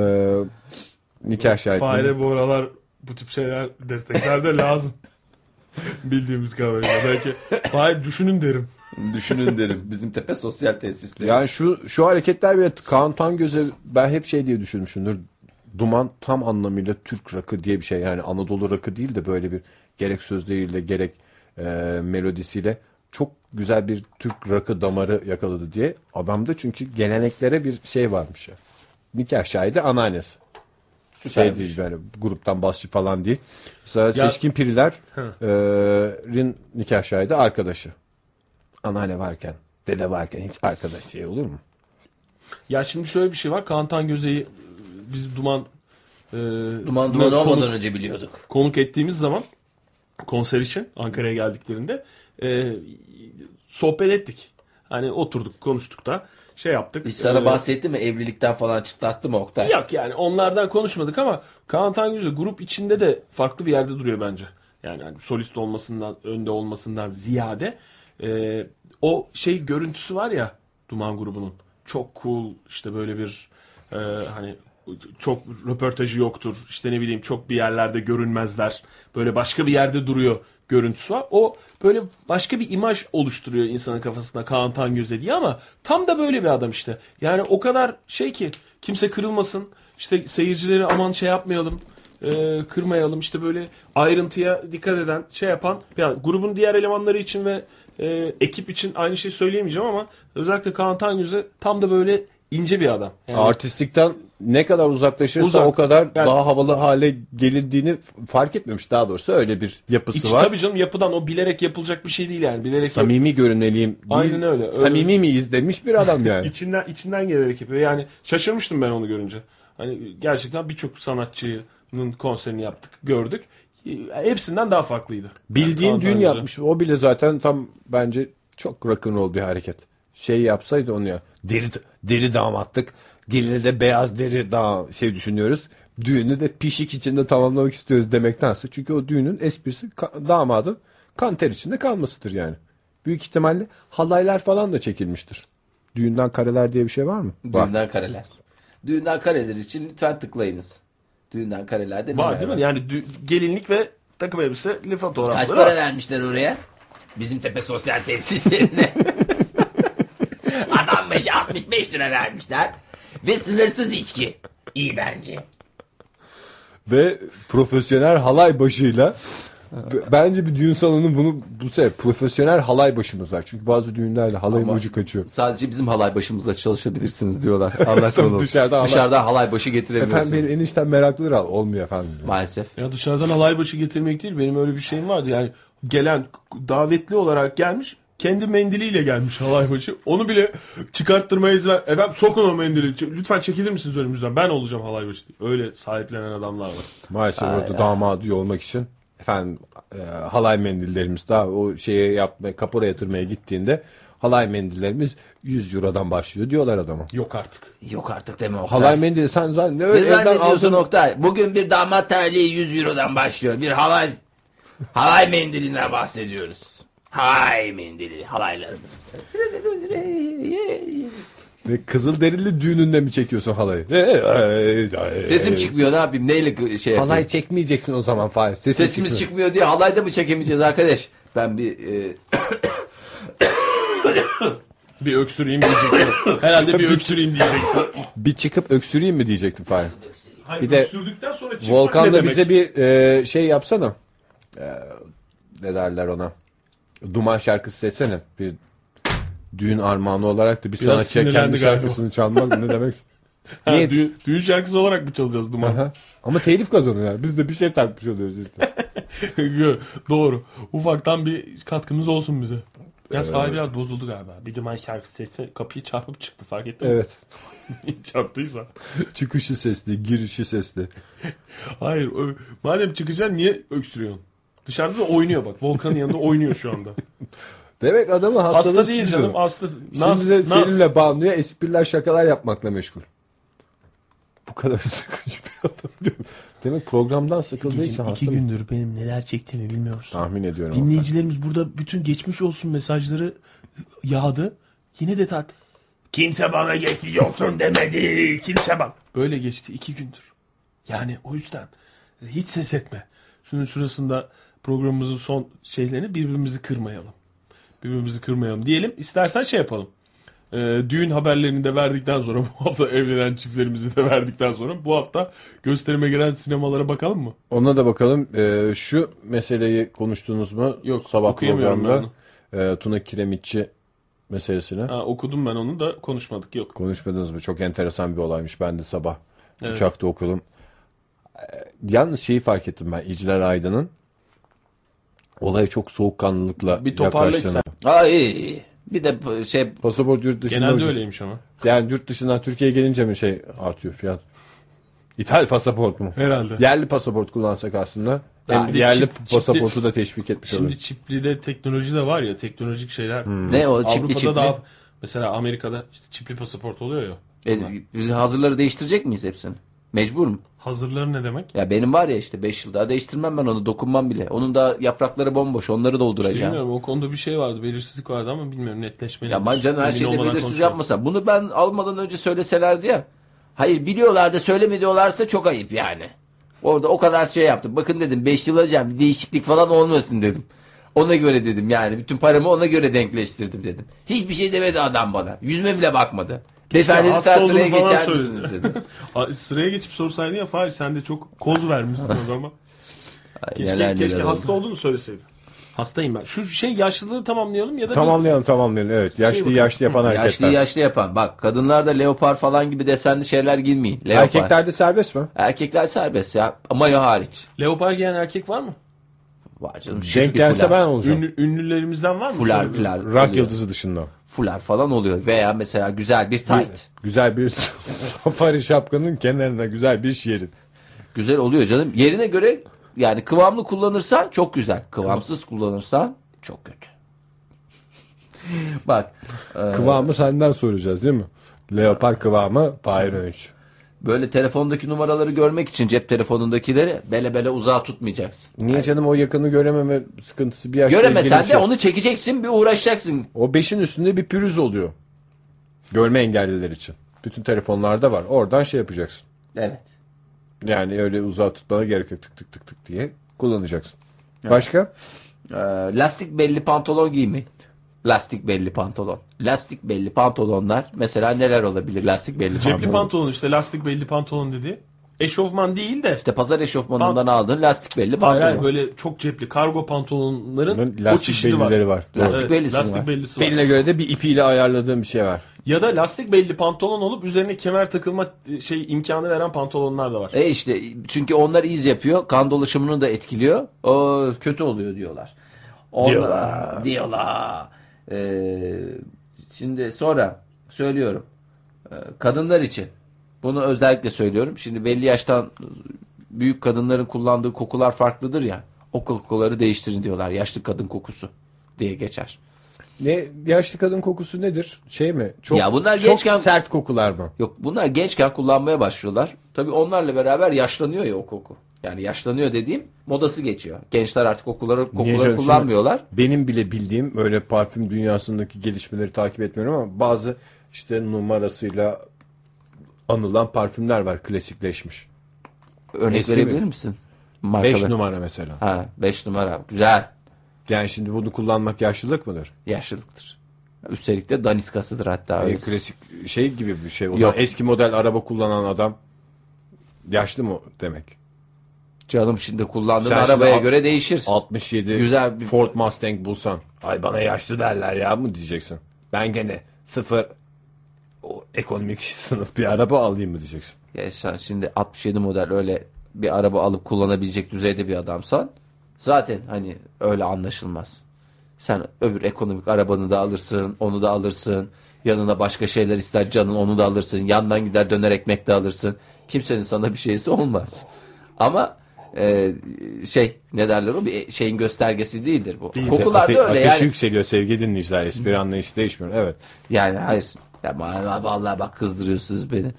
F: nikah şahitliği.
B: Fahire bu aralar bu tip şeyler destekler de lazım. Bildiğimiz kadarıyla belki. Fahir düşünün derim.
E: Düşünün derim. Bizim tepe sosyal tesisleri.
F: Yani şu şu hareketler bile Kaan Tangöz'e ben hep şey diye düşünmüşümdür. Duman tam anlamıyla Türk rakı diye bir şey. Yani Anadolu rakı değil de böyle bir gerek sözleriyle gerek e, melodisiyle çok güzel bir Türk rakı damarı yakaladı diye. Adamda çünkü geleneklere bir şey varmış ya. Nikah şahidi anneannesi. Şey
E: Süpermiş.
F: değil yani gruptan basçı falan değil. Mesela Seçkin Piriler'in nikah şahidi arkadaşı. Anneanne varken, dede varken hiç arkadaş şey olur mu?
B: Ya şimdi şöyle bir şey var. Kantan Göze'yi biz duman e,
E: Duman duman
B: konuk-
E: olmadan önce biliyorduk.
B: konuk ettiğimiz zaman konser için Ankara'ya geldiklerinde e, sohbet ettik. Hani oturduk konuştuk da şey yaptık.
E: Hiç sana
B: E,
E: bahsetti mi evlilikten falan çıtlattı mı Oktay?
B: Yok yani onlardan konuşmadık ama Kaan Tangöze grup içinde de farklı bir yerde duruyor bence. Yani hani solist olmasından, önde olmasından ziyade e, o şey görüntüsü var ya Duman grubunun. Çok cool işte böyle bir e, hani çok röportajı yoktur. İşte ne bileyim çok bir yerlerde görünmezler. Böyle başka bir yerde duruyor görüntüsü var. O böyle başka bir imaj oluşturuyor insanın kafasında Kaan Tangöze diye ama tam da böyle bir adam işte. Yani o kadar şey ki kimse kırılmasın. İşte seyircileri aman şey yapmayalım. e, kırmayalım işte böyle ayrıntıya dikkat eden şey yapan yani grubun diğer elemanları için ve e, ekip için aynı şeyi söyleyemeyeceğim ama özellikle Kaan Tangöze tam da böyle ince bir adam. Yani
F: Artistlikten ne kadar uzaklaşırsa
B: Uzak.
F: o kadar
B: Yani-
F: daha havalı hale gelindiğini f- fark etmemiş. Daha doğrusu öyle bir yapısı
B: iç,
F: var.
B: tabii canım yapıdan o bilerek yapılacak bir şey değil yani. Bilerek
F: Samimi görünmeliyim. değil,
B: Aynen öyle, öyle.
F: Samimi miyiz demiş bir adam yani.
B: içinden içinden gelerek yapıyor. Yani şaşırmıştım ben onu görünce. Hani gerçekten birçok sanatçının konserini yaptık, gördük. Hepsinden daha farklıydı.
F: Bildiğin
B: Yani
F: düğün
B: daha
F: yapmış. O bile zaten tam bence çok rock'n'roll bir hareket. Şey yapsaydı onu ya. Deri, deri damatlık. Geline de beyaz deri daha şey düşünüyoruz. Düğünü de pişik içinde tamamlamak istiyoruz demektense. Çünkü o düğünün esprisi ka- damadın kan ter içinde kalmasıdır yani. Büyük ihtimalle halaylar falan da çekilmiştir. Düğünden kareler diye bir şey var mı? Var.
E: Düğünden kareler. Düğünden kareler için lütfen tıklayınız. Düğünden karelerde ne
B: Var değil mi? Yani dü- gelinlik ve takım elbiseli
E: Kaç
B: fotoğrafları
E: para
B: var.
E: vermişler oraya? Bizim tepe sosyal tesislerine. Adam başı 65 lira vermişler. Ve sınırsız içki. İyi bence.
F: ve profesyonel halay başıyla B- bence bir düğün salonu bunu bu sefer profesyonel halay başımız var. Çünkü bazı düğünlerde halayın
E: Ama-
F: ucu kaçıyor.
E: Sadece bizim halay başımızla çalışabilirsiniz diyorlar.
F: Tabii
E: Anlaşmalı.
F: dışarıda halay-
E: Dışarıda halay başı getiremiyorsunuz.
F: Efendim benim enişten meraklıdır al. Olmuyor efendim.
E: Maalesef.
B: Ya dışarıdan halay başı getirmek değil. Benim öyle bir şeyim vardı. Yani gelen davetli olarak gelmiş. Kendi mendiliyle gelmiş halay başı. Onu bile çıkarttırmaya izin ver. Efendim sokun o mendili. Ç- Lütfen çekilir misiniz önümüzden? Ben olacağım halay başı diye. Öyle sahiplenen adamlar var.
F: Maalesef orada damadı olmak için efendim e, halay mendillerimiz daha o şeye yapmaya kapora yatırmaya gittiğinde halay mendillerimiz 100 eurodan başlıyor diyorlar adama.
B: Yok artık.
E: Yok artık deme Oktay.
F: Halay mendili sen zaten ne
E: Ne
F: öyle elden
E: zannediyorsun
F: aldın
E: Oktay? Bugün bir damat terliği 100 Euro'dan başlıyor. Bir halay halay mendilinden bahsediyoruz. Halay mendili, halaylarımız.
F: ve kızıl derili düğününde mi çekiyorsun halayı?
E: Sesim çıkmıyor ne yapayım? Neyle şey yapayım?
F: Halay çekmeyeceksin o zaman Fahir. Sesin
E: Sesimiz
F: çıkmıyor.
E: çıkmıyor diye halayda mı çekemeyeceğiz arkadaş? Ben bir e,
B: Bir öksüreyim diyecektim. Herhalde bir öksüreyim diyecektim.
F: Bir çıkıp öksüreyim mi diyecektim Fahir.
B: Hayır,
F: Bir de
B: öksürdükten sonra çıkmak ne
F: Volkan da
B: demek?
F: bize bir e, şey yapsana. E, ne derler ona? Duman şarkısı seçsene. Bir düğün armağanı olarak da bir sanatçıya kendi
B: sinirlendi galiba.
F: şarkısını çalmak ne demek?
B: Ha,
F: Niye?
B: düğün, düğün şarkısı olarak mı çalacağız duman?
F: Aha. Ama telif kazanıyor. yani. Biz de bir şey takmış oluyoruz işte.
B: Doğru. Ufaktan bir katkımız olsun bize. Yaz Fahri biraz bozuldu galiba. Bir duman şarkısı sesi kapıyı çarpıp çıktı fark ettin
F: evet.
B: mi? Çarptıysa.
F: Çıkışı sesli, girişi sesli.
B: Hayır. ö- madem çıkacaksın niye öksürüyorsun? Dışarıda da oynuyor bak. Volkan'ın yanında oynuyor şu anda.
F: Demek adamın hastalığı
B: Hasta değil
F: sizin.
B: canım. Hasta. Nas,
F: Şimdi de
B: nas.
F: seninle Banu'ya espriler şakalar yapmakla meşgul. Bu kadar sıkıcı bir adam diyorum. Demek programdan sıkıldığı için hasta mı?
B: gündür benim neler çektiğimi bilmiyorsun.
F: Tahmin ediyorum.
B: Dinleyicilerimiz burada bütün geçmiş olsun mesajları yağdı. Yine de tak. Kimse bana geçmiş olsun demedi. Kimse bak. Böyle geçti iki gündür. Yani o yüzden hiç ses etme. Şunun şurasında programımızın son şeylerini birbirimizi kırmayalım. Birbirimizi kırmayalım diyelim. İstersen şey yapalım. Ee, düğün haberlerini de verdikten sonra bu hafta evlenen çiftlerimizi de verdikten sonra bu hafta gösterime giren sinemalara bakalım mı?
F: Ona da bakalım. Ee, şu meseleyi konuştunuz mu?
B: Yok,
F: Sabah
B: okuyamıyorum
F: programda e, Tuna Kiremitçi meselesini
B: Ha, okudum ben onu da konuşmadık yok.
F: konuşmadınız mı? Çok enteresan bir olaymış. Ben de sabah
B: Evet.
F: uçakta okudum. Ee, Yalnız şeyi fark ettim ben. İcler Aydın'ın olaya çok soğukkanlılıkla
B: Bir toparla
F: yaklaştığını.
B: ister-
E: ay iyi, iyi. bir de p- şey
F: Pasaport yurt dışında
B: Genelde
F: ucuz.
B: öyleymiş ama.
F: Yani yurt dışından Türkiye'ye gelince mi şey artıyor fiyat? İthal pasaport mu?
B: Herhalde.
F: Yerli pasaport kullansak aslında hem
B: Yani
F: yerli
B: çip- çipli-
F: pasaportu da teşvik etmiş
B: Şimdi
F: oluruz.
B: çipli de teknoloji de var ya teknolojik şeyler.
E: ne o çipli
B: Avrupa'da
E: Hmm. çipli.
B: daha mesela Amerika'da işte çipli pasaport oluyor ya.
E: E, biz hazırları değiştirecek miyiz hepsini? Mecbur mu?
B: Hazırları ne demek?
E: Ya benim var ya işte 5 yıl daha değiştirmem ben onu dokunmam bile. Onun da yaprakları bomboş onları dolduracağım.
B: Bilmiyorum o konuda bir şey vardı belirsizlik vardı ama bilmiyorum netleşmeli.
E: Ya ben canım her
B: Emin
E: şeyde
B: olmadan
E: belirsiz
B: konuşuyoruz.
E: yapmasa. Bunu ben almadan önce söyleselerdi ya. Hayır biliyorlar da söylemiyorlarsa çok ayıp yani. Orada o kadar şey yaptım. Bakın dedim 5 yıl hocam bir değişiklik falan olmasın dedim. Ona göre dedim yani. Bütün paramı ona göre denkleştirdim dedim. Hiçbir şey demedi adam bana. Yüzüme bile bakmadı. Beyefendi dedi,
B: hasta
E: "Tartılmaya
B: olduğunu falan
E: geçer
B: söyledi."
E: misiniz dedim.
B: Aa, Sıraya geçip sorsaydın ya Fahir sen de çok koz vermişsin adama.
E: Ay,
B: Keşke,
E: neler neler
B: keşke
E: oldu.
B: hasta olduğunu söyleseydin. Hastayım ben. Şu şey yaşlılığı tamamlayalım ya da
F: Tamamlayalım tamamlayalım evet. Yaşlı
B: bakalım.
F: Şey yaşlı yapan
E: Yaşlı
F: hareketler.
E: yaşlı yapan. Bak kadınlarda leopar falan gibi desenli şeyler giymeyin. Leopar. Erkekler...
F: Erkeklerde serbest mi?
E: Erkekler serbest ya. Mayo hariç.
B: leopar giyen erkek var mı?
E: Var canım. şık
F: Denk
E: bir
F: gelse
E: fular.
F: ben olacağım.
B: Ünlü, ünlülerimizden var mı?
E: Fular
B: Şöyle bir-
E: fular.
F: Rock
E: oluyor.
F: yıldızı dışında.
E: Fular falan oluyor. Veya mesela güzel bir tight.
F: Güzel bir safari şapkanın kenarına güzel bir şiirin.
E: Güzel oluyor canım. Yerine göre yani kıvamlı kullanırsan çok güzel. Kıvamsız kullanırsan çok kötü. Bak e,
F: Kıvamı senden soracağız değil mi? Leopar kıvamı Fahir Önç.
E: böyle telefondaki numaraları görmek için cep telefonundakileri bele bele uzağa tutmayacaksın.
F: Niye canım o yakını görememe sıkıntısı bir yaşta ilgili
E: Göremesen
F: bir
E: de
F: şey.
E: onu çekeceksin bir uğraşacaksın.
F: O beşin üstünde bir pürüz oluyor. Görme engelliler için. Bütün telefonlarda var. Oradan şey yapacaksın.
E: Evet.
F: Yani öyle uzağa tutmana gerek yok tık tık tık tık diye kullanacaksın. Başka?
E: E, lastik belli pantolon giymeyin. Lastik belli pantolon. Lastik belli pantolonlar mesela neler olabilir lastik belli
B: Cepli
E: pantolon.
B: pantolon işte lastik belli pantolon dedi. Eşofman değil de
E: İşte pazar eşofmanından aldığın lastik belli pantolon.
B: hayır, hayır, böyle çok cepli kargo pantolonların o
F: Lastik
B: çeşidi var.
F: bellileri var.
E: Lastik
B: Evet,
E: bellisi
B: lastik
E: var.
B: bellisi var.
F: Beline göre de bir ipiyle ayarladığım bir şey var.
B: Ya da lastik belli pantolon olup üzerine kemer takılma e, şey imkanı veren pantolonlar da var.
E: E işte çünkü onlar iz yapıyor. Kan dolaşımını da etkiliyor. O kötü oluyor diyorlar. Onlar, diyorlar. Ee, şimdi sonra söylüyorum. Ee, Kadınlar için. Bunu özellikle söylüyorum. Şimdi belli yaştan büyük kadınların kullandığı kokular farklıdır ya. O kokuları değiştirin diyorlar. Yaşlı kadın kokusu diye geçer.
F: Ne yaşlı kadın kokusu nedir? Şey mi? Çok,
E: Ya bunlar
F: çok
E: gençken-
F: sert kokular mı?
E: Yok bunlar gençken kullanmaya başlıyorlar. Tabii onlarla beraber yaşlanıyor ya o koku. Yani yaşlanıyor dediğim modası geçiyor. Gençler artık kokuları,
F: Niye
E: kokuları
F: canım?
E: kullanmıyorlar.
F: Şimdi Benim bile bildiğim öyle parfüm dünyasındaki gelişmeleri takip etmiyorum ama bazı işte numarasıyla anılan parfümler var klasikleşmiş.
E: Örnek
F: Eski
E: verebilir
F: mi?
E: misin?
F: 5
E: Markaları.
F: numara mesela.
E: Ha, beş numara. Güzel.
F: Yani şimdi bunu kullanmak yaşlılık mıdır?
E: Yaşlılıktır. Üstelik de daniskasıdır hatta.
F: E,
E: öyle.
F: klasik şey gibi bir şey. O zaman
E: Yok.
F: eski model araba kullanan adam yaşlı mı demek?
E: Canım şimdi kullandığın
F: Sen şimdi
E: arabaya
F: al-
E: göre değişir.
F: 67
E: Güzel bir-
F: Ford Mustang bulsan. Ay bana yaşlı derler ya mı diyeceksin. Ben gene sıfır o ekonomik sınıf bir araba alayım mı diyeceksin.
E: Ya sen şimdi 67 model öyle bir araba alıp kullanabilecek düzeyde bir adamsan zaten hani öyle anlaşılmaz. Sen öbür ekonomik arabanı da alırsın, onu da alırsın. Yanına başka şeyler ister canın onu da alırsın. Yandan gider döner ekmek de alırsın. Kimsenin sana bir şeysi olmaz. Ama e, şey ne derler o bir şeyin göstergesi değildir bu. Kokular
F: Ate-
E: da öyle
F: ateşi
E: yani.
F: yükseliyor sevgili dinleyiciler. Espri anlayışı değişmiyor. Evet.
E: Yani hayır. Ya bana- vallahi bak kızdırıyorsunuz beni.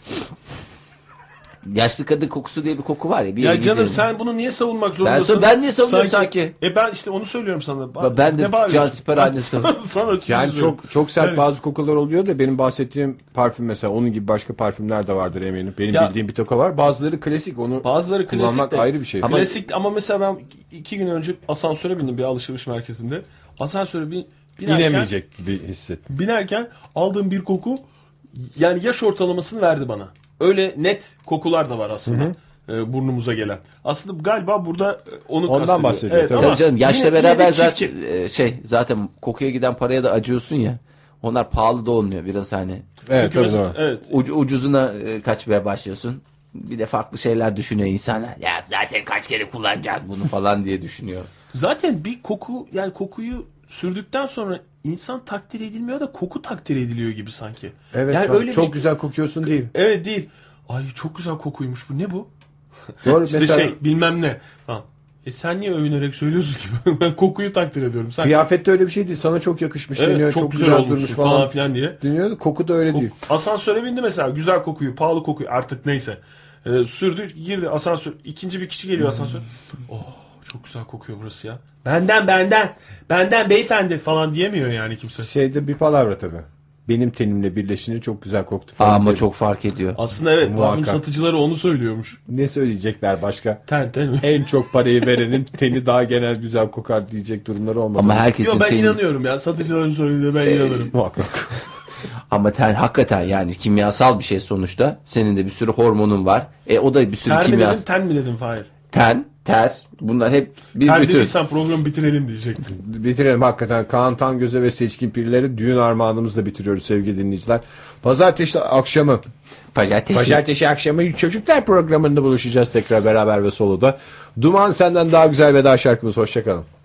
E: Yaşlı kadın kokusu diye bir koku var ya. Bir yere
B: Ya canım
E: gidelim.
B: sen bunu niye savunmak zorundasın?
E: Ben- ben niye savunuyorum sanki?
B: E ben işte onu söylüyorum sana. Ba-
E: ben de
B: ne bağırıyorsun?
E: Can Siper annesi.
B: Sana- sana
F: Yani
B: üzülüyorum.
F: çok çok sert bazı kokular oluyor da benim bahsettiğim parfüm mesela onun gibi başka parfümler de vardır eminim. Benim
B: Ya-
F: bildiğim bir toka var. Bazıları klasik onu
B: Bazıları klasik
F: kullanmak
B: de-
F: ayrı bir şey.
B: Ama... Klasik ama mesela ben iki gün önce asansöre bindim bir alışveriş merkezinde. Asansöre bin, binerken,
F: inemeyecek gibi hissettim.
B: binerken aldığım bir koku yani yaş ortalamasını verdi bana. Öyle net kokular da var aslında. e, burnumuza gelen. Aslında galiba burada e, onu
F: Ondan
B: kastediyor.
F: bahsediyor, tabii.
E: Tabii
B: ama
E: canım yaşla
B: yine- yine de
E: beraber
B: çirkin.
E: zaten e, şey zaten kokuya giden paraya da acıyorsun ya. Onlar pahalı da olmuyor biraz hani.
F: Evet, tabii,
B: Mesela-
F: doğru.
B: evet.
E: Ucu- ucuzuna e, kaçmaya başlıyorsun. Bir de farklı şeyler düşünüyor insanlar. Ya zaten kaç kere kullanacağız bunu falan diye düşünüyor.
B: Zaten bir koku yani kokuyu sürdükten sonra insan takdir edilmiyor da koku takdir ediliyor gibi sanki.
F: Evet.
B: yani
F: çok-
B: öyle
F: çok
B: bir-
F: güzel kokuyorsun değil.
B: Evet değil. Ay çok güzel kokuymuş bu. Ne bu?
F: Doğru
B: İşte
F: mesela
B: şey bilmem ne. Ha. E sen niye övünerek söylüyorsun ki? ben kokuyu takdir ediyorum. Sen
F: Kıyafette öyle bir şey değil. Sana çok yakışmış
B: evet,
F: deniyor.
B: çok, güzel, olmuşsun falan, filan diye.
F: Deniyor da koku da öyle değil.
B: Asansöre bindi mesela. Güzel kokuyu, pahalı kokuyu artık neyse. Ee, sürdü girdi asansör. İkinci bir kişi geliyor asansör. Oh çok güzel kokuyor burası ya. Benden benden. Benden beyefendi falan diyemiyor yani kimse.
F: Şeyde bir palavra tabii. Benim tenimle birleşince çok güzel koktu falan.
E: Ama
F: diye.
E: çok fark ediyor.
B: Aslında evet parfüm
F: Muhakkak.
B: satıcıları onu söylüyormuş.
F: Ne söyleyecekler başka?
B: Ten ten.
F: En çok parayı verenin teni daha genel güzel kokar diyecek durumları olmadı.
E: Ama
B: Yo,
E: herkesin
B: ben
E: teni-
B: inanıyorum ya satıcıların söylediğine ben inanırım.
F: Muhakkak.
E: ama ten hakikaten yani kimyasal bir şey sonuçta. Senin de bir sürü hormonun var. E o da bir sürü
B: Ter mi
E: kimyasal.
B: dedim ten mi dedim Fahir?
E: ten ter bunlar hep bir
B: Her
E: bütün.
B: dediysen programı bitirelim diyecektim.
F: Bitirelim hakikaten. Kaan Tangöze ve Seçkin Pirleri düğün armağanımızla bitiriyoruz sevgili dinleyiciler. Pazartesi akşamı
E: Pazartesi.
F: Pazartesi akşamı çocuklar programında buluşacağız tekrar beraber ve soloda. Duman senden daha güzel veda şarkımız. Hoşçakalın.